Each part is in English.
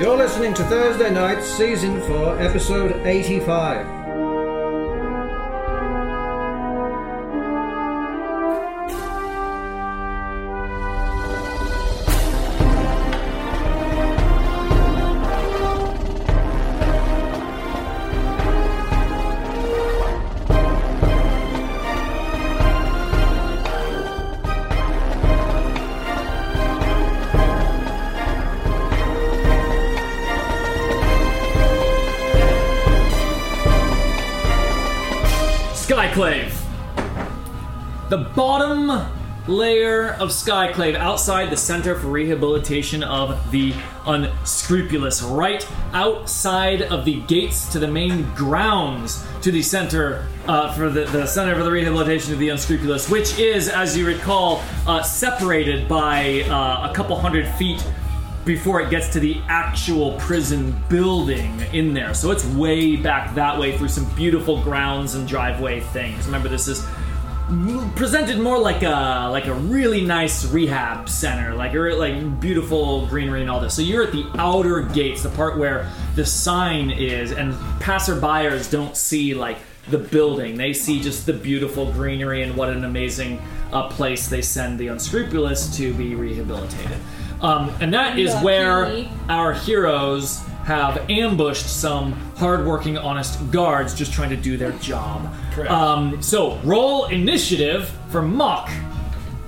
You're listening to Thursday Night, Season 4, Episode 85. Skyclave. The bottom layer of Skyclave outside the Center for Rehabilitation of the Unscrupulous, right outside of the gates to the main grounds to the Center uh, for the, the Center for the Rehabilitation of the Unscrupulous, which is, as you recall, uh, separated by uh, a couple hundred feet before it gets to the actual prison building in there. So it's way back that way through some beautiful grounds and driveway things. Remember, this is presented more like a like a really nice rehab center, like a like beautiful greenery and all this. So you're at the outer gates, the part where the sign is, and passerbyers don't see like the building. They see just the beautiful greenery and what an amazing uh, place they send the unscrupulous to be rehabilitated. Um, and that is where Lucky. our heroes have ambushed some hardworking, honest guards just trying to do their job. Um, so roll initiative for Mock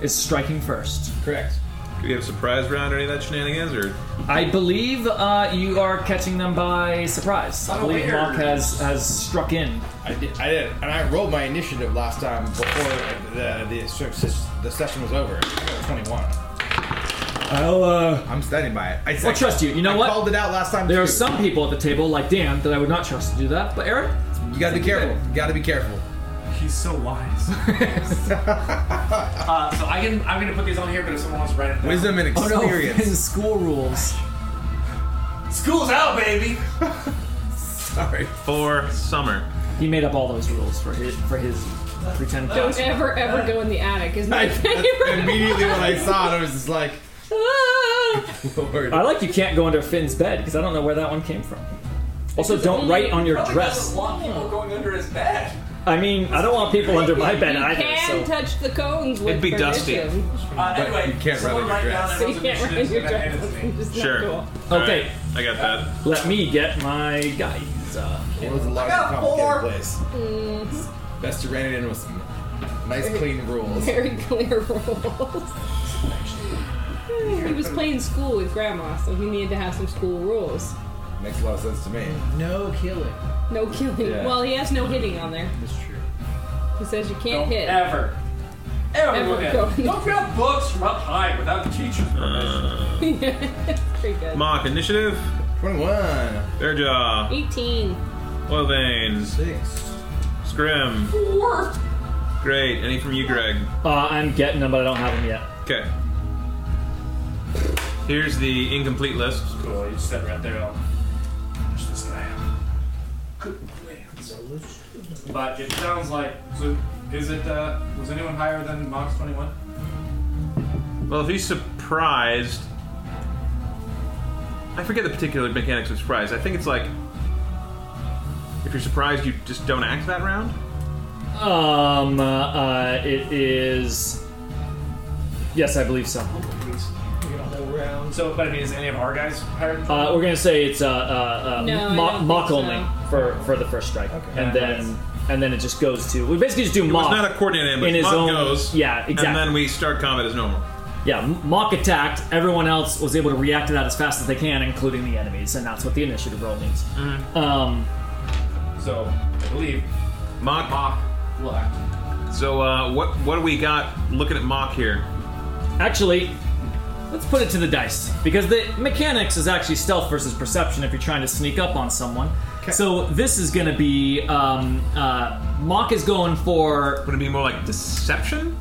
is striking first. Correct. Do we have a surprise round or any of that shenanigans? Or I believe uh, you are catching them by surprise. I believe weird. Mock has has struck in. I did, I did, and I rolled my initiative last time before the the, the, the session was over. Twenty-one. I'll uh, I'm standing by it. I I'll trust you. You know I what? called it out last time. There are too. some people at the table like Dan that I would not trust to do that. But Eric, You gotta be careful. You gotta be careful. He's so wise. uh, so I can I'm gonna put these on here, but if someone wants to write it, down- Wisdom and experience. Oh, school rules. School's out, baby. Sorry. for summer. He made up all those rules for his for his pretend. Don't ever, ever go in the attic is my I, favorite. immediately when I saw it, I was just like, Ah! Lord. I like you can't go under Finn's bed because I don't know where that one came from. Also, don't write on Oh, your dress. want people going under his bed. I mean, I don't want people under my bed you either. so. can touch the cones with It'd be dusty. permission. Uh, But anyway, you can't rub someone it in your down dress. So you everyone's can't run your initiative and hand dress. it to me. It's just Sure. not Okay. Alright, I got that. Let me get my guys. Uh, It was a large, got a complicated four. place. Mm-hmm. Best to ran it in with some nice, clean rules. cool. Very clear rules. he was playing school with grandma, so he needed to have some school rules. Makes a lot of sense to me. No killing. No killing. Yeah. Well, he has no hitting on there. That's true. He says you Don't can't hit. ever. Ever, Ever look at go it. in- Don't grab books from up high without the teacher's permission. Uh. Pretty good. Mock initiative. 21. Bearjaw. 18. Oil veins. Six. Scrim. Great. Any from you, Greg? uh, I'm getting them, but I don't have them yet. Okay. Here's the incomplete list. Cool, you just said right there. I'll push this guy out. Good plans. But it sounds like. So is it. Uh, was anyone higher than Mox 21? Well, if he's surprised, I forget the particular mechanics of surprise. I think it's like if you're surprised, you just don't act that round. Um, uh, uh, it is. Yes, I believe so. So, but I mean, is any of our guys higher than Uh, we're gonna say it's uh, uh, uh, No, I mo- don't think mock so. only for for the first strike, and then and then it just goes to we basically just do It's mock not a coordinated ambush. in his Mock own. goes, Yeah, exactly. And then we start combat as normal. yeah, M- mock attacked. Everyone else was able to react to that as fast as they can, including the enemies, and that's what the initiative roll means. Um, So, I believe Mock. Mock will act. So uh, what what do we got? Looking at mock here. Actually, let's put it to the dice because the mechanics is actually stealth versus perception if you're trying to sneak up on someone. So this is going to be um, uh, mock is going for Would it be more like deception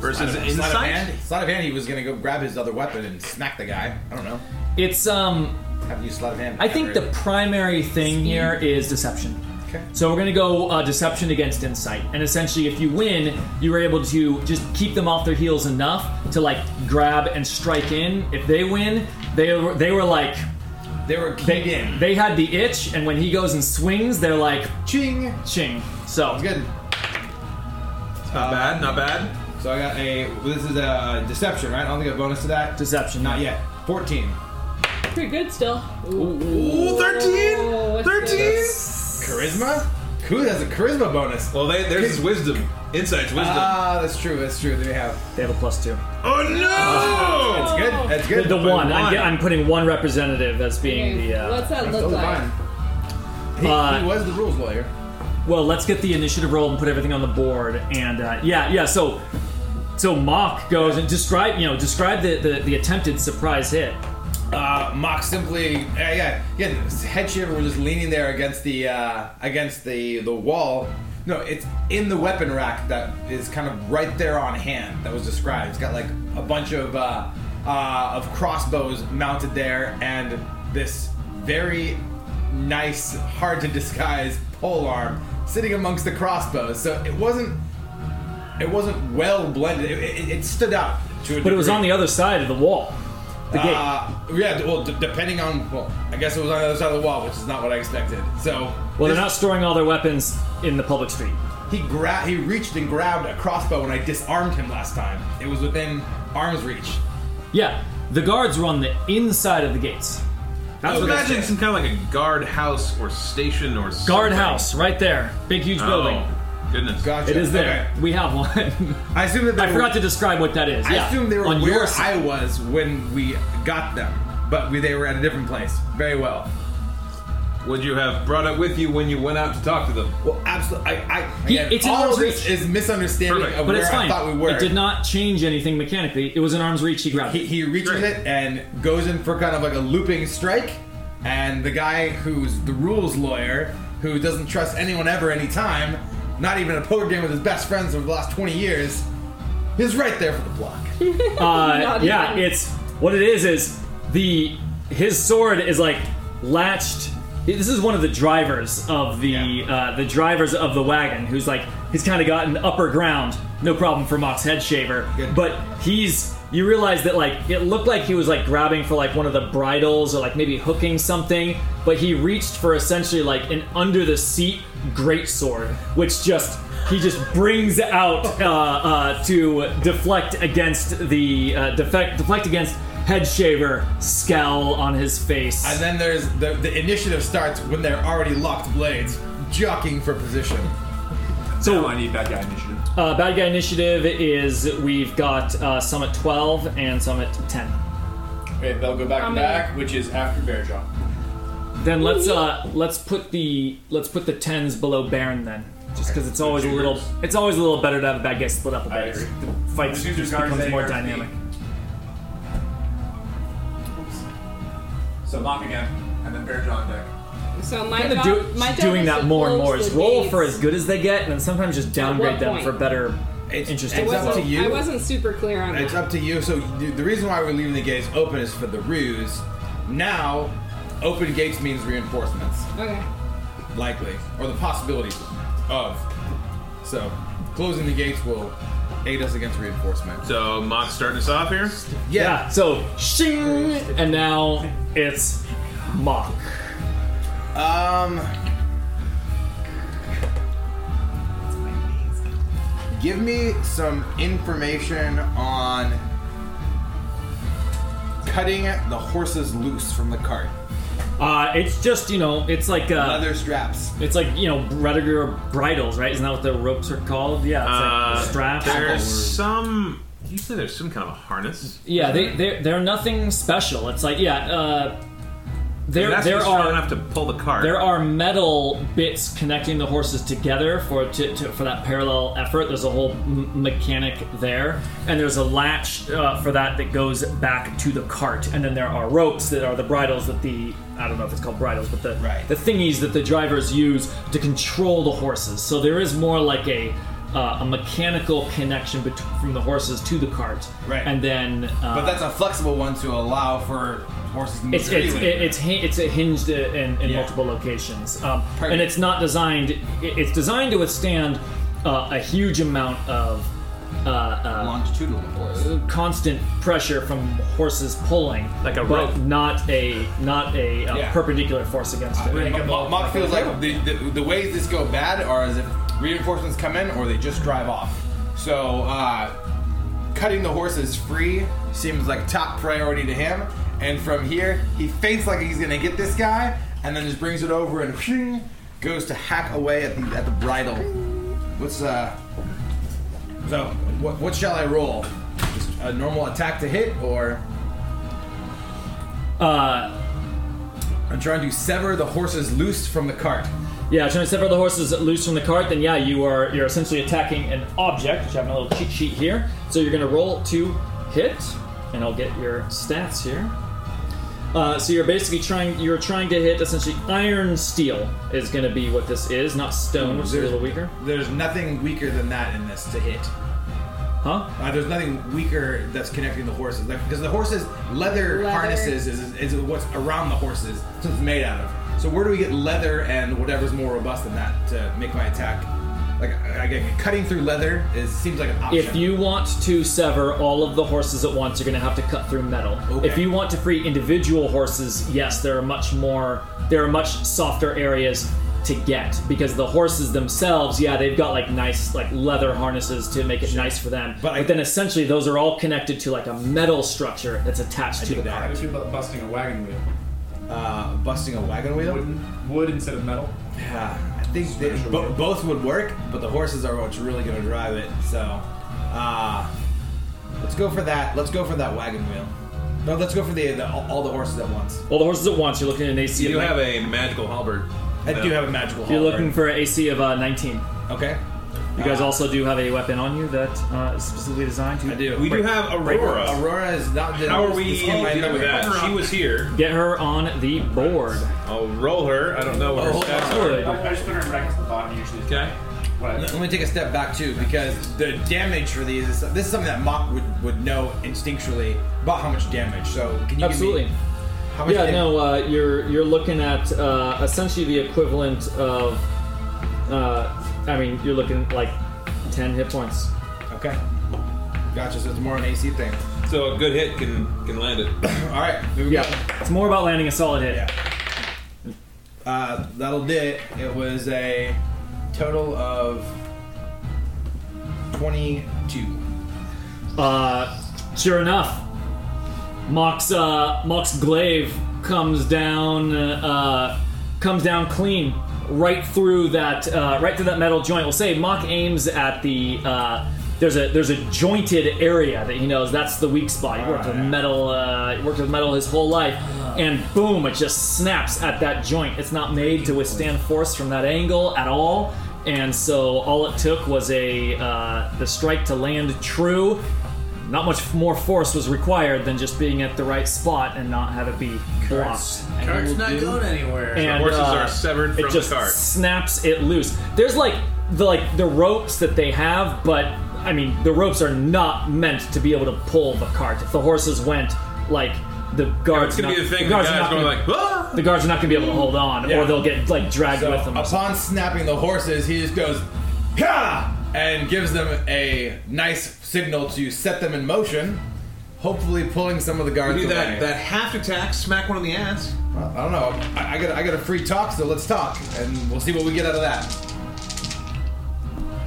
versus Sleight of insight? hand. Sleight of hand. He was gonna go grab his other weapon and smack the guy. I don't know. it's. Um, Have you sleight of hand? I think the Really. primary thing here is deception. Okay. So we're gonna go uh, deception against insight, and essentially, if you win, you were able to just keep them off their heels enough to like grab and strike in. If they win, they were, they were like, They were keyed They in. They had the itch, and when he goes and swings, they're like Ching. ching. So It's good. Uh, Not bad, not bad. So I got a. This is a deception, right? I don't think I have a bonus to that. deception. Not yet. 14. Pretty good still. Ooh, 13! Oh, that's 13! Charisma? Who has a charisma bonus? Well, they, there's his wisdom. Insight's wisdom. Ah, that's true. That's true. They have. They have a plus two. oh no! That's good. That's good. Oh. The one. one. I'm, ge- I'm putting one representative as being Okay, the. Uh, What's that Still look like? divine. He, Uh, he was the rules lawyer. Well, let's get the initiative roll and put everything on the board. And uh, yeah, yeah. So, so Mock goes and describe, you know, describe the the, the attempted surprise hit. Uh, Mock simply, uh, yeah, again, head shiver was just leaning there against the uh, against the the wall. No, it's in the weapon rack that is kind of right there on hand. That was described. It's got like a bunch of uh, uh, of crossbows mounted there, and this very nice, hard to disguise pole arm sitting amongst the crossbows. So it wasn't it wasn't well blended. It, it, it stood out. To a But it was degree. on the other side of the wall, the gate. Uh, yeah, d- well, d- depending on, well, I guess it was on the other side of the wall, which is not what I expected. So, well, they're this- not storing all their weapons in the public street. He gra- he reached and grabbed a crossbow when I disarmed him last time. It was within arm's reach. Yeah, the guards were on the inside of the gates. I That's was Oh, what that's imagining some kind of like a guard house or station or something. guardhouse right there, big huge building. Oh, goodness. Gotcha. It is there. Okay. We have one. I assume that they I were, forgot to describe what that is. I yeah. assume they were on where your side. I was when we got them, but we, they were at a different place. Very well. Would you have brought it with you when you went out to talk to them? Well, absolutely. I, I He- again, it's in all arm's of this reach. is misunderstanding Perfect. of But where it's fine. I thought we were. It did not change anything mechanically. It was in arm's reach. He grabbed He, it. he reaches Great. it and goes in for kind of like a looping strike, and the guy who's the rules lawyer, who doesn't trust anyone ever, anytime, not even a poker game with his best friends over the last 20 years, is right there for the block. Uh, Not yeah, even. it's what it is. Is the his sword is like latched. This is one of the drivers of the Yeah. uh, the drivers of the wagon, who's like he's kind of gotten upper ground. No problem for Mox Head Shaver, Good. but he's you realize that like it looked like he was like grabbing for like one of the bridles or like maybe hooking something, but he reached for essentially like an under the seat great sword, which just he just brings out uh, uh, to deflect against the uh, defect deflect against head shaver scowl on his face. And then there's the, the initiative starts when they're already locked blades, jockeying for position. So I need bad guy initiative. Uh, bad guy initiative is we've got uh, summit twelve and summit ten. Okay, they'll go back How to many? back, which is after Bear Jaw. Then let's uh let's put the let's put the tens below Baron then, just because it's always a little it's always a little better to have a bad guy split up a bit. I agree. The fight Just just use your guards becomes and more your feet. dynamic. So mock again, and then Bear Jaw on deck. So I'm my gonna job, do, my job doing is that to more and close more. Is the roll gates. for as good as they get, and then sometimes just downgrade what them point? for better, It's- interesting. it's up to Wasn't- you. I wasn't super clear on It's that. up to you. So the the reason why we're leaving the gates open is for the ruse. Now, open gates means reinforcements. Okay. likely, or the possibility of. So, closing the gates will aid us against reinforcement. So, Mock starting us off here? Yeah. So shing, and now it's mock. Um. Give me some information on cutting the horses loose from the cart. Uh, it's just you know it's like uh, Leather straps. it's like you know regular bridles, right? Isn't that what the ropes are called? Yeah, it's like Uh, straps. There's some. Usually there's some kind of a harness. Yeah, they they're, they're nothing special. It's like yeah, uh, there That's there just strong are enough to pull the cart. there are metal bits connecting the horses together for to, to, for that parallel effort. There's a whole m- mechanic there, and there's a latch uh, for that that goes back to the cart, and then there are ropes that are the bridles that the I don't know if it's called bridles, but the Right. the thingies that the drivers use to control the horses. So there is more like a. Uh, a mechanical connection between from the horses to the cart, Right. and then uh, But that's a flexible one to allow for horses to move it's it's freely. it's hin- it's hinged in, in Yeah. multiple locations, um, Perfect. and it's not designed. it- It's designed to withstand uh, a huge amount of uh, uh, Longitudinal force. constant pressure from horses pulling, Like a but rope. not a not a, uh Yeah. perpendicular force against it. Like a Mock ball. Mock feels like the, the, the ways this go bad are as if reinforcements come in or they just drive off. So uh, cutting the horses free seems like top priority to him. And from here, he faints like he's gonna get this guy, and then just brings it over and pshing, goes to hack away at the at the bridle. What's uh? So what what shall I roll? Just a normal attack to hit, or Uh, I'm trying to sever the horses loose from the cart. yeah, trying to separate the horses loose from the cart. Then yeah, you are you're essentially attacking an object. Which I have my little cheat sheet here. So you're gonna roll to hit, and I'll get your stats here. Uh, so you're basically trying you're trying to hit essentially iron steel is gonna be what this is, not stone, which is a little weaker, There's nothing weaker than that in this to hit. huh? Uh, there's nothing weaker that's connecting the horses like, because the horses leather, Leather. harnesses is, is what's around the horses so it's made out of so where do we get leather and whatever's more robust than that to make my attack like again cutting through leather is seems like an option If you want to sever all of the horses at once, you're going to have to cut through metal. Okay. If you want to free individual horses, yes, there are much more, there are much softer areas to get because the horses themselves, yeah, they've got like nice like leather harnesses to make it nice for them. But I- then essentially those are all connected to like a metal structure that's attached to dig the that. cart. What if you're bu- busting a wagon wheel? uh, busting a wagon wheel Wooden, wood instead of metal. yeah, I think they, Special bo- wheel. both would work but the horses are what's really gonna drive it so uh, let's go for that let's go for that wagon wheel no let's go for the, the all all the horses at once All the horses at once. You're looking at an AC. You do of, have a magical halberd. I do have a magical You're halberd. looking for an AC of uh, 19. okay You guys Uh, also do have a weapon on you that uh, is specifically designed to. I do. We do have Aurora. Aurora is not. The, How are we it's in my dealing with memory. that? She was here. Get her on the board. I'll roll her. I don't know what her Oh, hold stats on. are. Good. I, I just put her in brackets at the bottom usually. Okay. What? Let me take a step back too, because the damage for these is this is something that Mock would, would know instinctually about how much damage. So can you Absolutely. Give me how much Yeah, damage? no, uh, you're you're looking at uh, essentially the equivalent of, uh, I mean, you're looking like ten hit points. Okay. Gotcha. So it's more an AC thing. So a good hit can can land it. All right. Here we Yeah, go. it's more about landing a solid hit. Yeah. Uh, that'll do it. It was a total of twenty-two. Uh, sure enough, Mox uh, Mox glaive comes down uh, comes down clean right through that uh, right through that metal joint. We'll say Mock aims at the uh, there's a there's a jointed area that he knows that's the weak spot. He worked with Ah, yeah. metal uh, he worked with metal his whole life, and boom, it just snaps at that joint. It's not made to withstand force from that angle at all. And so all it took was a uh, the strike to land true, not much more force was required than just being at the right spot and not have it be blocked. Cart's not going anywhere. And, Horses uh, are severed it from the just cart. snaps it loose. There's like the like the ropes that they have, but I mean the ropes are not meant to be able to pull the cart. If the horses went like the guards, It's gonna not, be the thing. the The guards are guy's not going gonna, like, ah! the guards are not going to be able to hold on, Yeah. or they'll get like dragged So with them. or upon snapping the horses, he just goes, "Ka!" and gives them a nice signal to set them in motion, hopefully pulling some of the guards Do away. that that half attack, smack one in the ass. Well, I don't know. I, I got a, I got a free talk, so let's talk, and we'll see what we get out of that.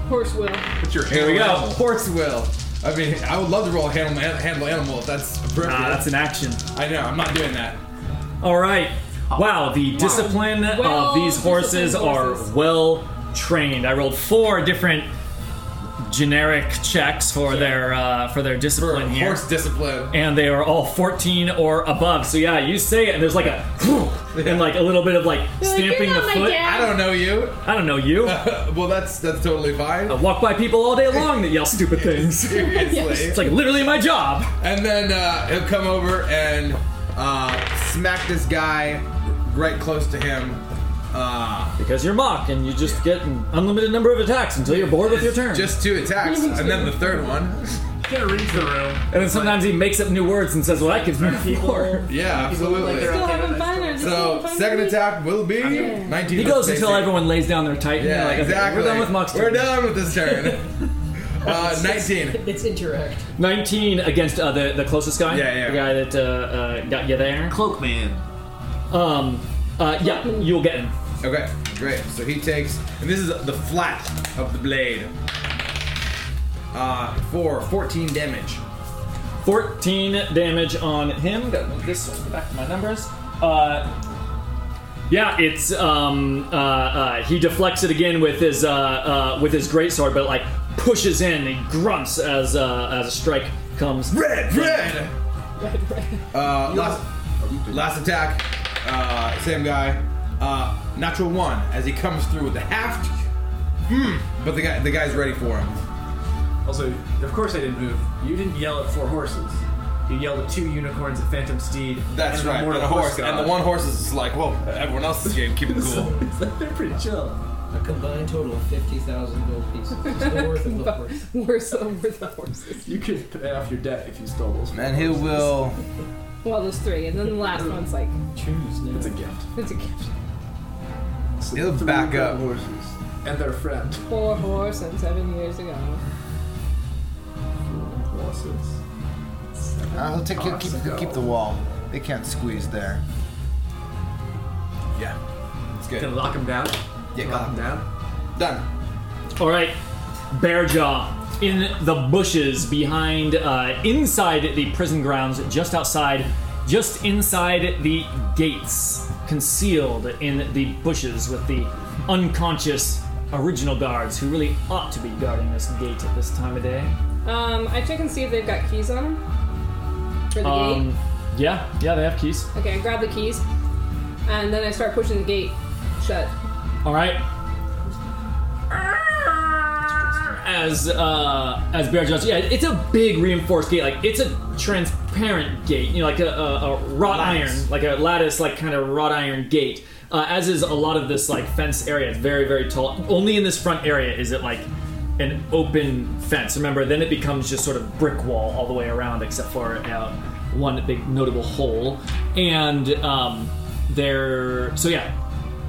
Horse will. Put your Here hand we go. on it. Horse will. I mean, I would love to roll handle handle animal. If that's appropriate. Ah, that's an action. I know. I'm not doing that. All right. Oh, Wow, the discipline Well, of these horses disciplined are horses. well trained. I rolled four different generic checks for their uh, for their For discipline here, horse discipline. and they are all 14 or above. So yeah, you say it, and there's like a and like a little bit of like like, "You're stamping the not my foot. dad." I don't know you. Uh, I don't know you. I well, that's that's totally fine. walk by people all day long that yell stupid things. Seriously. It's like literally my job. And then uh, he'll come over and uh, smack this guy right close to him. Uh, Because you're mock and you just get an unlimited number of attacks until you're bored with your turn. just two attacks, and then the third one. Gonna reach the room. and then sometimes he makes up new words and says, "Well, that gives me People- four. Yeah, People look like absolutely. they're Still out there having with fun. or just having So fun second with me? attack will be Yeah. 19. He goes plus until basic. everyone lays down their titan. Yeah, like, okay, exactly. We're done with Mox. We're done with this turn. Uh, 19. It's interact. 19 against uh, the, the closest guy. Yeah, yeah. The guy that uh, uh, got you there. Cloak man. Um, uh, yeah, you'll get him. Okay, great. So he takes, and this is the flat of the blade. Uh, for 14 damage. 14 damage on him. Got to move this one back to my numbers. Uh, yeah, it's um, uh, uh, he deflects it again with his uh, uh, with his greatsword, but like pushes in and grunts as uh, as a strike comes. Red, red. Red, red. Uh, last, last attack. Uh, same guy. Uh, natural one as he comes through with the haft. Hmm. But the guy, the guy's ready for him. Also, of course I didn't move. You didn't yell at four horses. You yelled at two unicorns, a phantom steed, That's and right. a And mortal the horse, god. and the one horse is just like, whoa. Everyone else is game. Keep it cool. They're pretty chill. A combined total of 50,000 gold pieces. It's the worth of the horse. Where's the, where's the horses? You could pay off your debt if you stole those. four And he horses. will. Well, there's three, and then the last one's like, Choose now. It's a gift. it's a gift. So He'll three back red up. Horses and their friend. Four horse and seven years ago. Horses. Uh, he'll take he'll keep, he'll keep the wall. They can't squeeze there. Yeah. It's good. Gonna lock him down. Yeah, Lock him got down. it. Done. All right, Bearjaw in the bushes behind, uh, inside the prison grounds, just outside, just inside the gates, concealed in the bushes with the unconscious original guards who really ought to be guarding this gate at this time of day. Um, I check and see if they've got keys on them for the gate. Um, yeah, yeah, they have keys. Okay, I grab the keys, and then I start pushing the gate shut. All right. As uh, as Bear Johnson, yeah, it's a big reinforced gate. Like it's a transparent gate, you know, like a, a, a wrought iron, like a lattice, like kind of wrought iron gate. Uh, as is a lot of this like fence area. It's very very tall. Only in this front area is it like an open fence. Remember, then it becomes just sort of brick wall all the way around, except for uh, one big notable hole. And um, there, so yeah,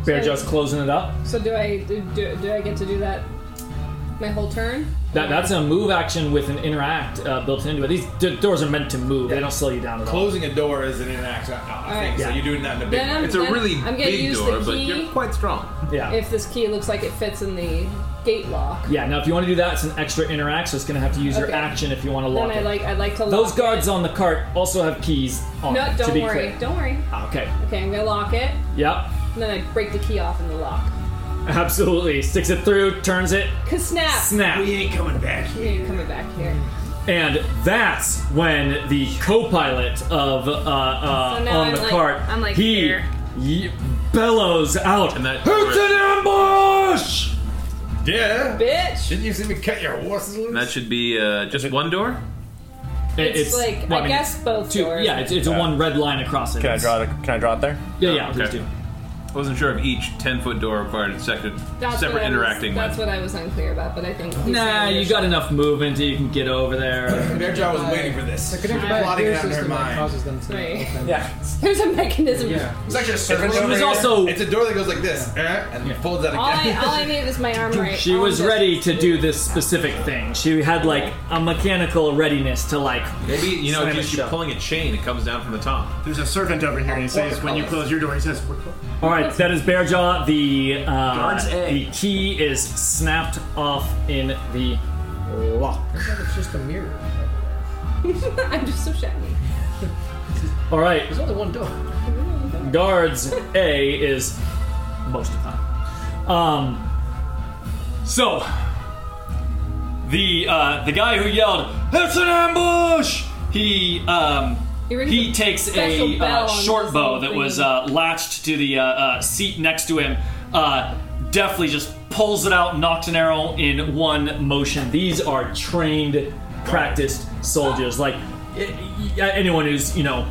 Bear So- Jaw's closing it up. So do I do, do, do I get to do that my whole turn? That, that's a move action with an interact uh, built into it. These d- doors are meant to move; they don't slow you down at all. Closing a door is an uh, inaction. I I think Alright. so. Yeah. You're doing that in a big. Then way. I'm, It's a then really I'm gonna big use door, the but key you're quite strong. Yeah, if this key looks like it fits in the gate lock. yeah. Now, if you want to do that, it's an extra interact, so it's going to have to use your Okay. action if you want to Then lock I it. like I would like to. Those lock guards It. on the cart also have keys on. No, them, to don't be worry. Clear. Don't worry. Ah, okay. Okay, I'm gonna lock it, Yep. and then I break the key off in the lock. Absolutely. Sticks it through, turns it, Cause snap. snap. ain't coming back. We ain't coming back here. And that's when the co-pilot of uh, uh, So now on I'm the like- cart I'm like he here. ye- bellows out, And that- "It's an ambush!" Yeah. Bitch. Didn't you see me cut your horses loose? And that should be uh, just one door. It- It's, like well, I mean, guess both two- doors. Yeah, it's, it's a one red line across it. Can I It's- draw it? Can I draw it there? Yeah, yeah, please Okay. do. I wasn't sure if each ten foot door required a second That's what separate I was- interacting That's with. what I was unclear about, but I think. he's Nah, saying you there's- got enough movement that you can get over there. Mary Jo was waiting for this. She's connected by a plotting Fear it out in her system that mind. causes them to Right. open. Yeah. There's a mechanism. It's actually a servant She door. was right also- here. It's a door that goes like this, eh, and folds out All I, again. all I need is my arm right. She All was I'm ready to do this specific thing. She had like a mechanical readiness to like. Maybe you know, Slam if it you- you're shut. pulling a chain, it comes down from the top. There's a servant over here, and he says, when you close your door, he says, we're closed. All right, that is Bearjaw. The uh, Guards A. the key is snapped off in the lock. It's just a mirror. just- I'm just so shiny. All right, There's only one door. guards A is most of the time. Um, so the uh, the guy who yelled, "It's an ambush!" He um, You ready he for takes special a bell uh, on short this bow little that thing? was uh, latched to the uh, uh, seat next to him. Uh, deftly just pulls it out, knocks an arrow in one motion. These are trained, practiced soldiers. Like y- y- anyone who's you know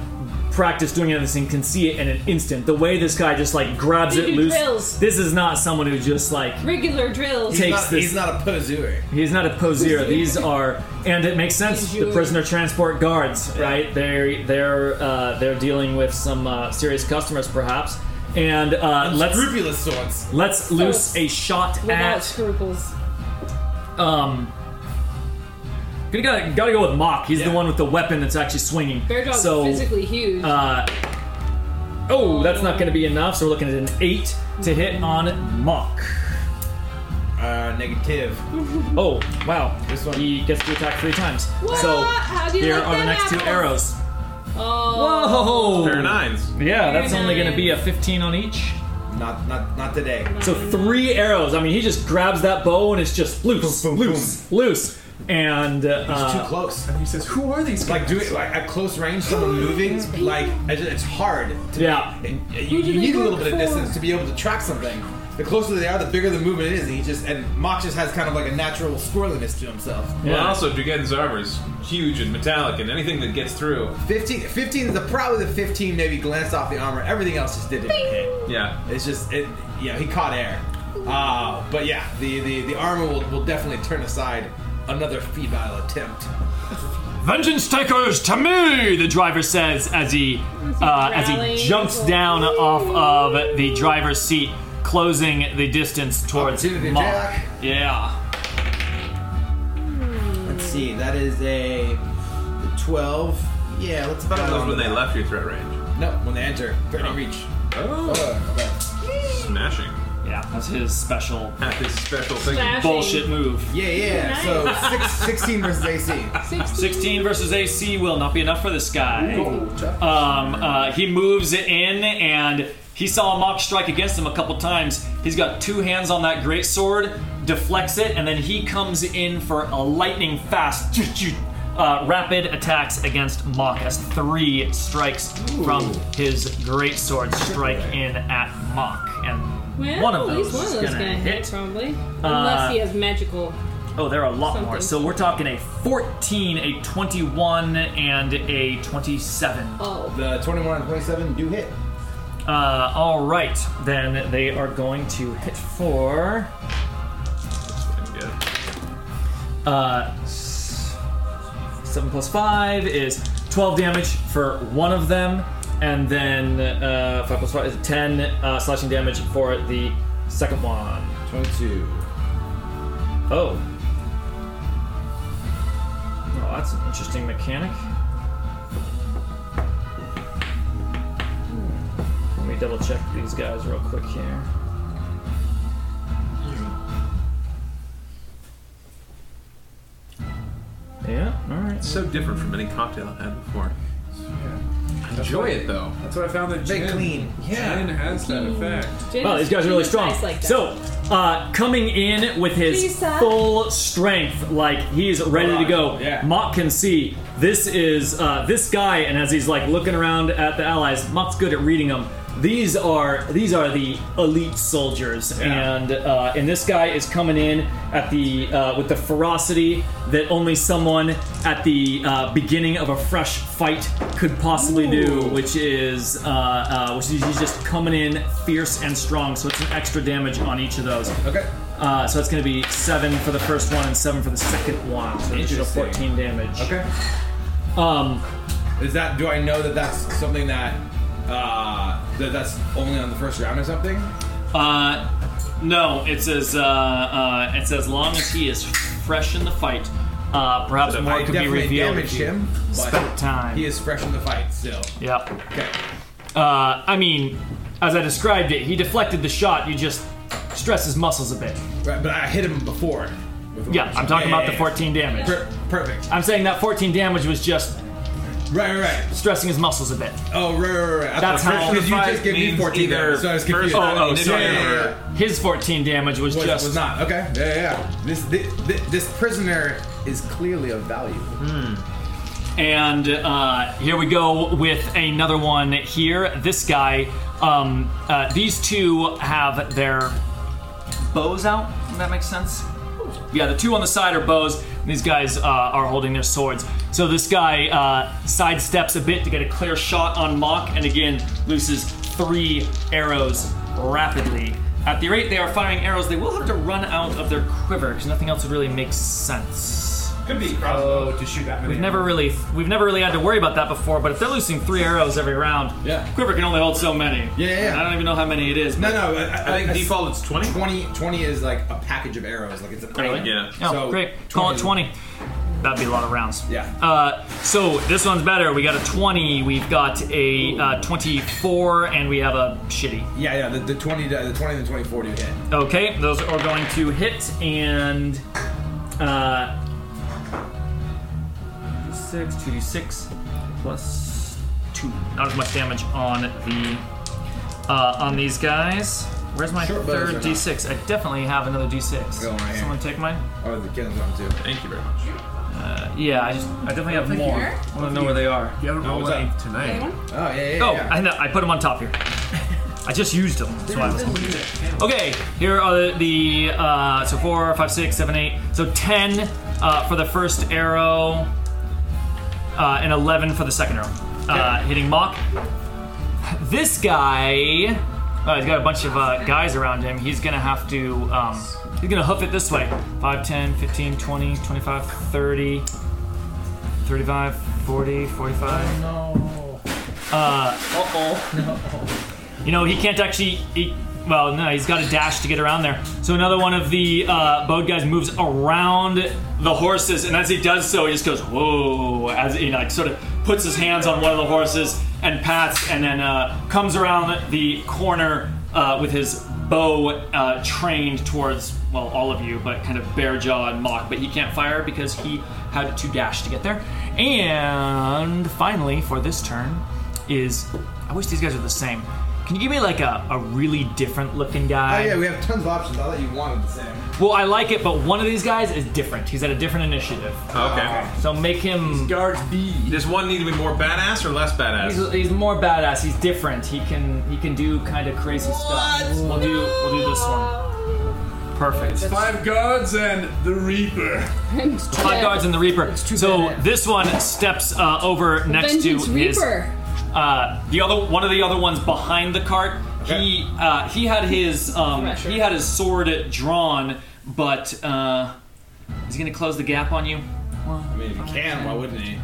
practiced doing anything can see it in an instant. The way this guy just like grabs They it do loose. drills. This is not someone who just like Regular drills. Take- he's, takes not, this- he's not a poseur. He's not a poseur. These are, and it makes sense. The prisoner transport guards, right? They're they're uh, they're dealing with some uh, serious customers, perhaps. And uh, let's Scrupulous sorts. let's loose a shot Without at scruples. um Gonna gotta, gotta go with Mock. He's the one with the weapon that's actually swinging. Bear dog's so, physically huge. Uh, oh, that's not gonna be enough. So we're looking at an eight to hit Mm-hmm. on Mock. Uh, negative. Oh wow, This one. he gets to attack three times. What? So How do you here like are the that next two apple? arrows. oh. Whoa! Pair of nines. Yeah, that's Very only gonna nice. be a 15 on each. Not not not today. So three arrows. I mean, he just grabs that bow and it's just loose, Boom, boom, loose, loose, and uh, It's too close. He says, "Who are these Like guys?" doing like at close range, someone moving, like it's it's hard. To, Yeah. and you, do they you need a little work bit of for? distance to be able to track something. The closer they are, the bigger the movement is. And he just and Mock just has kind of like a natural squirreliness to himself. Well, Yeah. also, Dugan's armor is huge and metallic, and anything that gets through. 15, 15 is the, probably the 15 maybe glanced off the armor. Everything else just didn't hit. Yeah. It's just it, you know, he caught air. Uh, but yeah, the, the, the armor will, will definitely turn aside another feeble attempt. vengeance takers to me. The driver says as he uh, as he rallies. jumps down off of the driver's seat, closing the distance towards Opportunity Mock. attack. Yeah, Let's see, that is a 12. Yeah, let's about That was when they left your threat range. No, when they enter, threatening reach. Oh. Smashing. yeah, that's his special At his special thing. Slashing. bullshit move. Yeah, yeah. Nice. So six, 16 versus AC. 16. 16 versus AC will not be enough for this guy. tough. Um, uh, he moves it in and he saw a mock strike against him a couple times. He's got two hands on that great sword, deflects it, and then he comes in for a lightning fast, uh, rapid attacks against Mock as three strikes from his great sword strike in at Mock, and Well, one of at those least one of is those gonna hit. Uh, probably. Unless he has magical. Oh, there are a lot Something. more. So we're talking a 14, a 21, and a 27. Oh, The 21 and 27 do hit. Uh, all right, then they are going to hit for Yeah. uh, s- seven plus five is twelve damage for one of them, and then uh, five plus five is ten uh, slashing damage for the second one. 22. Oh, oh, that's an interesting mechanic. Let me double check these guys real quick here. Yeah, alright. It's so different from any cocktail I've had before. Enjoy it though. That's what I found that Big gin, clean. Gin has that effect. Jin Wow, is- these guys are Jin really is strong. nice like that. so, uh, coming in with his Lisa. full strength, like he's ready to go. Yeah. Mock can see this is uh, this guy, and as he's like looking around at the allies, Mock's good at reading them. These are these are the elite soldiers, and uh, and this guy is coming in at the uh, with the ferocity that only someone at the uh, beginning of a fresh fight could possibly do, which is uh, uh, which is he's just coming in fierce and strong. So it's an extra damage on each of those. Okay. Uh, so it's going to be seven for the first one and seven for the second one. So an additional Interesting. fourteen damage. Okay. Um, Is that, do I know that that's something that, uh, that that's only on the first round or something? Uh, no, it says uh, uh, it says long as he is fresh in the fight, uh, perhaps So more I could be definitely revealed. damaged if you- him, spent but time. he is fresh in the fight still. Yep. Okay. Uh, I mean, as I described it, he deflected the shot. You just stress his muscles a bit. Right, but I hit him before. with the Yeah, weapon. I'm talking about yeah, the yeah. 14 damage. Per- perfect. I'm saying that 14 damage was just Right, right, right. stressing his muscles a bit. Oh, right, right, right. I That's thought- how- Because you Five just gave me means 14 either damage, so I was first confused. round Oh, oh, initiative sorry. Yeah, yeah, or- yeah. His 14 damage was, Was, just was not. Okay. Yeah, yeah, yeah. This, this, this prisoner is clearly of value. And uh, here we go with another one here. This guy, um, uh, these two have their bows out. If that makes sense. Yeah, the two on the side are bows, and these guys uh, are holding their swords. So this guy uh, sidesteps a bit to get a clear shot on Mock, and again looses three arrows rapidly. At the rate they are firing arrows, they will have to run out of their quiver because nothing else really makes sense. Could be. Oh, to shoot that many. We've never really we've never really had to worry about that before, but if they're losing three arrows every round, Yeah. quiver can only hold so many. Yeah, yeah, yeah. I don't even know how many it is. No, but- no. I, I think default it's 20. 20, 20 is like a package of arrows. Like it's an Really? item. Yeah. Oh, So, great. Call it 20. twenty. That'd be a lot of rounds. Yeah. Uh, so this one's better. We got a 20, we've got a uh, 24, and we have a shitty. Yeah, yeah. The, the twenty, to- the twenty and the twenty-four do hit. Okay, those are going to hit and uh, six, two d six plus two. Not as much damage on the uh, on these guys. Where's my Short bows are third not- d six? I definitely have another d six. Go on right here. Someone take mine. Oh, the kills on too. Thank you very much. Uh, yeah, I just I definitely have Over more. here? I want to know where they are. You haven't No, rolled what's any up? tonight. Anyone? Oh yeah, yeah. Oh, yeah. I, know, I put them on top here. I just used them. That's why I was Okay, here are the uh, so four, five, six, seven, eight. So ten uh, for the first arrow, uh, and eleven for the second arrow, uh, hitting mock. This guy, uh, he's got a bunch of uh, guys around him. He's gonna have to. Um, he's gonna hoof it this way: 5, 10, 15, 20, 25, 30, 35, 40, 45. You know, he can't actually. He, well, no, he's got a dash to get around there. So another one of the uh, boat guys moves around the horses, and as he does so, he just goes whoa, as he like sort of puts his hands on one of the horses and pats, and then uh, comes around the corner uh, with his bow uh, trained towards well, all of you, but kind of bare jaw and mock. But he can't fire because he had to dash to get there. And finally, for this turn, is I wish these guys were the same. Can you give me like a, a really different looking Oh guy? yeah, we have tons of options. I thought you wanted the same. Well, I like it, but one of these guys is different. He's at a different initiative. Okay. So make him. Guards B. Does one need to be more badass or less badass? He's, he's more badass. He's different. He can he can do kind of crazy stuff. We'll do we'll do this one. Perfect. Five guards and the Reaper. Five guards and the Reaper. so this one steps uh, over next to Vengeance his Reaper. uh, the other one of the other ones behind the cart. He uh, he had his um, Thrasher. he had his sword drawn, but uh, is he gonna close the gap on you? I mean, if you can, why wouldn't he?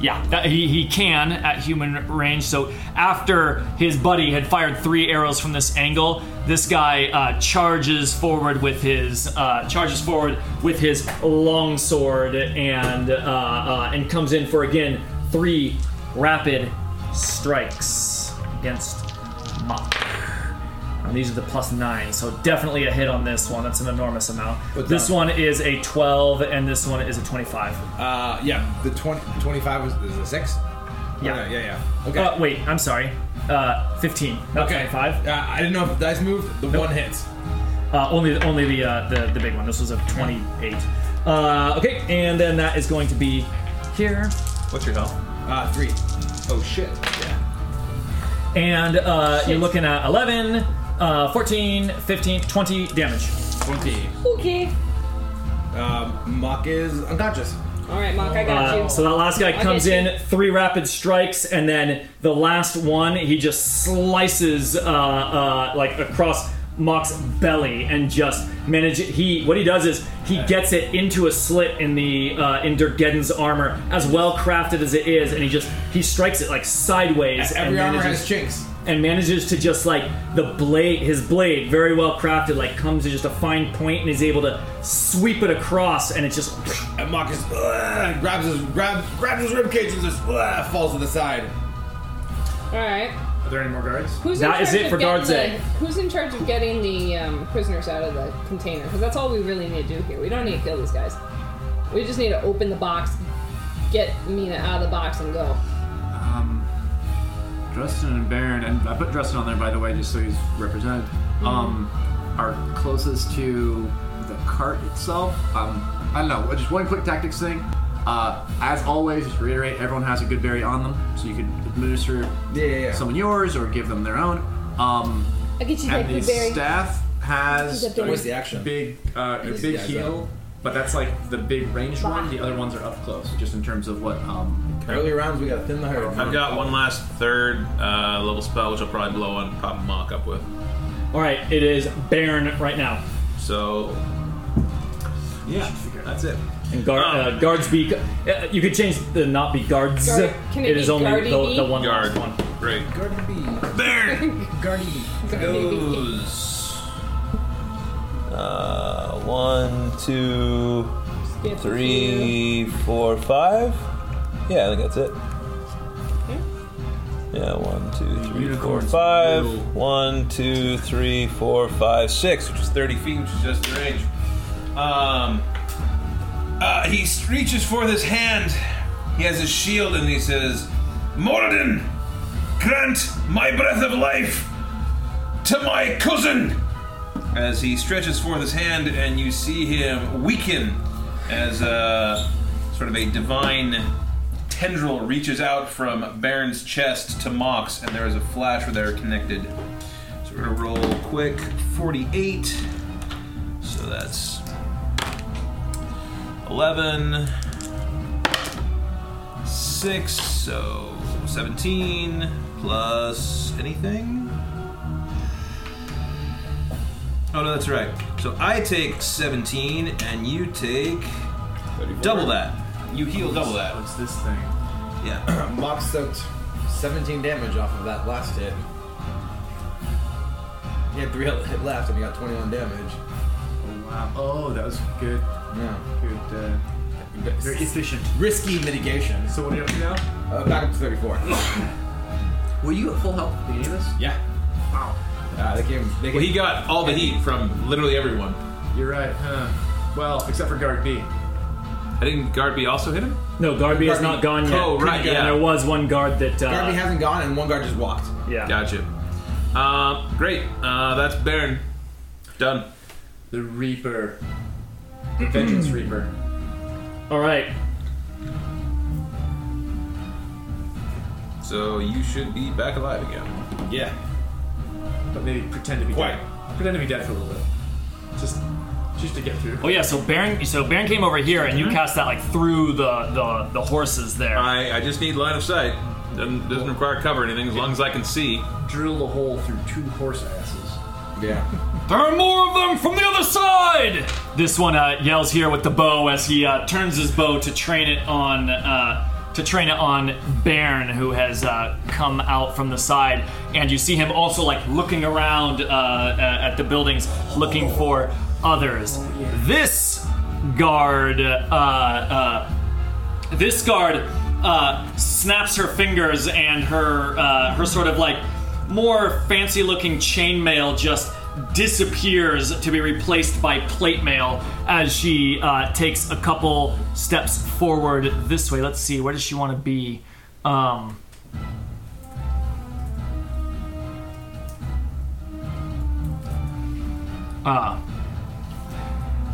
Yeah, that, he, he can at human range. So after his buddy had fired three arrows from this angle, this guy uh, charges forward with his uh, charges forward with his long sword and uh, uh, and comes in for again three rapid strikes against Mach. And these are the plus nine, so definitely a hit on this one. That's an enormous amount. What's this that? one is a 12, and this one is a 25. Uh, yeah, the 20, 25 was is it six. Yeah. yeah, yeah. yeah. Okay. Uh, wait, I'm sorry. Uh, 15, not okay. 25. Uh, I didn't know if the dice moved. The one hits. Uh, only only the, uh, the the big one. This was a 28. Uh, okay, and then that is going to be here. What's your health? Uh, three. Oh shit. Yeah. And uh, you're looking at 11, uh, 14, 15, 20 damage. Twenty. Okay. Um, Muck is unconscious. All right, Mark, I got Uh, you. so that last guy I'll comes get in, three rapid strikes, and then the last one, he just slices uh, uh, like across Mock's belly and just manage. He what he does is he gets it into a slit in the uh, in Durgeddon's armor, as well crafted as it is, and he just he strikes it like sideways. and Every armor manages- has chinks. and manages to just like the blade, his blade, very well crafted, like comes to just a fine point and is able to sweep it across, and it's just And Muck is uh, grabs his grabs grabs his ribcage and just uh, falls to the side. All right. Are there any more guards? Who's That in is charge it of for getting guards the- A. Who's in charge of getting the um, prisoners out of the container? Because that's all we really need to do here. We don't need to kill these guys. We just need to open the box, get Mina out of the box, and go. Um, Dresden and Baron, and I put Dresden on there by the way, just so he's represented. Mm-hmm. Um, are closest to the cart itself. Um, I don't know. Just one quick tactics thing. Uh, as always, just reiterate: everyone has a good berry on them, so you can administer Yeah, yeah, yeah. some of yours or give them their own. Um, I get you that and the good berry. staff has He's a big- Where's the action? big uh, a big guys heal, but that's like the big range one. The other ones are up close, just in terms of what. Um, Early rounds, we gotta thin the herd. I've got one last third uh, level spell, which I'll probably blow on pop mock up with. All right, it is Baron right now. So, yeah, that's it. And guard, Oh. uh, guards be. Uh, you could change the not be guards. Guard- can it it is be only guardy the, bee? the one Guard, last one. great. Garden B. There Garden B. goes. Uh, one, two, Skip a Three, four, five. Yeah, I think that's it. Yeah, one, two, three, four, unicorn's five. brutal. One, two, three, four, five, six, which is 30 feet, which is just the range. Um, uh, he reaches for this hand. He has his shield and he says, Moradin, grant my breath of life to my cousin. As he stretches forth his hand and you see him weaken as a sort of a divine tendril reaches out from Baron's chest to Mox, and there is a flash where they're connected. So we're gonna roll quick 48. So that's 11, 6, so 17 plus anything. Oh no, that's right. So I take 17, and you take double that. You heal double that. What's this thing? Yeah. Mox soaked 17 damage off of that last hit. He had three hit left and he got 21 damage. Oh, wow. Oh, that was good. Yeah. Good. Uh, very efficient. Risky mitigation. So what are you up to now? Uh, back up to 34. Were you at full health at the beginning of this? Yeah. Wow. Uh, they came, they Well, he got all the heat from literally everyone. You're right, huh? Well, except for guard B. I didn't. Guard B also hit him. No, Garby is Garby- not gone yet. Oh, right, yeah. And there was one guard that. Uh, Garby hasn't gone and one guard just walked. Yeah. Gotcha. Uh, great. Uh, that's Baron. Done. The Reaper. The Hmm. Vengeance Reaper. All right. So you should be back alive again. Yeah. But maybe pretend to be dead. Pretend to be dead for a little bit. Just just to get through. Oh yeah. So Baron. So Baron came over here, and Mm-hmm. you cast that like through the the, the horses there. I, I just need line of sight. Doesn't, doesn't require cover or anything as long as I can see. Drill a hole through two horse asses. Yeah. There are more of them from the other side! This one uh, yells here with the bow as he uh, turns his bow to train it on uh, to train it on Bairn, who has uh, come out from the side. And you see him also like looking around uh, uh, at the buildings, looking for others. This guard uh, uh, this guard uh, snaps her fingers and her uh, her sort of like more fancy looking chainmail just disappears to be replaced by plate mail as she uh, takes a couple steps forward this way. Let's see, where does she want to be? Um, uh,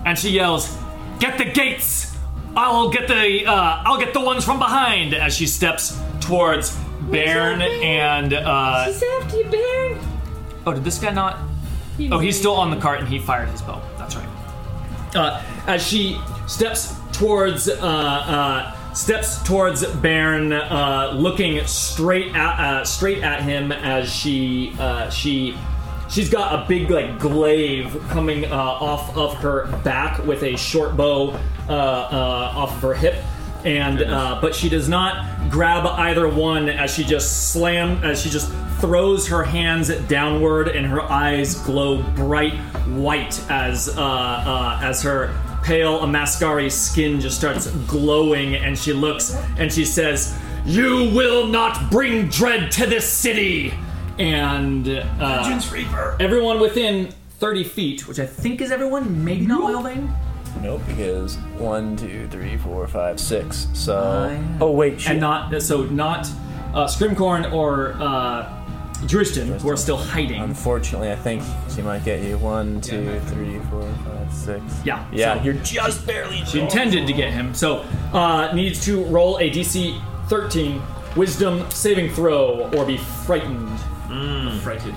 and she yells, "Get the gates! I'll get the uh, I'll get the ones from behind!" As she steps towards Bairn and uh, She's after you, Baron. oh, did this guy not? He Oh, he's made- still on the cart and he fired his bow. That's right. Uh, as she steps towards, uh, uh, steps towards Baron, uh, looking straight at uh, straight at him as she uh, she she's got a big like glaive coming uh, off of her back with a short bow uh, uh, off of her hip and uh, but she does not grab either one as she just slam as she just throws her hands downward and her eyes glow bright white as uh, uh, as her pale mascari skin just starts glowing and she looks and she says you will not bring dread to this city and uh, Reaper. everyone within 30 feet which i think is everyone maybe not wilding Nope, because one, two, three, four, five, six. So. Oh wait, shit. and not so not uh, Scrimcorn or uh, Drushton, who are still hiding. Unfortunately, I think she might get you. One, two, three, four, five, six. yeah, Yeah, so you're just barely. she intended to get him, so uh, needs to roll a DC 13 Wisdom saving throw or be frightened Mm. Frighted.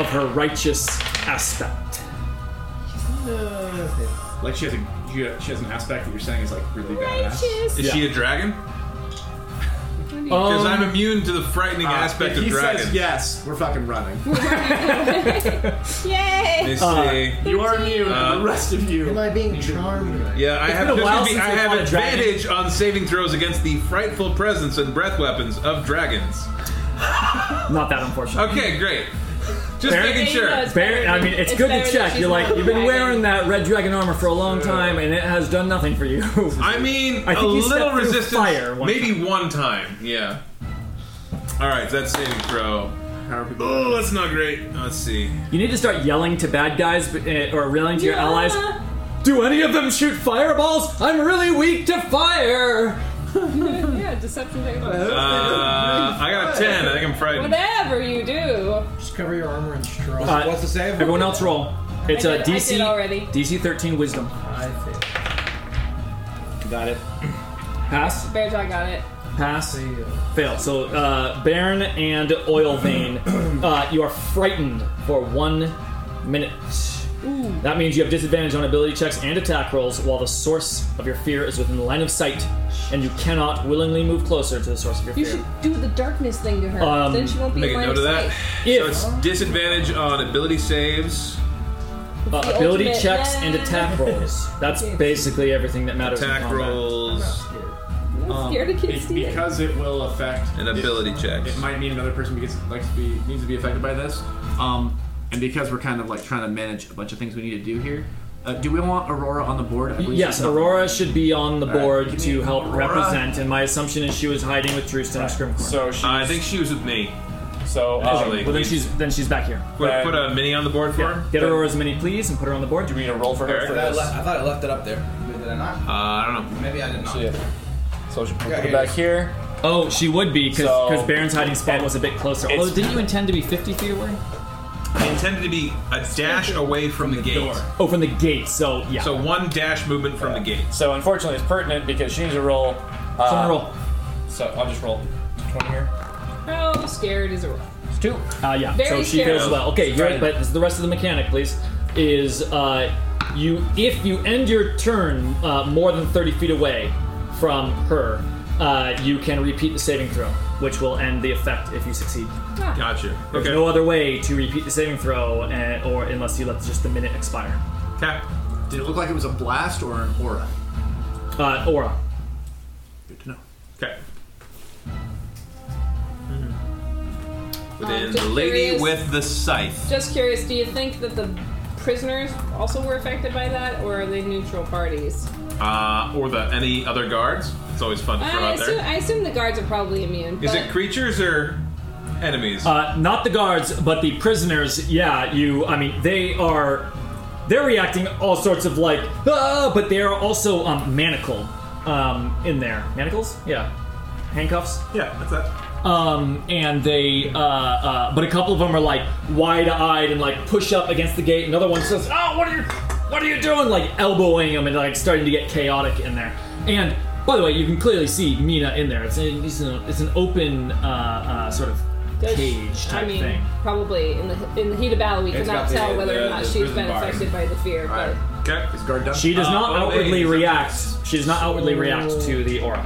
of her righteous aspect. Like she has a she she has an aspect that you're saying is like really badass. Is Yeah. she a dragon? Um, Because I'm immune to the frightening Uh, aspect if of he dragons. says yes, we're fucking running. Yay! Let's Uh, see. you are immune. Uh, the rest of you. Am I being charmed? Yeah, I It's have, been a while just to be- since I we have fought a dragon. advantage on saving throws against the frightful presence and breath weapons of dragons. Not that unfortunate. Okay, great. Just Barrett- making sure. Barrett- I mean, it's, good to check. You're like, you've been wearing that red dragon armor for a long time, and it has done nothing for you. I mean, I think a you stepped little through resistance, fire one maybe one time. Yeah. All right, that's saving throw. Oh, that's not great. Let's see. You need to start yelling to bad guys eh, or yelling to your allies. Do any of them shoot fireballs? I'm really weak to fire. yeah, deception check. Uh, I got a ten. I think I'm frightened. Whatever you do. Just cover your armor and straw. Uh, Everyone else roll. It's uh, I a did- I did DC already. DC 13 Wisdom. I Got it. Pass. Bear Jaw got it. Pass. Fail. So, uh, Baron and Oil Vein, uh, you are frightened for one minute. Ooh. That means you have disadvantage on ability checks and attack rolls while the source of your fear is within line of sight, and you cannot willingly move closer to the source of your You fear. should do the darkness thing to her. Um, then she won't be Make in a line note of that. If- so it's disadvantage on ability saves. Uh, The ability ultimate- checks and attack rolls. That's basically everything that matters. in Attack combat. rolls. Uh, Um, scared of kids it's stealing. because it will affect An ability check. It might mean another person because Likes to be needs to be affected by this. Um, and because we're kind of like trying to manage a bunch of things we need to do here. Uh, do we want Aurora on the board? I believe Yes, she's not- Aurora should be on the All right. board Give to me help Aurora. represent, and my assumption is she was hiding with Drew and Scrimcorn. So Uh, she. I think she was with me. So uh, actually, well, then she's then she's back here. put, put a mini on the board for her. Get Aurora's mini, please, and put her on the board. Do we need a roll for her Eric? for this? I thought I left it up there. Did I not? Uh, I don't know. Maybe I did not. So she Yeah, yeah, yeah. here. Oh, she would be because So- Baron's hiding spot was a bit closer. It's- Although, didn't you intend to be 50 feet away? I intended to be a dash away from, the, gate. Oh, from the gate. So yeah. So one dash movement from the gate. So unfortunately, it's pertinent because she needs to roll. Uh, Someone roll. So I'll just roll twenty here. How scared is Aurora? It's two. Uh, yeah. Very so she scary. fails well. Okay, you're, but this is the rest of the mechanic, please. Is uh, you if you end your turn uh, more than 30 feet away from her, uh, you can repeat the saving throw, which will end the effect if you succeed. Gotcha. There's Okay. no other way to repeat the saving throw, and, or unless you let just the minute expire. Okay. Did it look like it was a blast or an aura? Uh, aura. Good to know. Okay. Um, Within the Hmm. just lady curious- with the scythe. Just curious, do you think that the prisoners also were affected by that, or are they neutral parties? Uh, or the any other guards. It's always fun to throw I out assume, there. I assume the guards are probably immune. Is but it creatures or enemies? Uh, not the guards, but the prisoners. Yeah, you. I mean, they are. They're reacting all sorts of like, ah, but they are also um, manacled um, in there. Manacles? Yeah. Handcuffs? yeah, that's that. Um, and they, uh, uh, but a couple of them are like wide-eyed and like push up against the gate. Another one says, "Oh, what are you, what are you doing?" Like elbowing them and like starting to get chaotic in there. And by the way, you can clearly see Mina in there. It's, a, it's, an, it's an open uh, uh, sort of does- cage type I mean, thing. probably in the in the heat of battle, we could It's not got the- tell whether the- or not the she's prison been bars. affected by the fear. But Okay. Is guard done? She does not Uh, oh, hey, outwardly he's up react. She does not Oh. outwardly react to the aura.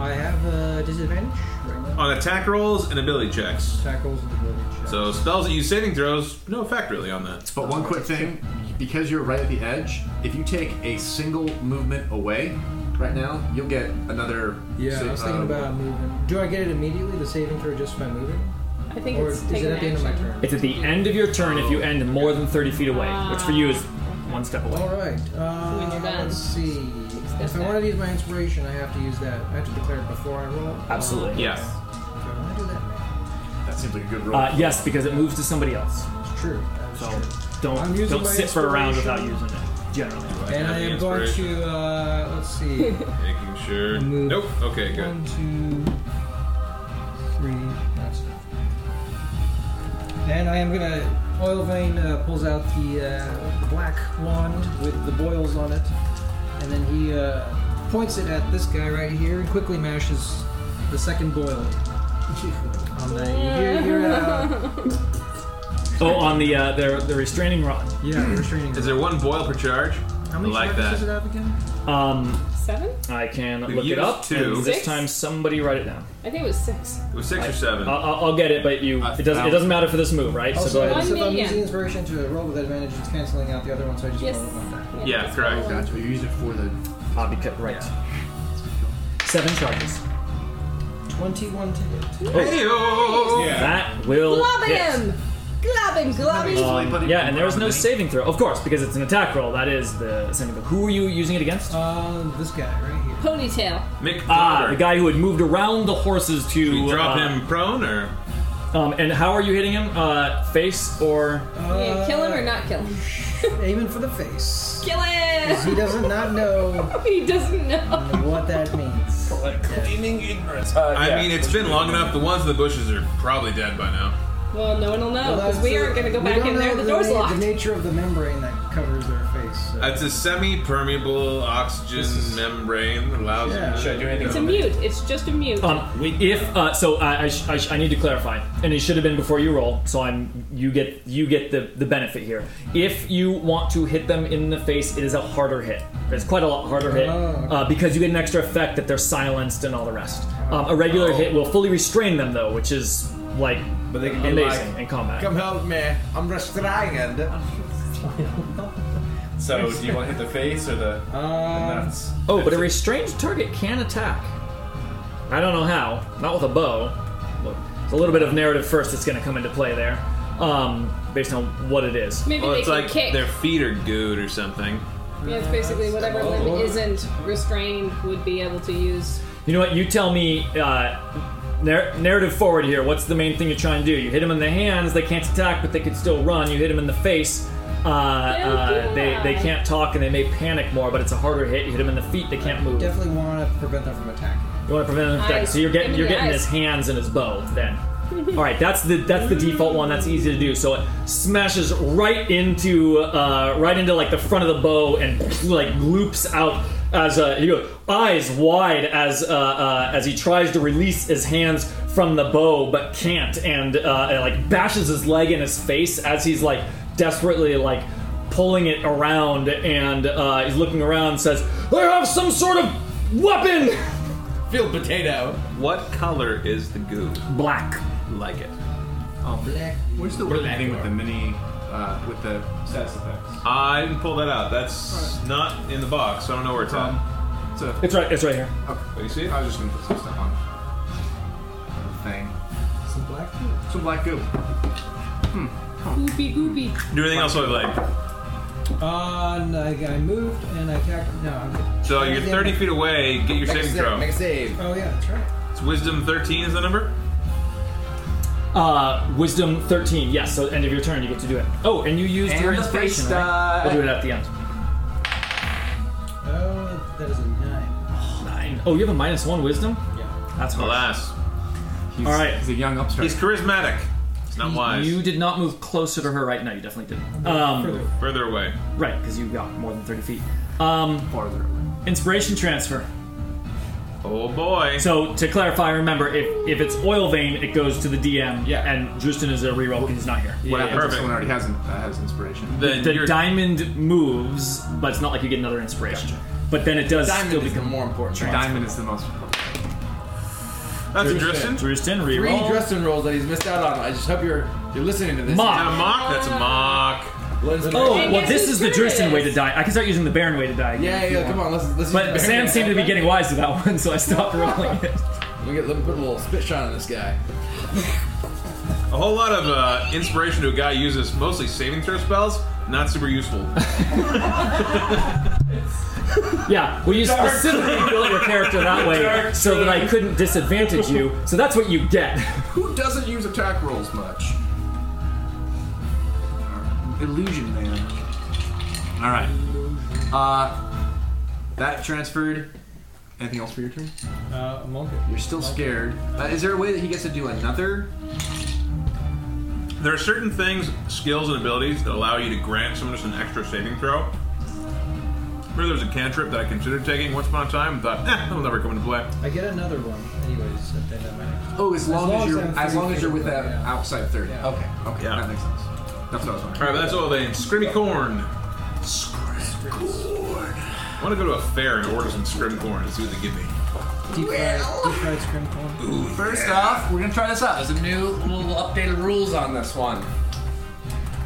I have a disadvantage right now. On attack rolls and ability checks. Tackles and ability check. So spells that use saving throws, no effect really on that. But one quick thing, because you're right at the edge, if you take a single movement away right now, you'll get another. Yeah, sa- I was thinking uh, about moving. Do I get it immediately, the saving throw, just by moving? I think or it's is taking it at the end of my action. turn? It's at the end of your turn if you end more than 30 feet away, which for you is one step away. All right. Uh, when you're done, let's see. If I back. wanted to use my inspiration, I have to use that. I have to declare it before I roll. Absolutely. Yeah. Okay, why do that? That seems like a good roll. Uh, yes, because it moves to somebody else. It's true. That is So true. I'm don't using don't my sit for a round without inspiration. using it. Generally, And I am going to. Uh, let's see. Making sure. Move. Nope. Okay, good. One, two, three. That's it. And I am gonna. Oil vein uh, pulls out the uh, black wand with the boils on it, and then he uh, points it at this guy right here and quickly mashes the second boil. on the here, here, uh, Oh, on the uh, the, the restraining rod. yeah, restraining. Is there one boil per charge? How many I like chakras does it that. have again? Um, Seven? I can We look it used up. two. and this Six? time, somebody write it down. I think it was six. It was six I- or seven. I'll, I'll- I'll get it, but you it doesn't it doesn't matter for this move, right? Also, So go I ahead. just- if I'm million. using inspiration to roll with advantage, it's canceling out the other one, so I just Yes. roll with that. yeah, correct. Gotcha. You use it for the. Hobby cut right. Seven charges. 21 to hit. Hey-o! That will Club hit. him! Club Globbing, globbing. Um, yeah, and there is no saving throw, of course, because it's an attack roll. That is the saving throw. Who are you using it against? Uh, this guy right here. Ponytail. Mick Ah, the guy who had moved around the horses to Should we drop uh, him prone or? Um, and how are you hitting him? Uh, face or? Uh, yeah, kill him or not kill him. Aiming for the face. Kill 'Cause He him. doesn't not know he doesn't know. what that means. Oh, Claiming ignorance. I mean, it's been long enough. The ones in the bushes are probably dead by now. Well, no one will know Well, because we aren't going to go we back don't in there. know The door's na- locked. The nature of the membrane that covers their face. so- It's a semi-permeable oxygen membrane that allows. Yeah. Should I do anything? It's a mute. It's just a mute. Um, if uh, so, I, I, sh- I, sh- I need to clarify, and it should have been before you roll. So I'm you get you get the, the benefit here. If you want to hit them in the face, it is a harder hit. It's quite a lot harder hit Oh. uh, because you get an extra effect that they're silenced and all the rest. Um, a regular hit will fully restrain them though, which is like But they can be amazing like, in combat. Come help me. I'm restrained. So, do you want to hit the face or the, the Um, nuts? Oh, but a restrained target can attack. I don't know how. Not with a bow. Look, there's a little bit of narrative first that's going to come into play there, um, based on what it is. Maybe Well, they Oh, it's can like kick. their feet are good or something. Yeah, it's basically whatever limb isn't restrained would be able to use. You know what? You tell me. Uh, nar- narrative forward here. What's the main thing you're trying to do? You hit them in the hands. They can't attack, but they can still run. You hit them in the face. Uh, uh, they, they yeah. can't talk and they may panic more, but it's a harder hit. You hit them in the feet. They can't move. definitely want to prevent them from attacking. You want to prevent him from attacking. Eyes. So you're Give getting me you're the getting his eyes. hands and his bow then. All right, that's the that's the default one. That's easy to do. So it smashes right into uh, right into like the front of the bow and like loops out as uh, he goes eyes wide as uh, uh, as he tries to release his hands from the bow but can't and uh, it, like bashes his leg in his face as he's like desperately like pulling it around and uh, he's looking around and says I have some sort of weapon. Field potato. What color is the goo? Black. Like it. Oh, black. Where's the weird thing with the mini, uh, with the status effects? I didn't pull that out. That's not in the box. I don't know where it's Um, at. so, okay. It's right. It's right here. But you see it? I was just gonna put some stuff on. the Thing. Some black. Some black goo. Goopy goopy. Do anything else with like? Uh, no, I, I moved and I attacked. No, I'm good. So you're 30 feet away. Get your Make a saving save. throw. Make a save. Oh yeah, that's right. It's wisdom 13 is the number. Uh, wisdom thirteen. Yes. So end of your turn, you get to do it. Oh, and you used And your the inspiration. face uh, Right? die. We'll do it at the end. Oh, that is a nine. Nine. Oh, you have a minus one wisdom. Yeah. That's harsh. Alas, He's, All right. He's a young upstart. he's charismatic. It's not wise. You did not move closer to her right now. You definitely didn't. Um, Further. Further away. right, because you got more than thirty feet. Um, farther. inspiration transfer. Oh boy. So to clarify, remember if if it's oil vein, it goes to the DM. Yeah. And Justin is a reroll because he's not here. What happens if perfect. someone already has, an, uh, has inspiration? then The you're- diamond moves, but it's not like you get another inspiration. But then it does still Diamond is the become more important. one. Diamond is the most important. that's a Driston. Drustin, Three reroll. Dresden rolls that he's missed out on. I just hope you're you're listening to this. Is that Mock. a mock? That's a mock. Lens and- Oh, And well, guess this whose is the turn it Dristan way is? to die. I can start using the Baron way to die. again Yeah, if you yeah. Come want. on, let's let's. But Sam seemed to be getting wise to that one, so I stopped rolling it. Let me, get, let me put a little spit shot on this guy. A whole lot of uh, inspiration to a guy who uses mostly saving throw spells. Not super useful. Yeah, well, you specifically built your character that way so that I couldn't disadvantage you. So that's what you get. Who doesn't use attack rolls much? Illusion man. All right. Uh, that transferred. Anything else for your turn? Uh, I'm all good. You're still scared. Uh, is there a way that he gets to do another? there are certain things, skills, and abilities that allow you to grant someone just an extra saving throw. Remember, there was a cantrip that I considered taking once upon a time and thought, eh, that'll never come into play. I get another one, anyways. At the end of my next. Oh, as long as, long as you're I'm as long 30 as you're with feet that away, yeah. outside thirty. Yeah. Okay. Okay. Yeah. That makes sense. That's what I was wondering. All right, but that's all then. Scrimmy corn. I want to go to a fair and order some scrim corn and see what they give me. Deep fried, deep fried scrim corn. First off, we're gonna try this out. There's a new little updated rules on this one.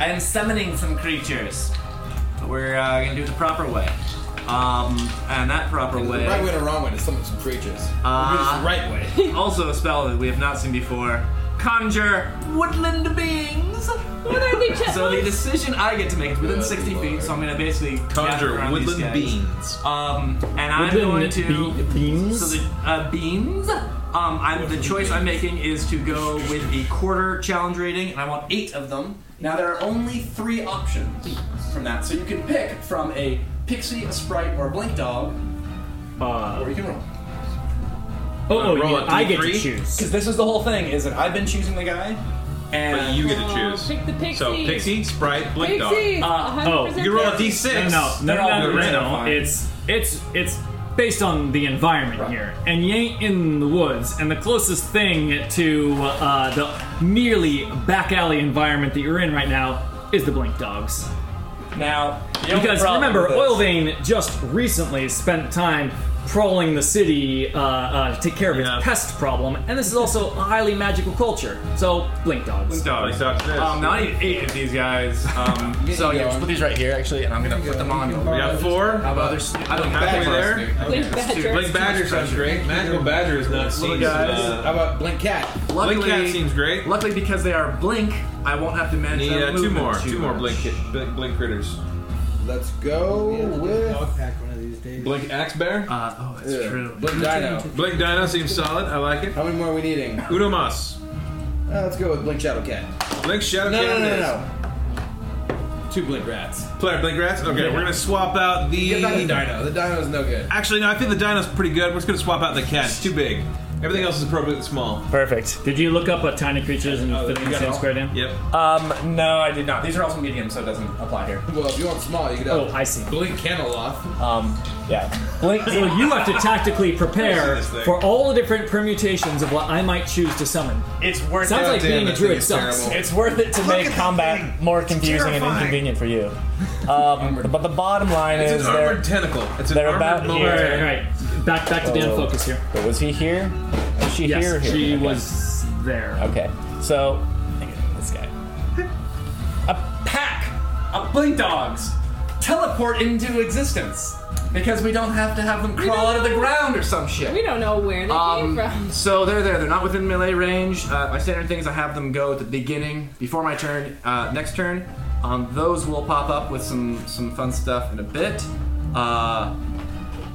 I am summoning some creatures. But we're uh, gonna do it the proper way. Um, and that proper The way. right way to wrong way to summon some creatures. Uh, We'll do this the right way. also a spell that we have not seen before. conjure woodland beings. What are they, So the decision I get to make is within 60 feet, so I'm going to basically Conjure gather around these woodland guys. beans. Um, and I'm going Woodland to be- beans? So the uh, beans. Um, I'm the choice I'm making is to go with the quarter challenge rating, and I want eight of them. Now there are only three options from that, so you can pick from a pixie, a sprite, or a blink dog, or you can roll. Oh, no, Roll you- a I get to D3? choose. because this is the whole thing. Is that I've been choosing the guy, and But you get to choose. pick the pixie. So pixie, sprite, blink dog. Pixie, Uh, 100% you can roll a pixie. d6. No, no, They're all no, no, no, random. no, It's it's it's based on the environment here, and you ain't in the woods. And the closest thing to uh, the nearly back alley environment that you're in right now is the blink dogs. Now, the only because problem remember, with this- Oilvein just recently spent time prowling the city uh, uh, to take care of its pest problem, and this is also a highly magical culture. So, blink dogs. Blink dogs. Blink dogs, yes. Um, now I need eight of these guys. Um, so yeah, just put these right here actually, and I'm gonna put them on. We got four. How about others? I don't Halfway there. Blink Badger. Blink Badger sounds great. Magical Badger is not seen. uh, How about Blink Cat? Luckily, Blink Cat seems great. Luckily, because they are Blink, I won't have to manage Need their uh, two movement more, too two more much. blink, ki- blink blink critters. Let's go with dog pack one of these days. Blink axe bear. Uh, oh, that's true. Blink dino. Blink dino seems solid. I like it. How many more are we needing? Uh, Uno mas. let's go with blink shadow cat. Blink shadow No, no, cat. no, it is. no. Two blink rats. Player blink rats. Okay, Yeah. we're gonna swap out the. Get back to the dino. The dino's no good. Actually, no. I think the dino's pretty good. We're just gonna swap out the cat. It's too big. Everything else is appropriately small. Perfect. Did you look up what tiny creatures Oh, and fit them in got it Sam all? Square down? Yep. Um, no, I did not. These are also medium, so it doesn't apply here. Well, if you want small, you can Oh, I see. blink canaloth. Um, yeah. Blink. So you have to tactically I've seen prepare this thing. for all the different permutations of what I might choose to summon. It's worth Sounds it. like being a druid sucks. It's worth it to make combat more confusing and terrifying. inconvenient for you. Um, but the bottom line It's is an they're, armored tentacle. It's an they're armored about mole. here. All right, all right. Back back to Dan Oh. focus here. But was he here? Was she yes, here? or here? she Okay. was there. Okay, so hang on, this guy. A pack of blink dogs teleport into existence because we don't have to have them crawl out of the ground or some shit. We don't know where they came Um, from. So they're there. They're not within melee range. Uh, my standard thing is I have them go at the beginning before my turn. Uh, next turn, um, those will pop up with some some fun stuff in a bit. Uh,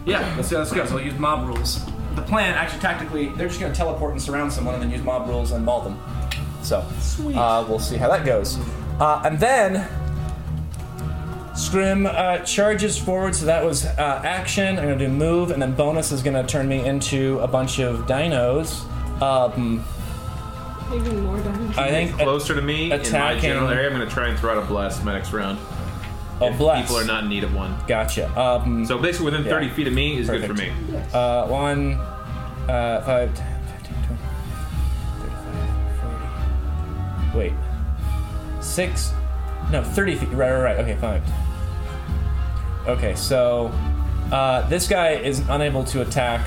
yeah, let's see how this goes. I'll use mob rules. The plan, actually, tactically, they're just gonna teleport and surround someone, and then use mob rules and maul them. So, uh, we'll see how that goes. Uh, and then Scrim uh, charges forward, so that was uh, action. I'm gonna do move, and then bonus is gonna turn me into a bunch of dinos. Um, Maybe more dinos. I think a, Closer to me in my Attacking- general area, I'm gonna try and throw out a blast my next round. a blast. People are not in need of one. Gotcha. Um, So basically, within Yeah. 30 feet of me is good for me. uh, one, uh, five, 10, 15, 20, 35, 40. Wait, six? No, 30 feet. Right, right, right. Okay, fine. Okay, so uh, this guy is unable to attack,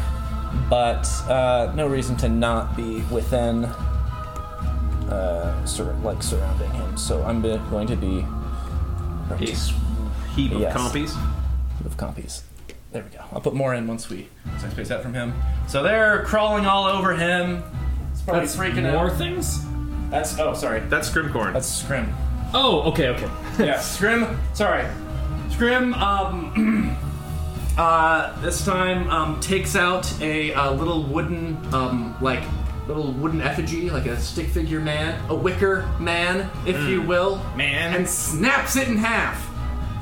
but uh, no reason to not be within, uh, sur- like surrounding him. So I'm be- going to be He's heap of Yes. compies. of copies. There we go. I'll put more in once we once I space out from him. So they're crawling all over him. It's probably That's freaking more out. things. That's oh sorry. That's Scrimcorn. That's Scrim. Oh, okay, okay. yeah, Scrim. Sorry, Scrim. Um, uh, this time um, takes out a, uh little wooden, um, like little wooden effigy, like a stick figure man, a wicker man, if you Mm. will, man, and snaps it in half.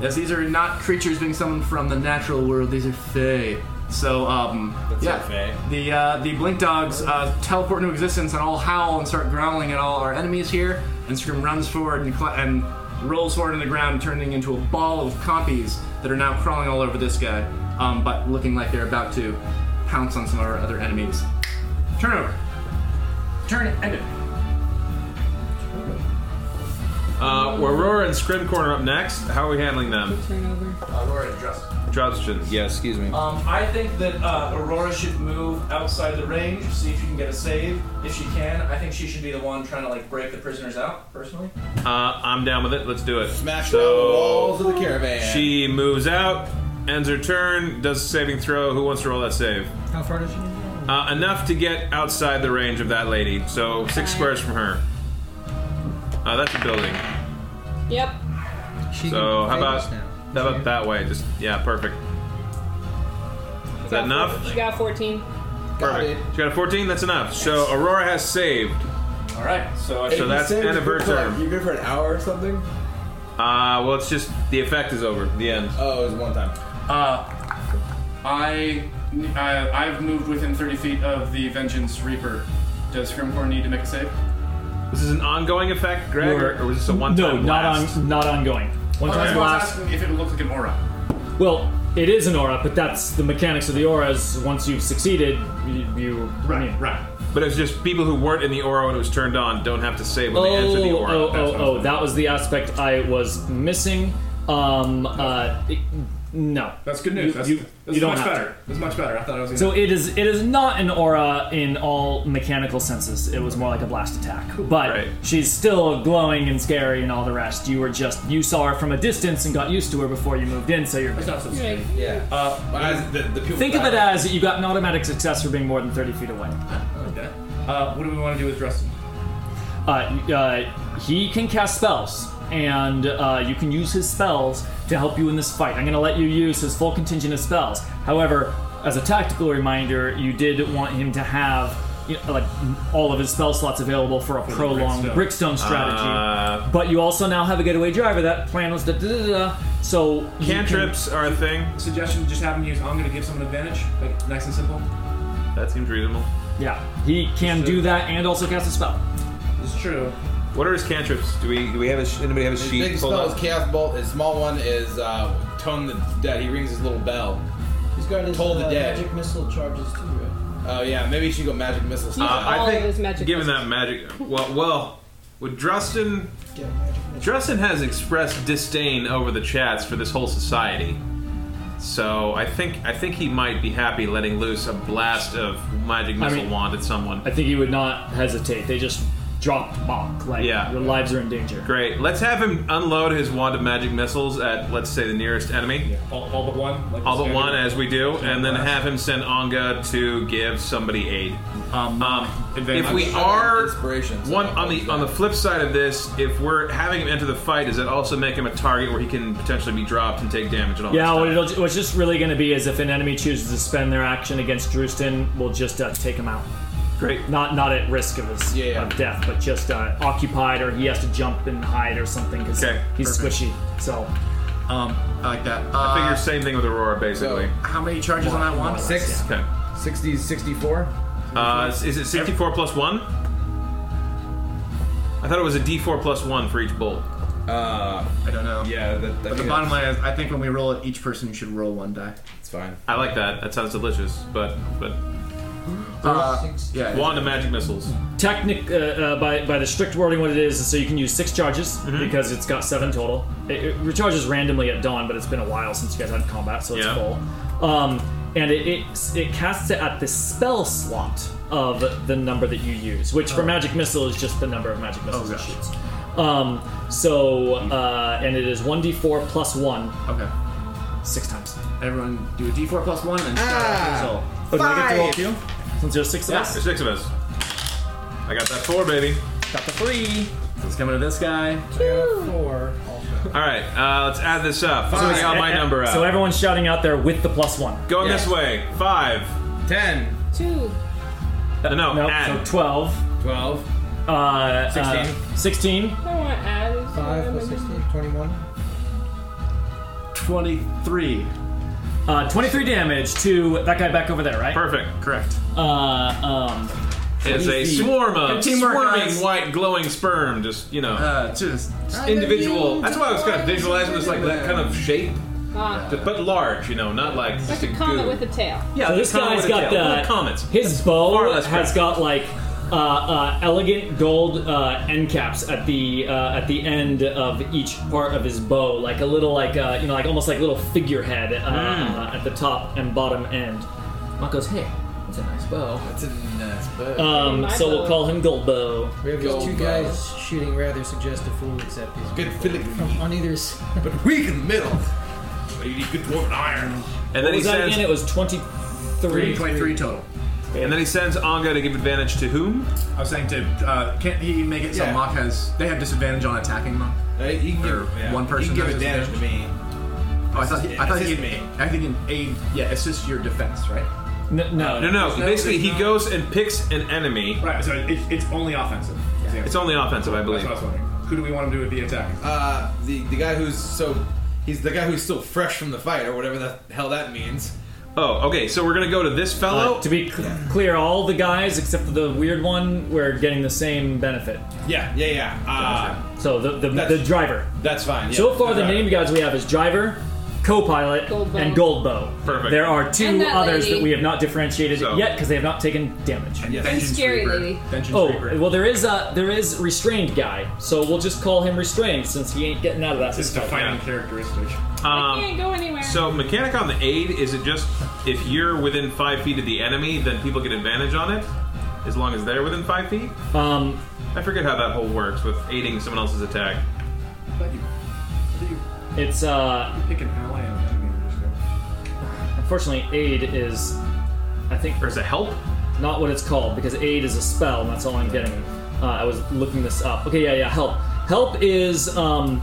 As these are not creatures being summoned from the natural world; these are fae. So, um, yeah, the uh, the blink dogs uh, teleport into existence and all howl and start growling at all our enemies here. And Scrim runs forward and, cla and rolls forward on the ground, turning into a ball of copies that are now crawling all over this guy, um, but looking like they're about to pounce on some of our other enemies. Turn over. Turn it. End it. Uh, well, Aurora and Scrimcorn are up next. How are we handling them? Turn over. Aurora, dress. Troutstion. Yeah, excuse me. Um, I think that uh, Aurora should move outside the range, see if she can get a save. If she can, I think she should be the one trying to like break the prisoners out. Personally, Uh, I'm down with it. Let's do it. Smash down the walls so of the caravan. she moves out, ends her turn, does a saving throw. Who wants to roll that save? How far does she need to go? Uh, enough to get outside the range of that lady, so six squares from her. Uh, that's a building. Yep. so how about how about that way? Just yeah, perfect. Is that enough? You got 14. Perfect. She got a 14. That's enough. So Aurora has saved. All right. So I so that's end of her turn. You've been for an hour or something. Uh, well, it's just the effect is over. The end. Oh, it was one time. Uh, I, I I've moved within 30 feet of the Vengeance Reaper. Does Grimcore need to make a save? This is an ongoing effect, Greg, or, or was this a one-time No, not blast? on, not ongoing. One Oh, that's time why I was blast. asking if it looked like an aura. Well, it is an aura, but that's the mechanics of the aura. Is once you've succeeded, you, you right, right. But it's just people who weren't in the aura when it was turned on don't have to save when Oh, they enter the oh, aura. oh, That's what I oh! That was the aspect I was missing. Um, uh, it- no, That's good news. You, that's you, that's you don't much have to. better. That's much better. I thought I was. Gonna... So it is it is not an aura in all mechanical senses. It was more like a blast attack. But she's still glowing and scary and all the rest. You were just you saw her from a distance and got used to her before you moved in, so you're It's not so scary. Yeah. Uh, the, the people Think of it as you got an automatic success for being more than 30 feet away. Okay. Uh, what do we want to do with Dresden? Uh, y- uh, he can cast spells, and uh, you can use his spells to help you in this fight. I'm going to let you use his full contingent of spells. However, as a tactical reminder, you did want him to have you know, like all of his spell slots available for a prolonged brickstone, Uh, strategy. but you also now have a getaway driver. That plan was da da da. da. So you can- are a thing. Suggestion: just have him use. I'm going to give someone advantage. Like nice and simple. was. That seems reasonable. yeah, he can do that and also cast a spell. It's true. What are his cantrips? Do we do we have a, sh- anybody have a His sheet big pulled spell is up? Chaos Bolt. His small one is uh, Tone the Dead. He rings his little bell. He's got his Toll the uh, dead. magic missile charges too, right? Oh yeah, maybe you should go Magic Missile. Uh, style. I think given that magic, well, well, would Drustin? Drustin has expressed disdain over the chats for this whole society. So I think I think he might be happy letting loose a blast of magic I missile mean- wand at someone. I think he would not hesitate. They just dropped Mach. Like Yeah. your lives are in danger. Great. Let's have him unload his wand of magic missiles at let's say the nearest enemy. All, all but one. Like All but standard. one, as we do, and then have him send Anga to give somebody aid. Um, if we are inspiration, so one that on the on the flip side of this, if we're having him enter the fight, does that also make him a target where he can potentially be dropped and take damage and all Yeah, that? what it'll, what's just really going to be is if an enemy chooses to spend their action against Drustin, we'll just uh, take him out. Great. Not not at risk of his of death, but just uh, occupied or he has to jump and hide or something because he's squishy. So, um, I like that. I figure same thing with Aurora, basically. How many charges on that one? Six. Okay. 60, 64? Uh, is it 64 plus one? I thought it was a D4 plus one for each bolt. Uh, I don't know. Yeah, But the bottom line is, I think when we roll it, each person should roll one die. It's fine. I like that. That sounds delicious. But but Uh-huh. Uh, yeah. wand of magic missiles. technic uh, uh, by by the strict wording, what it is is so you can use six charges Mm-hmm. because it's got seven total. It, it recharges randomly at dawn, but it's been a while since you guys had combat, so it's Yeah. full. Um, and it, it it casts it at the spell slot of the number that you use, which Oh. for magic missile is just the number of magic missiles it shoots. Um, so uh, and it is one d4 plus one. Uh, Okay. Six times. Everyone do a D4 plus one and shout Ah, out Oh, the do I get to roll result. two? Since there's six of Yeah. us. There's six of us. I got that four, baby. Got the three. So it's coming to this guy. Four. All right, uh, let's add this up. So I got my number up. So everyone's shouting out there with the plus one. Going this way. Five. Ten. Two. No, no, Nope, add. So 12. 12. Uh, 16. 16. I don't want to add. it, so 5 I plus remember. 16, 21. 23. Uh, 23 damage to that guy back over there, right? Perfect. Correct. Uh, um, It's a 20 feet. swarm of Good teamwork, swarming guys. white glowing sperm. Just you know, Uh, just just individual. That's why I was kind of visualizing this like that kind of shape, Ah. just- but large. You know, not like Like just a a comet goo. with a tail. yeah, So this comet guy's with a got tail. the Little comets. His bow less has correct. got like uh, uh, elegant gold uh, end caps at the uh, at the end of each part of his bow, like a little like uh, you know like almost like little figurehead uh, Mm. uh, at the top and bottom end. Mark goes, hey, that's a nice bow. That's a nice bow. Um, so we'll call him Gold Bow. We have Go these two bro. guys shooting rather suggestive fools, except he's Good Philip. from on either side. But weak in the middle. You need good dwarven iron. And What then he was that says, again? It was 23. 3.3 total. And then he sends Anga to give advantage to whom? I was saying to. Uh, can't he make it so Yeah. Mach has. They have disadvantage on attacking Mach? you Uh, can Or give, yeah. one person You can give has advantage to me. Oh, I thought, he, I thought he Assist could I think he can aid, yeah, assist your defense, right? No, no, No, no. Basically, he goes and picks an enemy. Right, so it, it's only offensive. It's only offensive, I believe. That's what I was wondering. Who do we want him to be attacking? Uh, the the guy who's so he's the guy who's still fresh from the fight or whatever the hell that means. Oh, okay. So we're gonna go to this fellow. to be cl- clear, all the guys except for the weird one were getting the same benefit. Yeah, yeah, yeah. Uh, So the the, the driver. That's fine. yeah, so far, the, driver. named guys we have is driver, co-pilot, Goldbow. and Goldbow. Perfect. There are And two that others lady. that we have not differentiated So- yet because they have not taken damage. And scary lady. Oh well, there is a there is restrained guy, so we'll just call him restrained since he ain't getting out of that. His defining characteristic. I can't Um, go anywhere. so mechanic on the aid is it just if you're within five feet of the enemy, then people get advantage on it as long as they're within five feet. Um, I forget how that whole works with aiding someone else's attack. It's uh. Pick an ally and enemy and just go. Unfortunately, aid is, I think, or is it help? Not what it's called because aid is a spell, and that's all I'm getting. Uh, I was looking this up. Okay, yeah, yeah, help. Help is um.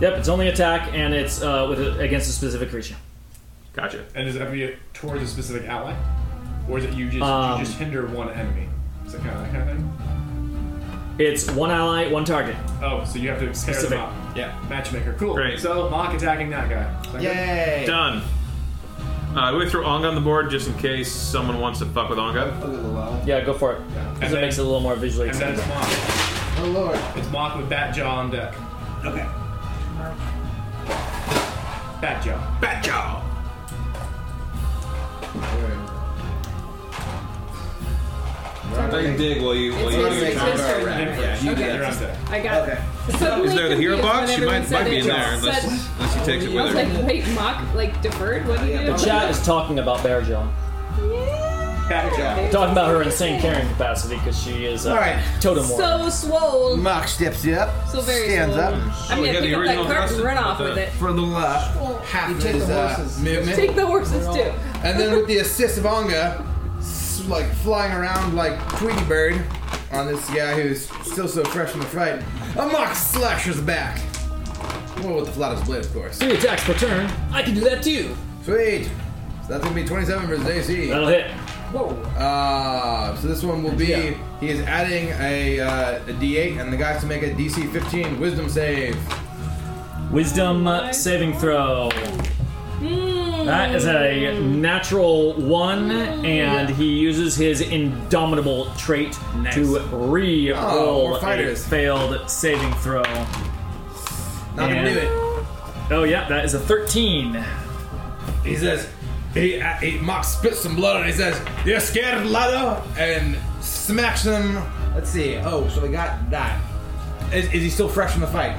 Yep, it's only attack, and it's uh, with a, against a specific creature. Gotcha. And does it have to be towards a specific ally? Or is it you just, Um, you just hinder one enemy? Is that kind of that kind of thing? It's one ally, one target. Oh, so you have to pair Specific. them up. Yeah. Matchmaker. Cool. Great. So Mach attacking that guy. Is that good? Done. Uh, do we throw Anga on the board just in case someone wants to fuck with Anga? Yeah, go for it. And Because it then- makes it a little more visually. And then it's exciting. Mach. Oh lord. It's Mach with Bat Jaw on deck. Okay. Bat Jaw. Bat Jaw! I can dig while you. While It's you his- do your it's turn. his turn, right, right. Yeah, you do Okay. that. I got it. Suddenly Is there the hero confused when box? She everyone might, said might be it. in there unless, Said- unless you take it I with was her. like, wait, mock, like deferred? What do you do? The chat is talking about Bear Jaw. Bat Jaw. Talking about her insane carrying capacity because she is a All right. totem warrior. So swole. Mock steps up. So very stands slow. up. I'm gonna yeah, the pick up original that cart and Justin run with off with the- it. For a little uh, half You of take his the uh, horses. movement, Take the horses too. and then with the assist of Onga, s- like flying around like Tweety Bird on this guy who's still so fresh from the fight, a mock slasher's back. Well, with the flattest blade, of course. Three attacks per turn. I can do that too. Sweet. So that's gonna be 27 versus AC. That'll hit. Uh, so this one will be he is adding a, uh, a D8, and the guy has to make a DC 15 Wisdom save. Wisdom uh, saving throw. Mm. That is a natural one, and he uses his indomitable trait to Oh, re-roll we're a fighters. failed saving throw. Not gonna And- do it. Oh yeah, that is a thirteen. Uh, He says he, uh, he Mock spits some blood, and he says, "You're scared, Lado," and smacks him. Let's see. Oh, so we got that. Is, is he still fresh from the fight?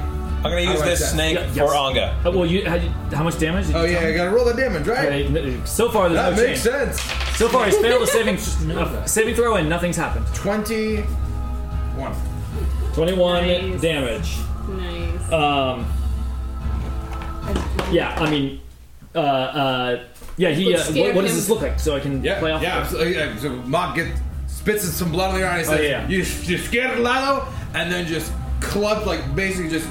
I'm gonna use I like this that. snake Yeah, for yes. Anga. Uh, well, you how, you- how much damage? Did Oh you yeah, you gotta roll the damage, right? tell me? Uh, So far, there's That no makes change. sense. So far, he's failed a saving a saving throw, and nothing's happened. Twenty-one. Twenty-one Nice. damage. Nice. Um, yeah, I mean, uh, uh, yeah, he. Uh, Let's what, what scare does this him. look like? So I can Yeah, play off. yeah, absolutely. yeah. So Mock gets spits in some blood on the ground. And he Oh, says, yeah. "You you scared, Lalo?" And then just club like basically just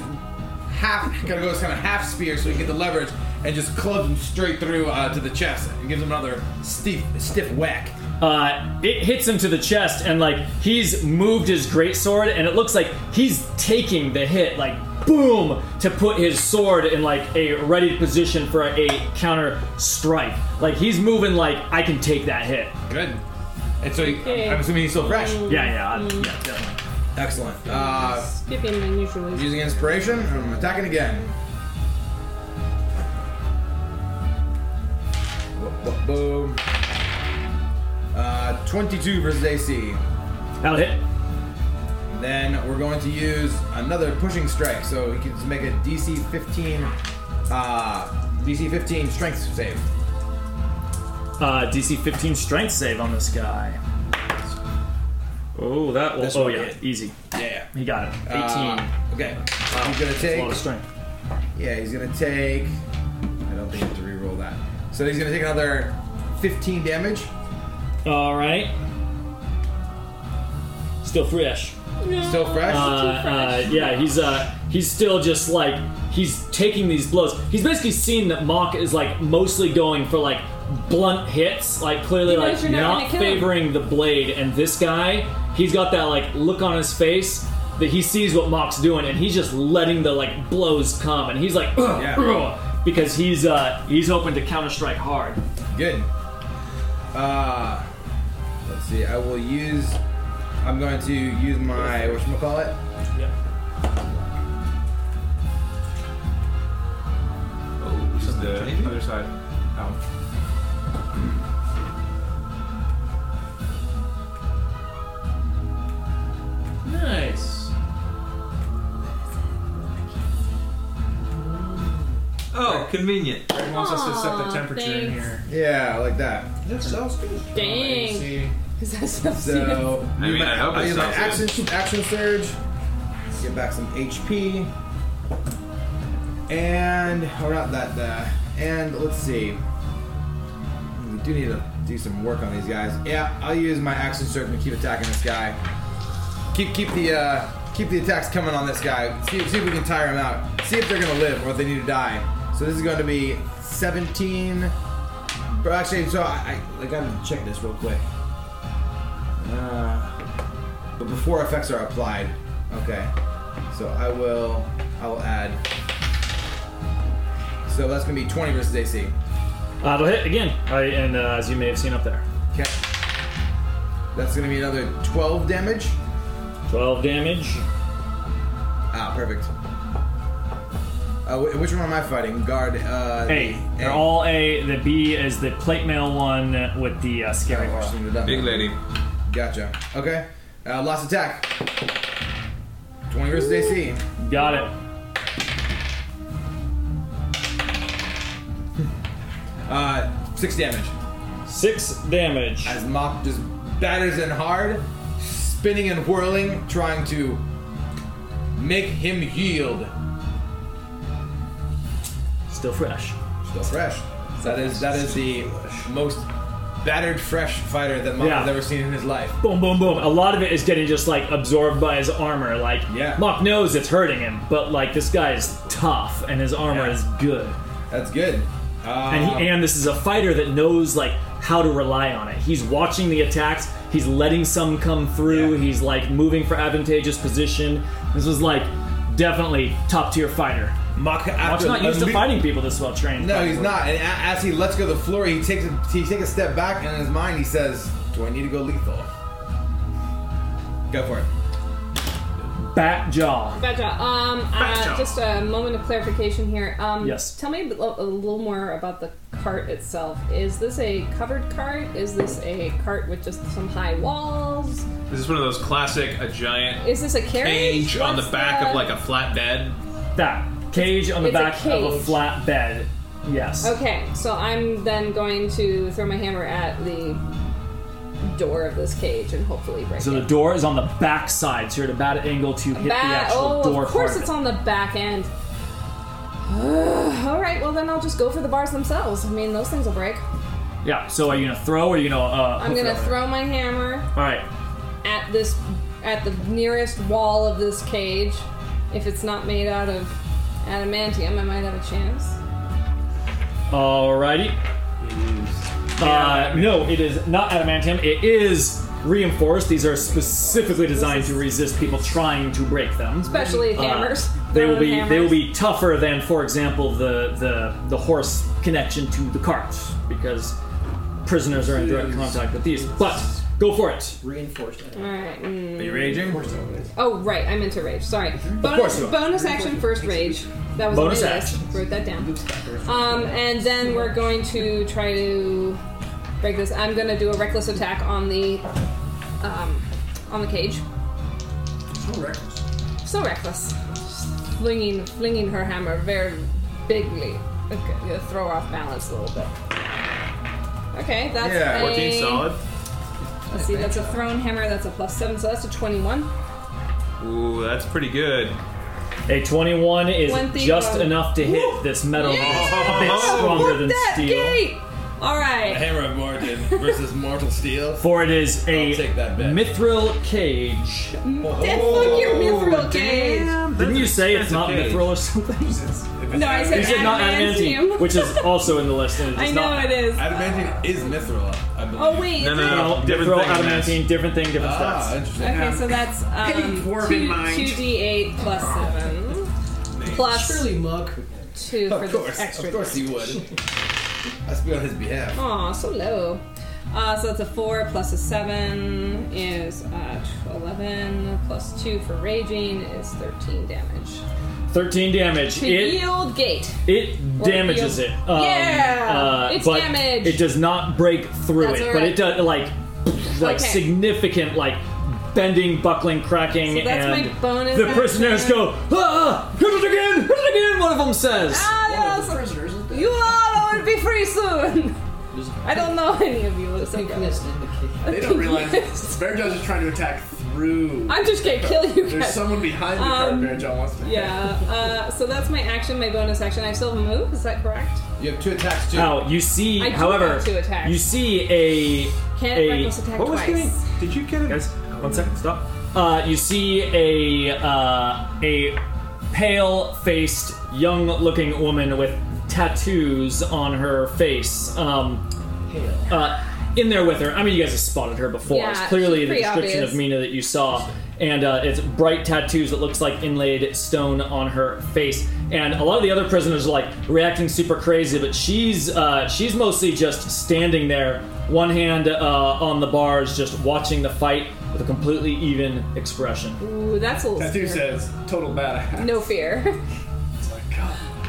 half kind of goes kind of half spear so he can get the leverage and just clubs him straight through uh, to the chest and gives him another stiff stiff whack. Uh, it hits him to the chest, and like he's moved his greatsword, and it looks like he's taking the hit, like boom, to put his sword in like a ready position for a, counter strike. Like he's moving, like I can take that hit. Good. And so he, Okay. I'm assuming he's still fresh. Yeah, yeah, I- yeah, definitely. Excellent. Uh, Skipping my usual ways. using inspiration, I'm attacking again. Bo- bo- Boom. Uh, 22 versus AC. That'll hit. Then we're going to use another pushing strike, so he can just make a DC 15, uh, DC 15 strength save. Uh, DC 15 strength save on this guy. Oh, that will. This Oh one yeah, hit. easy. Yeah. He got it. 18. Uh, okay. He's gonna That's a lot of take strength. Yeah, he's gonna take. I don't think I have to re-roll that. So he's gonna take another 15 damage. All right. Still fresh. Still fresh? Uh, uh, yeah, he's uh, he's still just like he's taking these blows. He's basically seen that Mock is like mostly going for like blunt hits, like clearly He knows like you're not gonna kill him. favoring the blade. And this guy, he's got that like look on his face that he sees what Mock's doing, and he's just letting the like blows come, and he's like "Ugh, Yeah. ugh," because he's uh, he's hoping to counter strike hard. Good. Uh, let's see. I will use. I'm going to use my whatchamacallit. Yep. Oh, this is the other side. Ow. Nice. Oh, convenient. Greg wants us to set the Aw, temperature in thanks. here. Yeah, I like that. That sounds good. Dang. Is that so So I mean, I hope it use my sounds action, action surge. Get back some HP. And or not that. Uh, and let's see. We do need to do some work on these guys. Yeah, I'll use my action surge and keep attacking this guy. Keep keep the uh, keep the attacks coming on this guy. See, see if we can tire him out. See if they're gonna live or if they need to die. So this is going to be 17. But actually, so I, I, I gotta check this real quick. Uh, but before effects are applied, okay. So I will, I will add. So that's gonna be 20 versus AC. Uh, it'll hit again, All right, and uh, as you may have seen up there. Okay. That's gonna be another 12 damage. 12 damage. Ah, perfect. Uh, wh- which one am I fighting? Guard. Uh, A. the- They're all A. The B is the plate mail one with the uh, scary Oh, horse. I did that. Big lady. Gotcha. Okay. Uh, last attack. 20 versus AC. Got it. Uh, six damage. Six damage. As Mop just batters in hard, spinning and whirling, trying to make him yield. Still fresh. Still fresh. That is that is the most battered fresh fighter that Mop has Yeah. ever seen in his life. Boom, boom, boom. A lot of it is getting just like absorbed by his armor. Like, Yeah. Mock knows it's hurting him, but like this guy is tough and his armor Yeah. is good. That's good. Um, and he, and this is a fighter that knows like how to rely on it. He's watching the attacks. He's letting some come through. He's like moving for advantageous position. This was like definitely top tier fighter. Mop Mock's after not used to imme- fighting people this well trained. No, he's not. And a- as he lets go of the floor, he takes a, he takes a step back, and in his mind, he says, "Do I need to go lethal?" Go for it. Bat jaw. Badja, um, uh, just a moment of clarification here. Um, Yes. Tell me a, little- a little more about the cart itself. Is this a covered cart? Is this a cart with just some high walls? This is one of those classic, a giant Is this a carriage? cage on the What's back of like a flat bed. That cage on the It's a back of a cage. flat bed. Yes. Okay, so I'm then going to throw my hammer at the door of this cage and hopefully break So it. the door is on the back side, so you're at a bad angle to hit the Ba- actual oh, door. of course part it's it. on the back end. all right, well then I'll just go for the bars themselves. I mean, those things will break. Yeah. So are you gonna throw or are you gonna? Uh, I'm hook gonna it? throw my hammer All right. at this at the nearest wall of this cage. If it's not made out of adamantium, I might have a chance. Alrighty. Uh, no, it is not adamantium. It is reinforced. These are specifically designed to resist people trying to break them. Especially Uh, hammers. they will Throwing be they will hammers. be tougher than, for example, the the the horse connection to the cart because prisoners are in direct contact with these. But go for it. Reinforced. All right. mm. Are you raging? Oh, right. I'm into rage. Sorry. Bonus, course you are. bonus action first rage. That was Bonus on my list. Wrote that down. Um, and then we're going to try to break this. I'm going to do a reckless attack on the um, on the cage. So reckless. Just flinging flinging her hammer very bigly. Okay, gonna throw her off balance a little bit. Okay, that's Yeah, a, 14 solid. Let's see, that's a thrown hammer. That's a plus seven, so that's a twenty-one. Ooh, that's pretty good. A 21 is One thing just wrong. enough to hit this metal that's a bit stronger than Oh, that steel. gate! All right. Hammer of Mordred versus Mortal Steel. For it is a mithril cage. That fuck your mithril cage. Didn't you say it's not cage. mithril or something? No, I said you said not adamantium. adamantium, which is also in the list. And it's I know not, it is. Adamantium is mithril, I believe. Oh, wait, No, no, no, no, different mithril, thing, adamantium, different thing, different ah, stats. Interesting. Okay, so that's um, dwarven two, mind. 2d8 plus 7. Plus Surely Mug could 2 for Of the course, extra. of course he would. I speak on his behalf. Aw, so low. Uh, so that's a 4 plus a 7 is uh, 11, plus 2 for raging is 13 damage. 13 damage. To It yield gate. It Or damages heal. it. Um, Yeah, uh, it's but damage. It does not break through That's it, all but right. it does like like Okay. significant like bending, buckling, cracking, So that's and my bonus the prisoners action. go ah, hit it again, hit it again. One of them says. Ah, yes. You all will be free soon! I don't know any of you. It's okay. They don't realize this. Bear Jaw's just trying to attack through. I'm just gonna kill you There's guys. someone behind the Um, card Bear Jaw wants to Yeah, uh, so that's my action, my bonus action. I still have a move, is that correct? You have two attacks too. Now you see, I do however, have two attacks. you see a Can't a reckless attack what was twice. getting- Did you get it? Guys, one second, stop. Uh, you see a uh, a pale-faced, young-looking woman with tattoos on her face. Um, uh, in there with her. I mean, you guys have spotted her before. Yeah, it's she's clearly the pretty description obvious. of Mina that you saw, and uh, it's bright tattoos that looks like inlaid stone on her face. And a lot of the other prisoners are like reacting super crazy, but she's uh, she's mostly just standing there, one hand uh, on the bars, just watching the fight with a completely even expression. Ooh, that's a little Tattoo scary. says, total badass. No fear.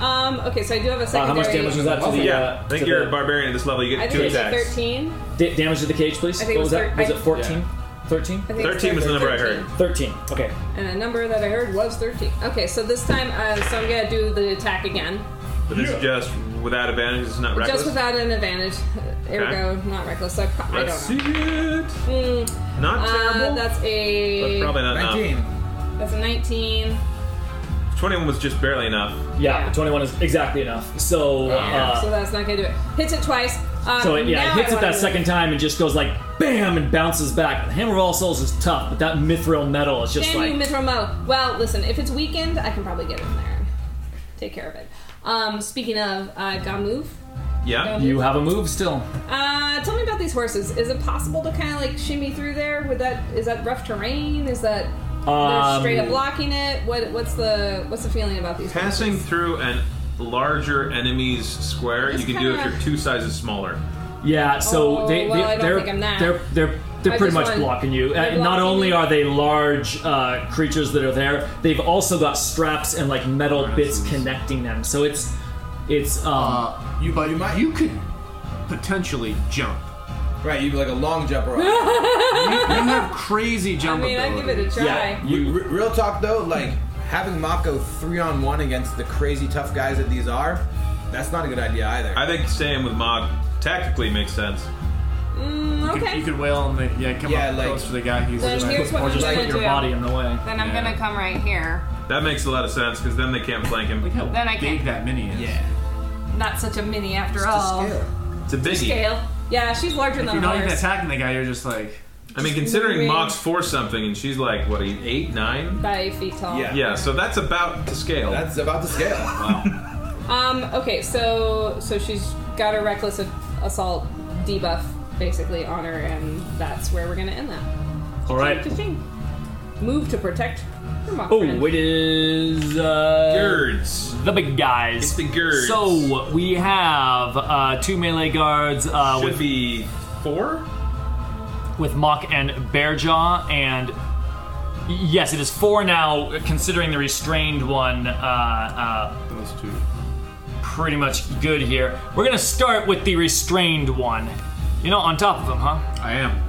Um, okay, so I do have a secondary. Uh, how much damage was that to the? Yeah, uh, I think to you're the- a barbarian at this level. You I think get two it was a attacks. 13. Da- damage to the cage, please. I think it what was was thir- that? Was I- it 14? 13? I think it's 13 was the number I heard. 13. Okay. And a number that I heard was 13. Okay, so this time, uh, so I'm gonna do the attack again. But it's just without advantage. It's not reckless. Just without an advantage. Uh, Ergo, not reckless. So I, pro- I Let's don't see know. it. Mm, Not uh, terrible. that's a. But probably not enough. 19. That's a 19. 21 was just barely enough. Yeah, 21 is exactly enough. So, Yeah, uh, so that's not gonna do it. Hits it twice. Um, So it, yeah, now it hits I it that wanna- second time and just goes like bam and bounces back. The hammer of all souls is tough, but that mithril metal is just Damn like you, Mithril Mo. Well, listen, if it's weakened, I can probably get in there. and Take care of it. Um, speaking of, uh, got move. Yeah, you have a move still. Uh, tell me about these horses. Is it possible to kind of like shimmy through there? Would that is that rough terrain? Is that they're Um, straight up blocking it? What what's the what's the feeling about these? Passing through an larger enemy's square, It's you can do if kinda- you're two sizes smaller. Yeah, so Oh, they, they well, I don't they're, think I'm that. they're they're they're I pretty much just want- blocking you. they're And not blocking only me. are they large uh, creatures that are there, they've also got straps and like metal bits connecting them. So it's it's um, Uh, you, but you might, you could potentially jump. Right, you'd be like a long jumper. you, you have crazy jump I mean, I'd give it a ability. try. Yeah, you... real talk though, like having Mako three on one against the crazy tough guys that these are, that's not a good idea either. I think staying with Mog tactically makes sense. Mm, You could- okay. You could wail on the yeah, come Yeah, up like- close to the guy who's Then just here's what or I'm just gonna put your do. body in the way. Then I'm gonna come right here. That makes a lot of sense because then they can't flank him. Then I can. Big that mini is. Yeah. Not such a mini after all. It's a biggie. Scale. Yeah, she's larger If than you're a not even horse. attacking the guy, you're just like I mean, considering Mox four something, and she's like what eight, eight, nine. About eight feet tall. Yeah, so that's about to scale. That's about to scale. wow. Um. Okay. So so she's got a reckless a- assault debuff basically on her, and that's where we're gonna end that. all right. Cha-ching. Move to protect. Your mock Oh, friend. it is uh, Girds. The big guys. It's the girds. So we have uh, two melee guards. Uh, Should with, be four. With Mock and Bearjaw, and yes, it is four now. Considering the restrained one. Uh, uh, those two. Pretty much good here. We're gonna start with the restrained one. You're not on top of him, huh? I am.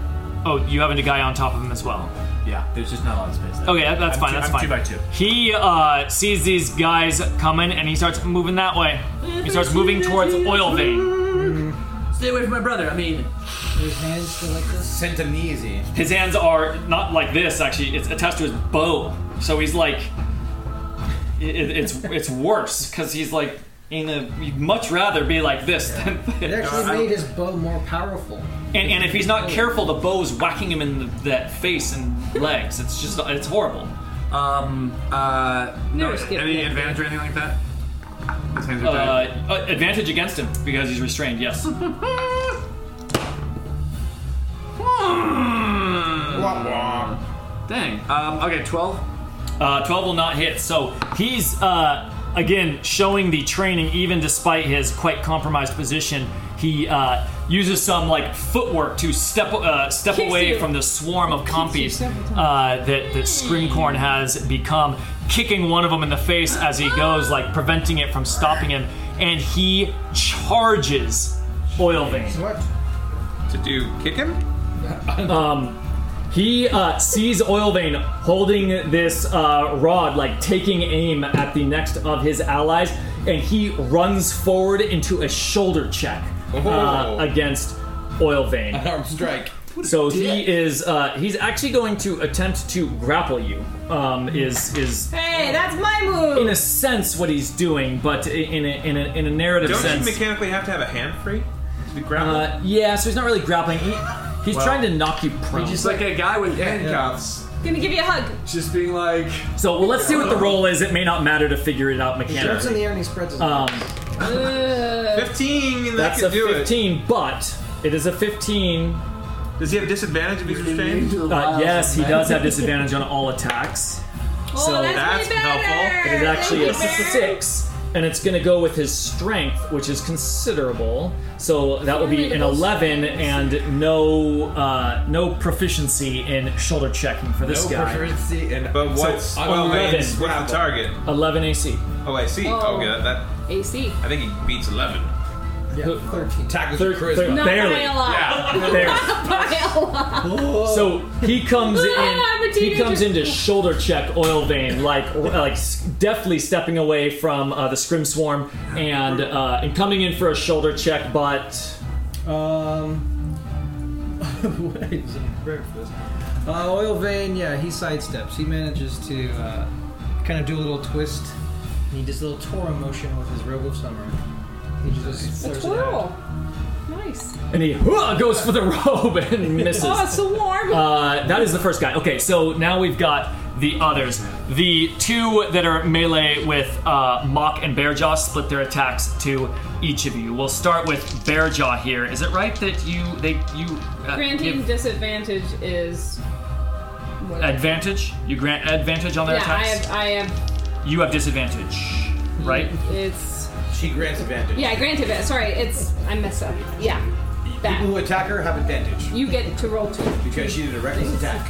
Oh, you have a guy on top of him as well. Yeah, there's just not a lot of space. there. Okay, that- that's I'm fine. two- that's I'm fine. Two by two. He uh, sees these guys coming and he starts moving that way. He starts moving towards Oil Vein. Stay away from my brother. I mean, His hands still like this. Sent him easy. His hands are not like this. Actually, it's attached to his bow, so he's like it, it- it's it's worse because he's like in a. He'd much rather be like this than. It actually made his bow more powerful. And, and if he's not careful, the bow's whacking him in the, that face and legs. It's just it's horrible. Um. Uh. No, any advantage or anything like that? His hands Uh, are tied. uh, advantage against him because he's restrained. Yes. Mm. Dang. Um, okay, 12. Uh, 12 will not hit. So he's, uh, again, showing the training, even despite his quite compromised position. He uh, uses some like footwork to step uh, step Kicks away you. from the swarm of compies uh, that that Scrimcorn has become, kicking one of them in the face as he goes, like preventing it from stopping him, and he charges Oil Vein. What? To do kick him? um, he uh, sees Oil Vein holding this uh, rod, like taking aim at the next of his allies, and he runs forward into a shoulder check uh, Oh. against Oil Vein. An arm strike. So he is uh, he's actually going to attempt to grapple you. Um, is is Hey, that's my move. in a sense what he's doing, but i- in a, in a, in a narrative Don't sense. you mechanically have to have a hand free? To be grappled? uh, yeah, so he's not really grappling. He, he's Well, trying to knock you prone. he's just like a guy with handcuffs. Gonna give you a hug. Just being like. So well, let's see what the roll is. It may not matter to figure it out He jumps in mechanically. the air and he spreads his Um, Fifteen. and that that's could a do it. fifteen, but it is a fifteen. Does he have disadvantage if he's restrained? Uh, yes, he does have disadvantage on all attacks. Oh, so that's way That's better. helpful. It is actually a That's way better. six, and it's going to go with his strength, which is considerable. So that will be an eleven, and no uh, no proficiency in shoulder checking for this no guy. proficiency in- But what's So, well, eleven. what's the target? Eleven AC. Oh, I see. Oh. Okay, that, that AC. I think he beats eleven. Yeah, thirteen. Tackles Thir- thir- Not barely. by a lot. Yeah, barely. By a lot. So he comes in. Ah, Oh. I'm a He teenager. comes into shoulder check oil vein, like like s- deftly stepping away from uh, the scrim swarm and uh, and coming in for a shoulder check, but Um. wait, is it prepared for this? Uh, oil vein, yeah, he sidesteps. He manages to uh, kind of do a little twist. And he does a little Toro motion with his robe of summer. He just A flares it out. twirl. Nice. and he "Hua!" goes for the robe and misses. Oh, it's so warm. Uh, that is the first guy. Okay, so now we've got the others. The two that are melee with uh, Mock and Bearjaw split their attacks to each of you. We'll start with Bearjaw here. Is it right that you they you uh, Granting give disadvantage is. Whatever. advantage? You grant advantage on their yeah, I attacks. have. I have. You have disadvantage, right? It's She grants advantage. yeah. I granted it. Sorry, it's I messed up. Yeah, People who attack her have advantage you get to roll two. Do because she did a reckless attack.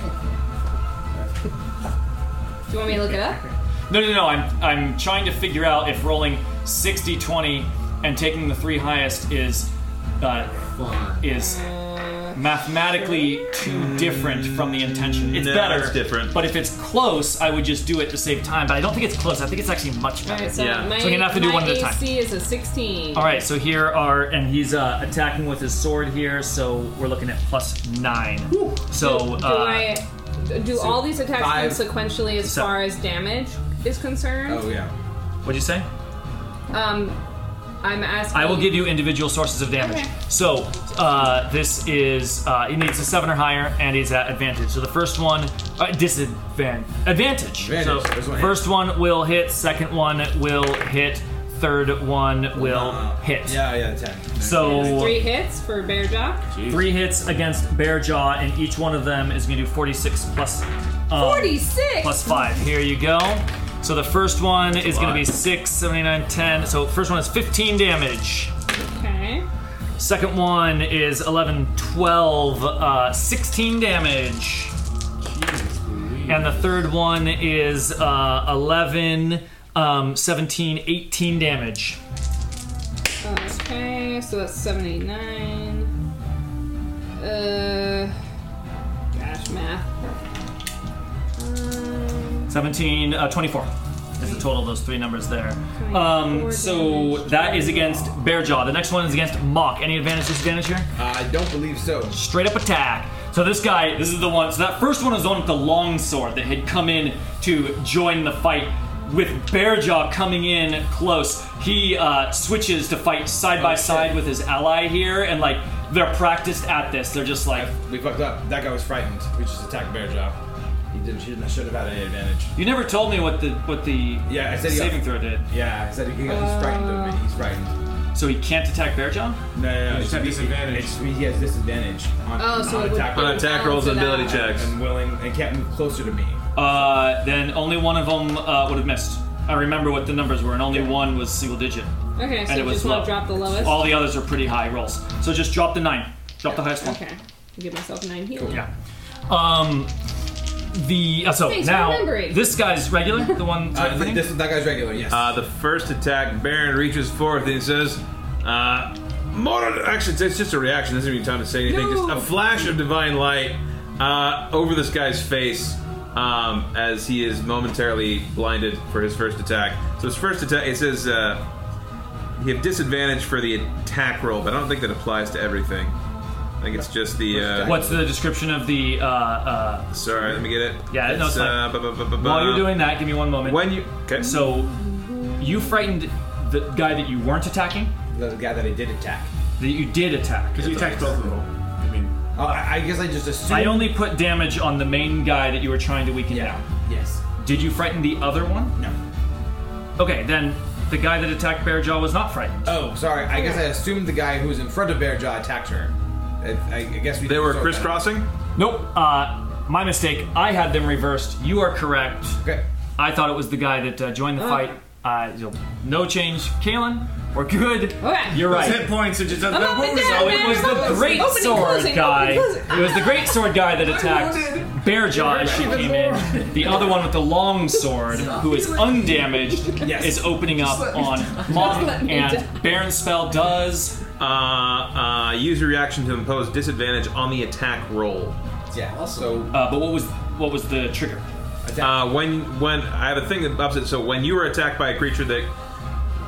you want me to look it up? No, no, no. I'm I'm trying to figure out if rolling 60, 20, and taking the three highest is uh, is Uh, mathematically too different from the intention. It's Hmm. No, better. it's different. But if it's close, I would just do it to save time. But I don't think it's close. I think it's actually much All better. right, so my, so we're gonna have to do my one at a AC time. is a 16. All right, so here are, and he's uh, attacking with his sword here, so we're looking at plus nine. So, do, do uh, I do so all these attacks five, consequentially as seven. Oh, far as damage is concerned? Oh, yeah. What'd you say? Um, I'm asking. I will give you individual sources of damage. Okay. So uh, this is uh, he needs a seven or higher, and he's at advantage. So the first one, uh, disadvantage, advantage. So Advantage. First one hit. first one will hit, second one will hit, third one will hit. Yeah, yeah, ten. So three hits for bear jaw. three hits against Bear Jaw, and each one of them is going to do 46 plus. um, 46? Plus 5. Here you go. So the first one is going to be 6, 79, 10. So first one is 15 damage. Okay. Second one is 11, 12, uh, 16 damage. And the third one is uh, 11, um, 17, 18 damage. Okay, so that's 79. Uh, gosh, math. Um, 17, uh, 24 is the total of those three numbers there. Um, so that is against Bearjaw. The next one is against Mock. Any advantage, disadvantage here? I don't believe so. Straight up attack. So this guy, this is the one. So that first one is on with the long sword that had come in to join the fight. with Bearjaw coming in close, he uh, switches to fight side Oh, by side with his ally here, and like they're practiced at this. They're just like, We fucked up. That guy was frightened. We just attacked Bearjaw. He didn't. He didn't, should have had any advantage. you never told me what the what the Yeah, I said he got- saving throw did. Yeah, I said he, got- he's frightened of me. He's frightened. So he can't attack Bearjaw. No, no, no. It's disadvantage. It's, he has disadvantage on, Oh, so on it would attack, On attack rolls and balance it ability out. checks. And willing, and can't move closer to me. Uh, then only one of them uh, would have missed. I remember what the numbers were, and only one was single digit. Okay, and so it you was just low. want to drop the lowest? All the others are pretty high rolls. So just drop the nine. Drop the highest one. Okay. Give myself nine heal. Yeah. Um, the uh, so Thanks for now remembering. this guy's regular, the one. Uh, th- this- that guy's regular. Yes. Uh, the first attack, Baron reaches forth and he says, uh, Mordor. Actually, it's- it's just a reaction. Doesn't even time to say anything. Just a flash of divine light uh, over this guy's face um, as he is momentarily blinded for his first attack. So his first attack, it says uh, you have disadvantage for the attack roll, but I don't think that applies to everything. I think it's just the. Uh, What's the description of the? Uh, uh, Sorry, let me get it. Yeah, no, it's uh, fine. bu- bu- bu- bu- bu- While you're doing that, give me one moment. When you okay? So you frightened the guy that you weren't attacking. The guy that I did attack. That you did attack. Because you attacked both of them. I mean, Oh, I, I guess I just assumed. I only put damage on the main guy that you were trying to weaken down. Yes. Did you frighten the other one? No. Okay, then the guy that attacked Bearjaw was not frightened. Oh, sorry. I guess I assumed the guy who was in front of Bearjaw attacked her. I, I guess we. They were so- crisscrossing? Nope. Uh, my mistake. I had them reversed. You are correct. Okay. I thought it was the guy that uh, joined the Oh. fight. Uh, so no change. Kalen, we're good. Okay. You're Those right. hit points are just- So I'm up and down, man. it was I'm up the and- great opening, sword closing, guy. opening, closing. It was the great sword guy that I'm attacked wounded. Bearjaw as she Even came in. The other one with the long sword, who is undamaged, is opening up Just let me on die. Moth, Just let me die. and Baron's spell does. Uh, uh, use your reaction to impose disadvantage on the attack roll. Yeah. Also. Uh, but what was what was the trigger? Uh, when when I have a thing that ups it. So when you are attacked by a creature that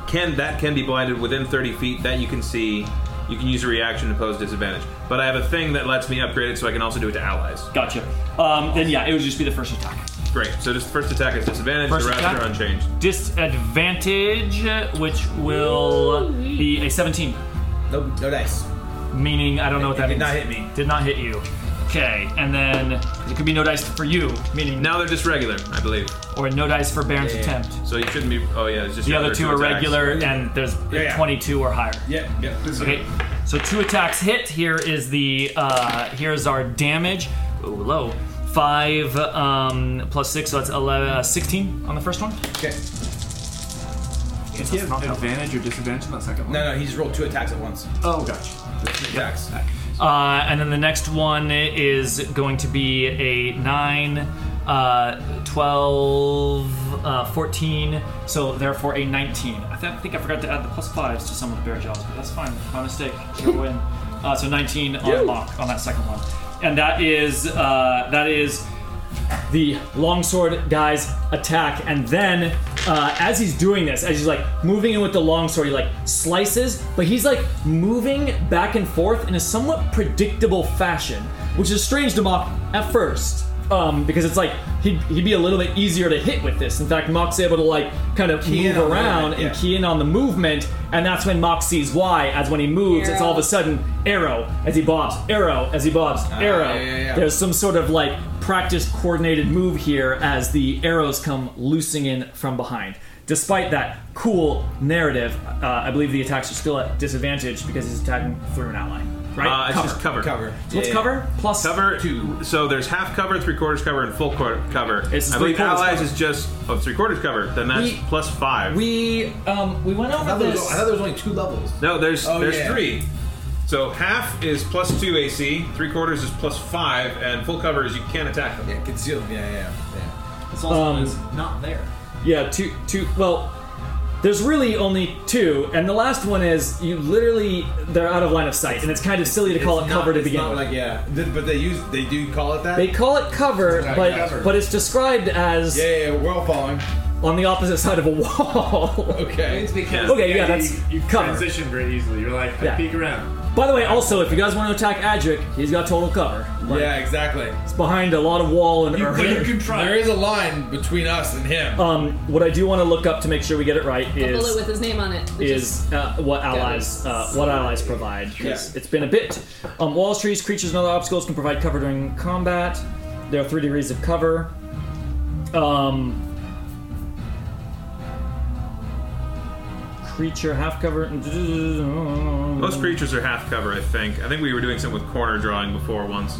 can that can be blinded within 30 feet, that you can see, you can use a reaction to impose disadvantage. But I have a thing that lets me upgrade it, so I can also do it to allies. Gotcha. Um, then yeah, it would just be the first attack. Great. So just first attack is disadvantage. First the rest attack. are unchanged. Disadvantage, which will be a 17. No, no dice. Meaning, I don't know what that It did means. not hit me. Did not hit you. Okay, and then it could be no dice for you, meaning. Now they're just regular, I believe. Or no dice for Baron's attempt. So you shouldn't be. Oh yeah, it's just the your other two are attacks. regular, and there's Yeah, yeah. 22 or higher. Yeah, yeah. Okay, so two attacks hit. Here is the uh, here's our damage. Ooh, low. Five um, plus six, so that's 11, uh, 16 on the first one. Okay. Guess that's not that advantage or disadvantage on that second one? Uh, No, no. He just rolled two attacks at once. Oh, gotcha. Attacks. Uh, and then the next one is going to be a 9, uh, 12, uh, 14, so therefore a 19. I, th- I think I forgot to add the plus 5s to some of the bear jaws, but that's fine. My mistake. You'll win. Uh, so 19 on lock on that second one. And that is, uh, that is the longsword guy's attack, and then uh, as he's doing this, as he's like moving in with the longsword, he like slices, but he's like moving back and forth in a somewhat predictable fashion, which is strange to Mach at first. Um, because it's like he'd, he'd be a little bit easier to hit with this. In fact, Mock's able to like kind of Key in move on the around movement, and yeah. key in on the movement, and that's when Mock sees why. As when he moves, it's all of a Arrow. sudden arrow as he bobs, arrow as he bobs, Ah, arrow. yeah, yeah, yeah. There's some sort of like practice coordinated move here as the arrows come loosing in from behind. Despite that cool narrative, uh, I believe the attacks are still at disadvantage because he's attacking through an ally. Right? Uh, it's just cover. Cover. So what's cover? Plus cover two. So there's half cover, three quarters cover, and full quarter cover. It's I believe three-quarters allies cover. is just oh, three quarters cover. Then that's We- plus five. We um we went over there this. was- I thought there was only two levels. no, there's Oh, there's yeah. three. So half is plus two AC, three quarters is plus five, and full cover is you can't attack them. Yeah, conceal. Yeah, yeah, yeah. It's also Um, it's not there. Yeah, two, two. Well, there's really only two, and the last one is you literally they're out of line of sight, and it's kind of silly to call it It's cover not- to it's begin not with. Like yeah, Th- but they use they do call it that. They call it cover, It's not but cover. but it's described as yeah, yeah, we're all following. on the opposite side of a wall. okay. It's Oh, because okay, yeah, you- that's you, cover. transition very easily. You're like, I Yeah. peek around. By the way, also, if you guys want to attack Adric, he's got total cover. Like, yeah, exactly. It's behind a lot of wall and earth. There is a line between us and him. Um, what I do want to look up to make sure we get it right A is bullet with his name on it. which is uh, what allies uh, what allies provide because Yeah. it's been a bit. Um, walls, trees, creatures, and other obstacles can provide cover during combat. There are three degrees of cover. Um, creature half cover. Most creatures are half cover, I think. I think we were doing something with corner drawing before once.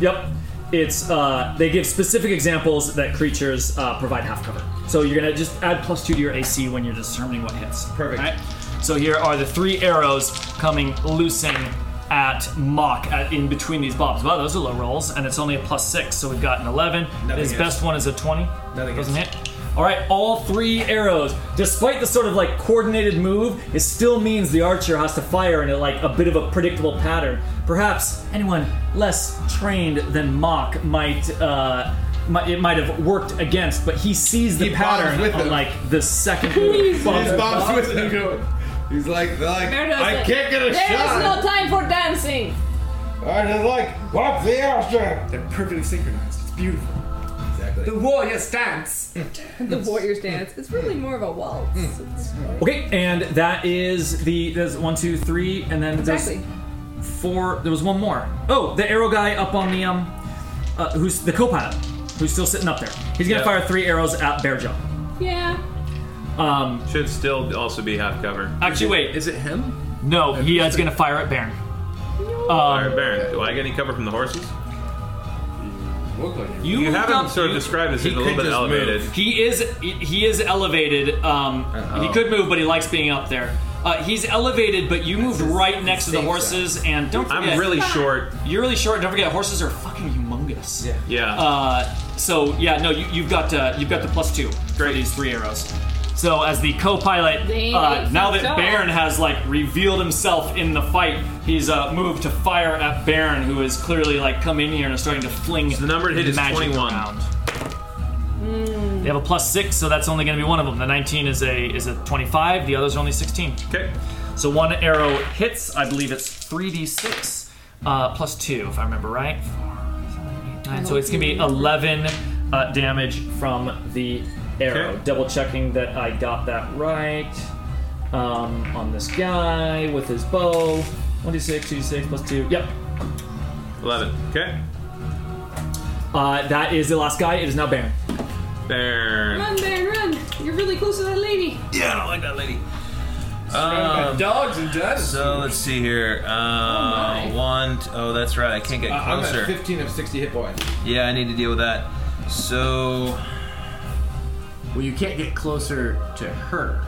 Yep. It's uh, they give specific examples that creatures uh, provide half cover. So you're gonna just add plus two to your AC when you're determining what hits. Perfect. So here are the three arrows coming loosing at Mock at, in between these bobs. Wow, those are low rolls, and it's only a plus six. So we've got an eleven. Nothing His hits. best one is a twenty. Nothing Doesn't hits. hit. All right, all three arrows. Despite the sort of like coordinated move, it still means the archer has to fire in a, like a bit of a predictable pattern. Perhaps anyone less trained than Mock might, uh, might it might have worked against, but he sees the He bombs pattern with on him. like the second move. Bob's, Bob's with him. He's like, they're like There does I it. can't get a There shot. is no time for dancing. I just like, Bob the Archer. They're perfectly synchronized. It's beautiful. Exactly. The warriors dance. The warriors dance. It's really more of a waltz. It's like- Okay, and that is the there's one, two, three, and then Exactly. there's four. There was one more. Oh, the arrow guy up on the um, uh, who's the co-pilot, who's still sitting up there. He's gonna Yeah. fire three arrows at Bearjaw. Yeah. Um, Should still also be half cover. actually, wait, Is it him? no, he is gonna fire at Baron. All right, Um, Baron, do I get any cover from the horses? Look like it. you You moved haven't up- sort of described this he as a little could bit just elevated. He is he- he is elevated. Um, he could move, but he likes being up there. Uh, he's elevated, but you moved right next to the safe horses, and don't forget, I'm really short. you're really short. Don't forget, horses are fucking humongous. Yeah. Yeah. Uh, so yeah, no, you, you've got uh, you've got the plus two for these three arrows. So as the co-pilot, They uh, ain't now fucked that up. Baron has like revealed himself in the fight, he's uh, moved to fire at Baron, who has clearly like come in here and is starting to fling. the number to hit is magic 21. Around. They have a plus six, so that's only going to be one of them. The 19 is a is a 25. The others are only 16. okay. So one arrow hits. I believe it's 3d6 uh, plus two, if I remember right. Four, seven, eight, nine. So it's gonna be 11 uh, damage from the arrow. Okay. Double checking that I got that right um, on this guy with his bow. 1d6, 2d6 plus two. Yep. 11. Okay. Uh, that is the last guy. It is now Baron. Baron. Run, Baron, run. You're really close to that lady. Yeah, I don't like that lady. Got Um, dogs and dinosaurs. so let's see Oh, here. Uh, my. one. t- oh, that's right. I can't get Uh, I'm at closer. 15 of 60 hit points. Yeah, I need to deal with that. So Well, you can't get closer to her.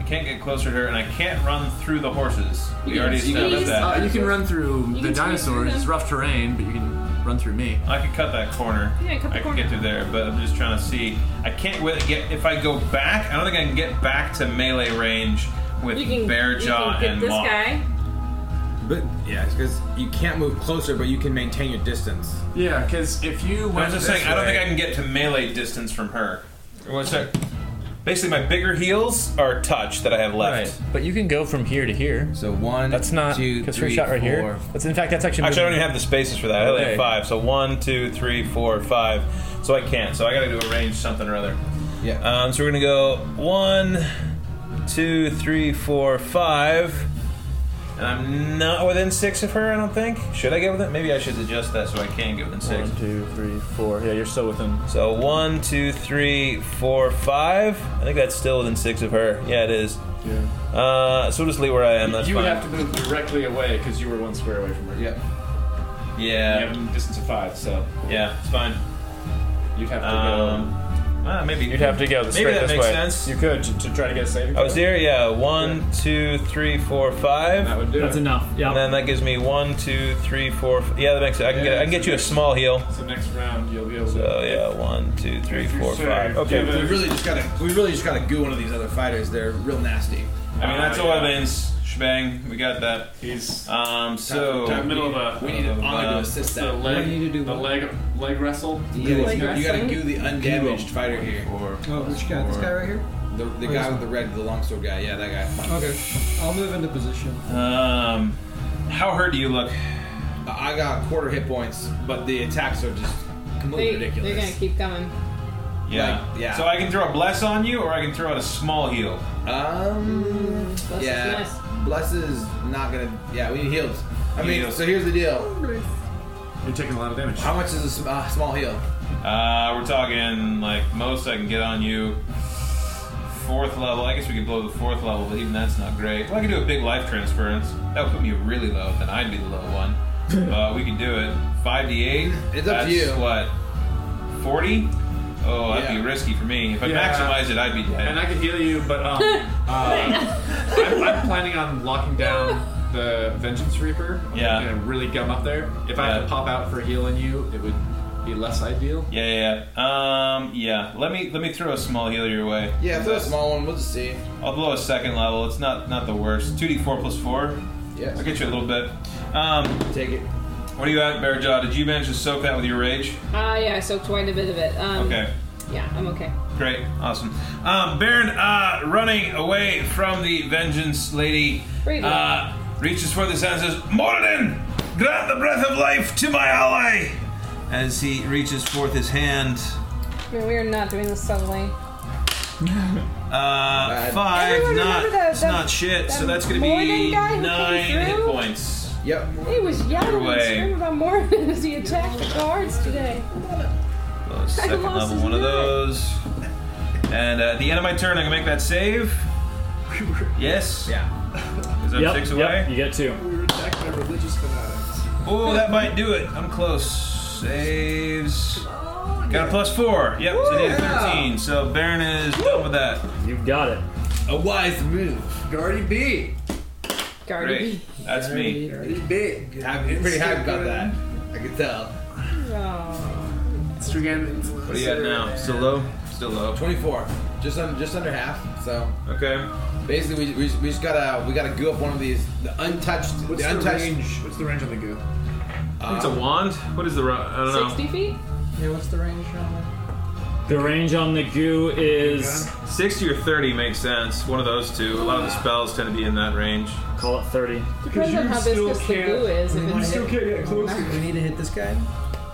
I can't get closer to her, and I can't run through the horses. We You already can established squeeze. that. Uh, you can run through can the squeeze through dinosaurs. them. It's rough terrain, but you can run through me. I could cut that corner. Yeah, cut the I corner. could get through there, but I'm just trying to see. I can't with get if I go back. I don't think I can get back to melee range with You can, Bear you Jaw can get and this Maw. guy. But yeah, because you can't move closer, but you can maintain your distance. Yeah, because if you I went was just this saying, I don't way- think I can get to melee distance from her. What's that? Basically, my bigger heels are touch that I have left. But you can go from here to here. So one, That's not two, because free three, shot right four. here. That's in fact that's actually. Actually, I don't moving. even have the spaces for that. I only Okay. have five. So one, two, three, four, five. So I can't. So I got to do a range something or other. Yeah. uh, Um, so we're gonna go one, two, three, four, five. And I'm not within six of her. I don't think. Should I get within? Maybe I should adjust that so I can get within six. One, two, three, four. Yeah, you're still within. So one, two, three, four, five. I think that's still within six of her. Yeah, it is. Yeah. Uh, so we'll just leave where I am. That's you fine. would have to move directly away because you were one square away from her. Yeah. You yeah, have a distance of five, so yeah, it's fine. you'd have to Um, ah, maybe You'd have to go this Maybe straight that this makes way. sense. go. You could to, to try to get a saving. I was there, yeah. One, two, three, four, five. That would do. That's it. enough. Yeah. And then that gives me one, two, three, four. F- yeah, that makes it. I can get. I can get you a small heel. So next round you'll be able to. So yeah, one, two, three, If you four, save, five. do Okay. the- We really just gotta. We really just gotta goo one of these other fighters. They're real nasty. I mean, that's Uh, all yeah. Evan's shebang. We got that. He's uh, um so Time- time- middle of a- We need an honor to assist The leg, the leg, leg wrestle. You gotta, Leg you gotta wrestling? goo the undamaged fighter here. Or, Oh, which guy? This guy right here? The, the Or this guy one? with the red, the longsword guy. Yeah, that guy. Okay, I'll move into position. Um, how hurt do you look? I got quarter hit points, but the attacks are just completely They, ridiculous. they're gonna keep coming. Yeah, Like, yeah. So I can throw a bless on you, or I can throw out a small heal. Um, Bless yeah, is bless is not gonna. Yeah, we need heals. I You mean, need heals. so here's the deal. You're taking a lot of damage. How much is a sm- uh, small heal? Uh, we're talking like most I can get on you. Fourth level. I guess we could blow the fourth level, but even that's not great. Well, I could do a big life transference. That would put me really low. Then I'd be the low one. uh, we could do it. Five d eight. It's that's up to you. What? Forty. Oh, that'd Yeah. be risky for me. If I Yeah. maximize it, I'd be dead. And I can heal you, but um, uh, I'm, I'm planning on locking down the Vengeance Reaper. I'm Yeah. gonna really gum up there. If I have to pop out for healing you, it would be less ideal. Yeah, yeah, yeah. Um, yeah. Let me let me throw a small healer your way. Yeah, throw a small one. We'll just see. I'll blow a second level. It's not not the worst. Two D four plus four. Yes. I'll get you a little bit. Um, take it. What are you at, Bearjaw? Did you manage to soak that with your rage? Ah, yeah, I soaked quite a bit of it. Um, Okay. Yeah, I'm okay. Great, awesome. Um, Baron, uh, running away from the vengeance lady, Great. uh, reaches for the sound and says, Morden, grant the breath of life to my ally! As he reaches forth his hand, I mean, we are not doing this subtly. uh, five, Everyone not, remember that- it's that- not shit, so that that's gonna be Morden guy who came nine hit through? points. Yep. He was yelling Your and way. screaming about Mormon as he attacked the guards today. Well, second lost level, his one of those. And uh, at the end of my turn, I'm gonna make that save. Yes? Yeah. Because I'm Yep, six yep, away? you get two. We were attacked by religious fanatics. Oh, that might do it. I'm close. Saves. Got a plus four. Yep, so I need a 13. So Baron is done with that. You've got it. A wise move. Guardy B. Guardy Great. That's me. Guardy B. I'm pretty hyped about that. I can tell. What do you got now? Still low? Still low. 24. Just under, just under half. So Okay. basically, we, we, just- we just gotta we gotta goo up one of these the untouched What's the the, untouched. range? What's the range on the goo? I think it's a wand? What is the. ro- I don't know. 60 feet? Yeah, what's the range on that? The range on the goo is 60 or 30 makes sense. One of those two. A lot of the spells tend to be in that range. Call it 30. Depends on how viscous the goo is. If it's We need to hit this guy.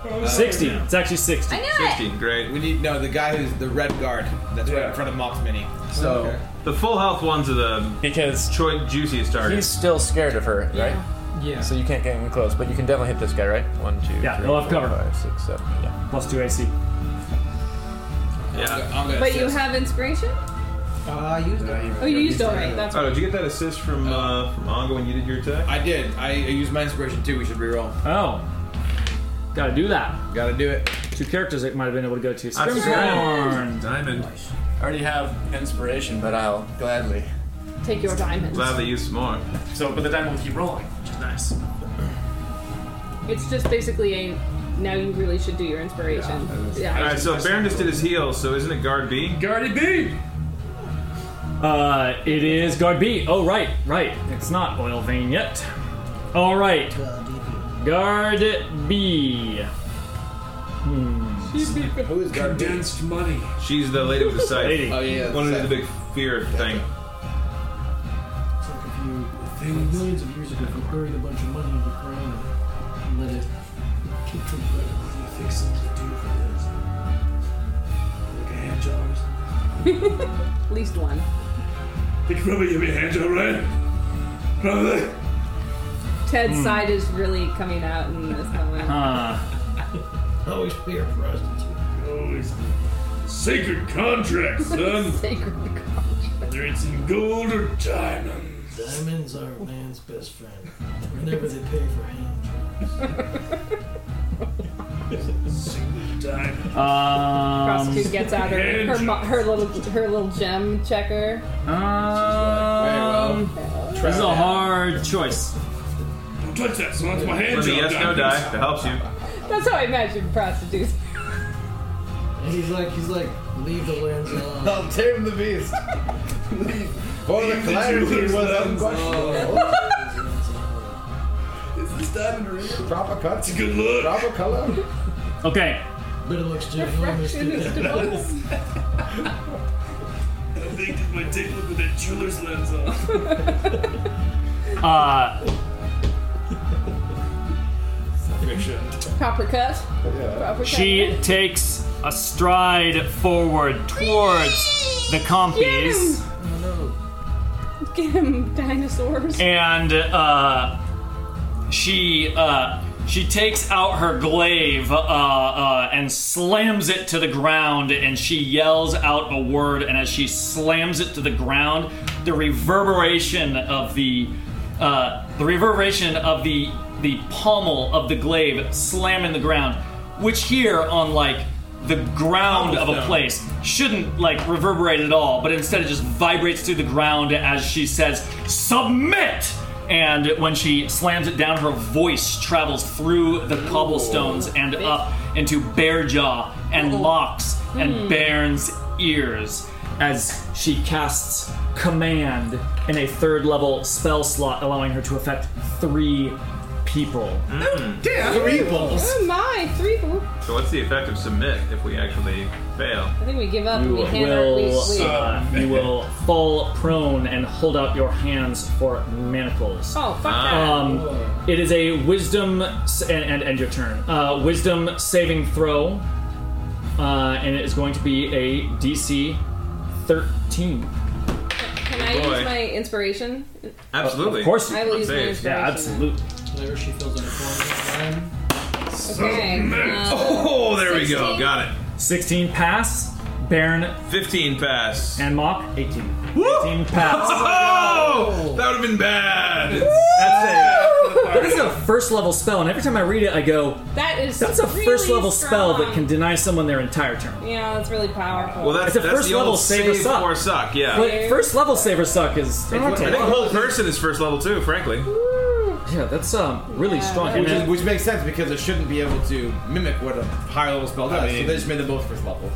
Uh, 60. It's actually 60. I knew it! 60, great. We need no the guy who's the red guard. That's right in front of Mox Mini. So The full health ones are the because choi- juiciest He's targets. still scared of her, right? Yeah. So you can't get him close, but you can definitely hit this guy, right? One, two, Yeah, three, he'll have four, cover. five, six, seven, yeah. Plus two AC. Yeah. I'm gonna But you assist. have inspiration? Uh, I used it. Oh, you used it already. That's Oh, right. did you get that assist from uh, from Anga when you did your attack? I did. I, I used my inspiration too. We should reroll. Oh. Gotta do that. Gotta do it. Two characters that might have been able to go to. Scrim's Scrim. Diamond. I already have inspiration, but I'll gladly. Take your diamonds. Glad they used some more. So, but the diamond will keep rolling, which is nice. It's just basically a now you really should do your inspiration. Yeah. All right, so Baron just did his heal, so isn't it guard B? Guardy B. Uh, it is guard B. Oh, right, right. It's not oil vein yet. All right. Guard B. Who is guard B? Condensed money. She's the lady with the scythe. Lady. Oh yeah. One of the big fear thing. It's like if you, things millions of years ago, if you buried a bunch of money in the ground and let it keep from growing, what do you think things would do for this? Like a hand job or something? At least one. They could probably give me a hand job, right? Probably. Ted's Hmm. side is really coming out in this moment. Uh, Always be a prostitute. Always. Sacred contracts, Uh-huh. son. Sacred Um, contract. Whether it's in gold or diamonds. Diamonds are man's best friend. Whenever they pay for hand Diamond. Prostitute um, gets out her her, mo- her little her little gem checker. um, this is a hard choice. Don't touch that, son. That's my hand With a job. yes no diamonds. die, that helps you. That's how I imagine prostitutes. And he's like, he's like, leave the lands alone. I'll tame the beast. Or the Leave the clarity Jews was alone. unquestionable. Is this diamond real? Proper cut. It's a good look. Proper color. Okay. But it looks Refraction is devil's. I think it might take a look with that jeweler's lens on. Uh, Proper cut. Proper cut. she takes a stride forward towards the compies Get him dinosaurs. and uh, she uh, she takes out her glaive uh, uh, and slams it to the ground and she yells out a word and as she slams it to the ground the reverberation of the uh, the reverberation of the the pommel of the glaive slamming the ground which here on like the ground of a Cobblestone. place shouldn't like reverberate at all, but instead it just vibrates through the ground as she says, Submit! And when she slams it down, her voice travels through the cobblestones and up into Bearjaw and Locks and Hmm. Bairn's ears as she casts Command in a third level spell slot, allowing her to affect three people. Three Oh my, three balls. So what's the effect of submit if we actually fail? I think we give up. You and we hand our- we, will, we, uh, you will fall prone and hold out your hands for manacles. Oh, fuck that. Um, it is a wisdom s- and, and end your turn. Uh, wisdom saving throw, uh, and it is going to be a DC 13. Can I Boy. use my inspiration? Absolutely. Of course you I will can. use my Yeah, inspiration. absolutely. Whenever she feels like a corner, Okay. um, Oh, there we go. 16. Got it. 16 pass. Baron 15 pass. and Mock 18. 18 pass. Oh, that would have been bad. That is a first level spell, and every time I read it, I go, That is That's a really first level strong. spell that can deny someone their entire turn. Yeah, that's really powerful. Well, that's, It's a that's first the level old save save or suck. or suck, yeah. But first level save or suck is. I think whole person is first level too, frankly. Yeah, that's um really strong. Which, And is, then- which makes sense because it shouldn't be able to mimic what a higher level spell does. so they just made them both first level.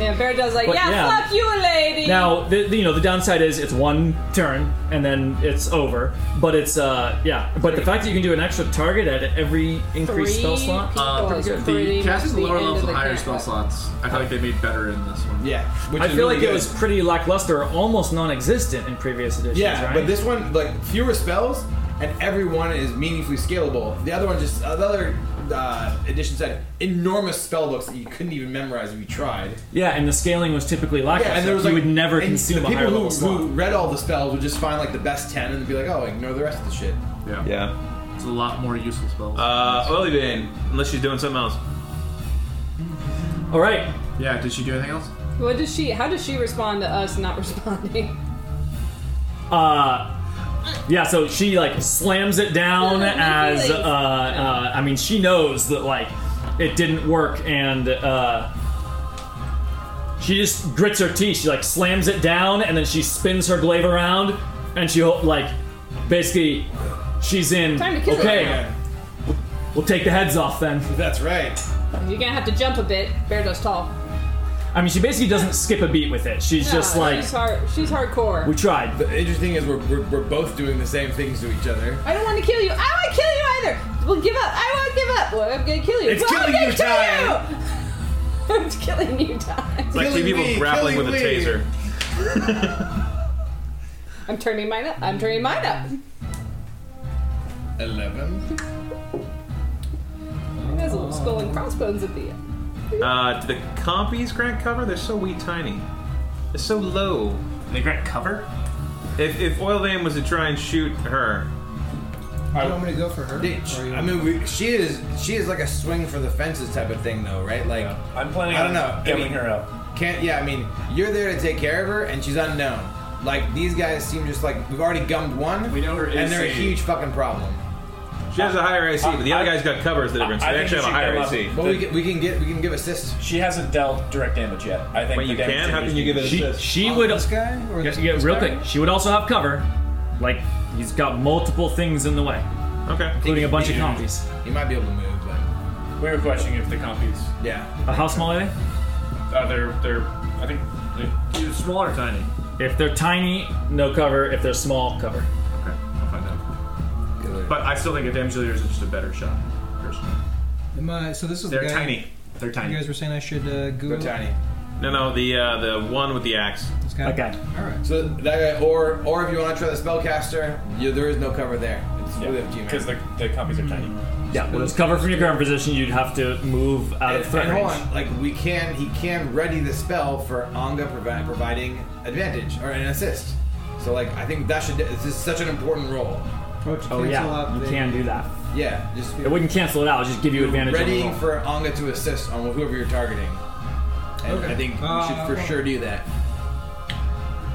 yeah, Bear does like, But yeah, yeah. fuck you, lady. Now, the, the- you know, the downside is it's one turn and then it's over. But it's uh, yeah. But the fact that you can do an extra target at every increased Three spell slot, people pretty is good. pretty much Casting the lower end of levels the and higher camp. spell slots. I feel like they made better in this one. Yeah, which I is feel really like it good. was pretty lackluster, almost non-existent in previous editions. Yeah, right? but this one like fewer spells, and every one is meaningfully scalable. The other one just uh, the other uh, editions had enormous spell books that you couldn't even memorize if you tried. yeah, and the scaling was typically lackluster. Yeah, and there was you like would never and consume a the higher people level who, slot. who read all the spells would just find like the best ten and be like, oh, ignore the rest of the shit. Yeah. Yeah. It's a lot more useful spells. Uh, Oily Vein, unless she's doing something else. All right. Yeah. Did she do anything else? What does she? How does she respond to us not responding? Uh, yeah, so she like slams it down Yeah, no as uh, feelings. uh, I mean she knows that like it didn't work and uh, she just grits her teeth. She like slams it down and then she spins her glaive around and she ho- like basically she's in Time to kill it. okay. Yeah. We'll take the heads off then. That's right. You're gonna have to jump a bit. Bear does tall. I mean she basically doesn't skip a beat with it. She's Yeah, just like she's, hard, she's hardcore. we tried. The interesting thing is we're, we're, we're both doing the same things to each other. I don't want to kill you. I don't want to kill you either. We'll give up. I won't give up. Well, I'm gonna kill you. It's Well, killing I'm you gonna kill you. I'm killing you time. It's like two people grappling with a taser. I'm turning mine up. I'm turning mine up. Eleven. You guys will skull and crossbones at the end. Uh, do the compies grant cover? They're so wee tiny. They're so low. They grant cover? If, if Oil Vein was to try and shoot her, Do you want me to go for her? Or you- I mean, we, she is she is like a swing for the fences type of thing, though, right? Like I'm planning I don't on know. giving I mean, her up. Can't. Yeah, I mean, you're there to take care of her, and she's unknown. Like these guys seem just like we've already gummed one. We know her, and they're a AC. huge fucking problem. she has a higher AC, but the other guy's got covers the difference. I- I they think actually have she a higher came up- AC. But we can, we can get we can give assist. She hasn't dealt direct damage yet. I think. Wait, the you damage can? How damage can you give it is- a- She This- she would this guy or Yeah, this, yeah, this real guy? quick. She would also have cover. Like he's got multiple things in the way, Okay. including a bunch of compies. You might be able to move, but We were questioning if the compies. yeah. Uh, how small are they? Uh, they're they're. I think they either small or tiny. If they're tiny, no cover. If they're small, cover. Okay, I'll find out. But I still think a damage dealer is just a better shot, personally. Am I, so this is They're the guy, tiny. They're tiny. You guys were saying I should uh, go. No, no, the uh, the one with the axe. guy? Okay. All right. So that guy, or or if you want to try the spellcaster, you, there is no cover there. It's really up to you, man. Because the, the copies are tiny. Yeah, well, it's cover from your current position. You'd have to move out And, of threat and hold range. on, like we can, he can ready the spell for Anga provi- providing advantage or an assist. So like I think that should. This is such an important role. Oh yeah, you can do that. Yeah, just It wouldn't cancel it out. It'd just give you advantage. on the readying roll. for Anga to assist on whoever you're targeting. And Okay. I think Uh, you should for well- sure do that.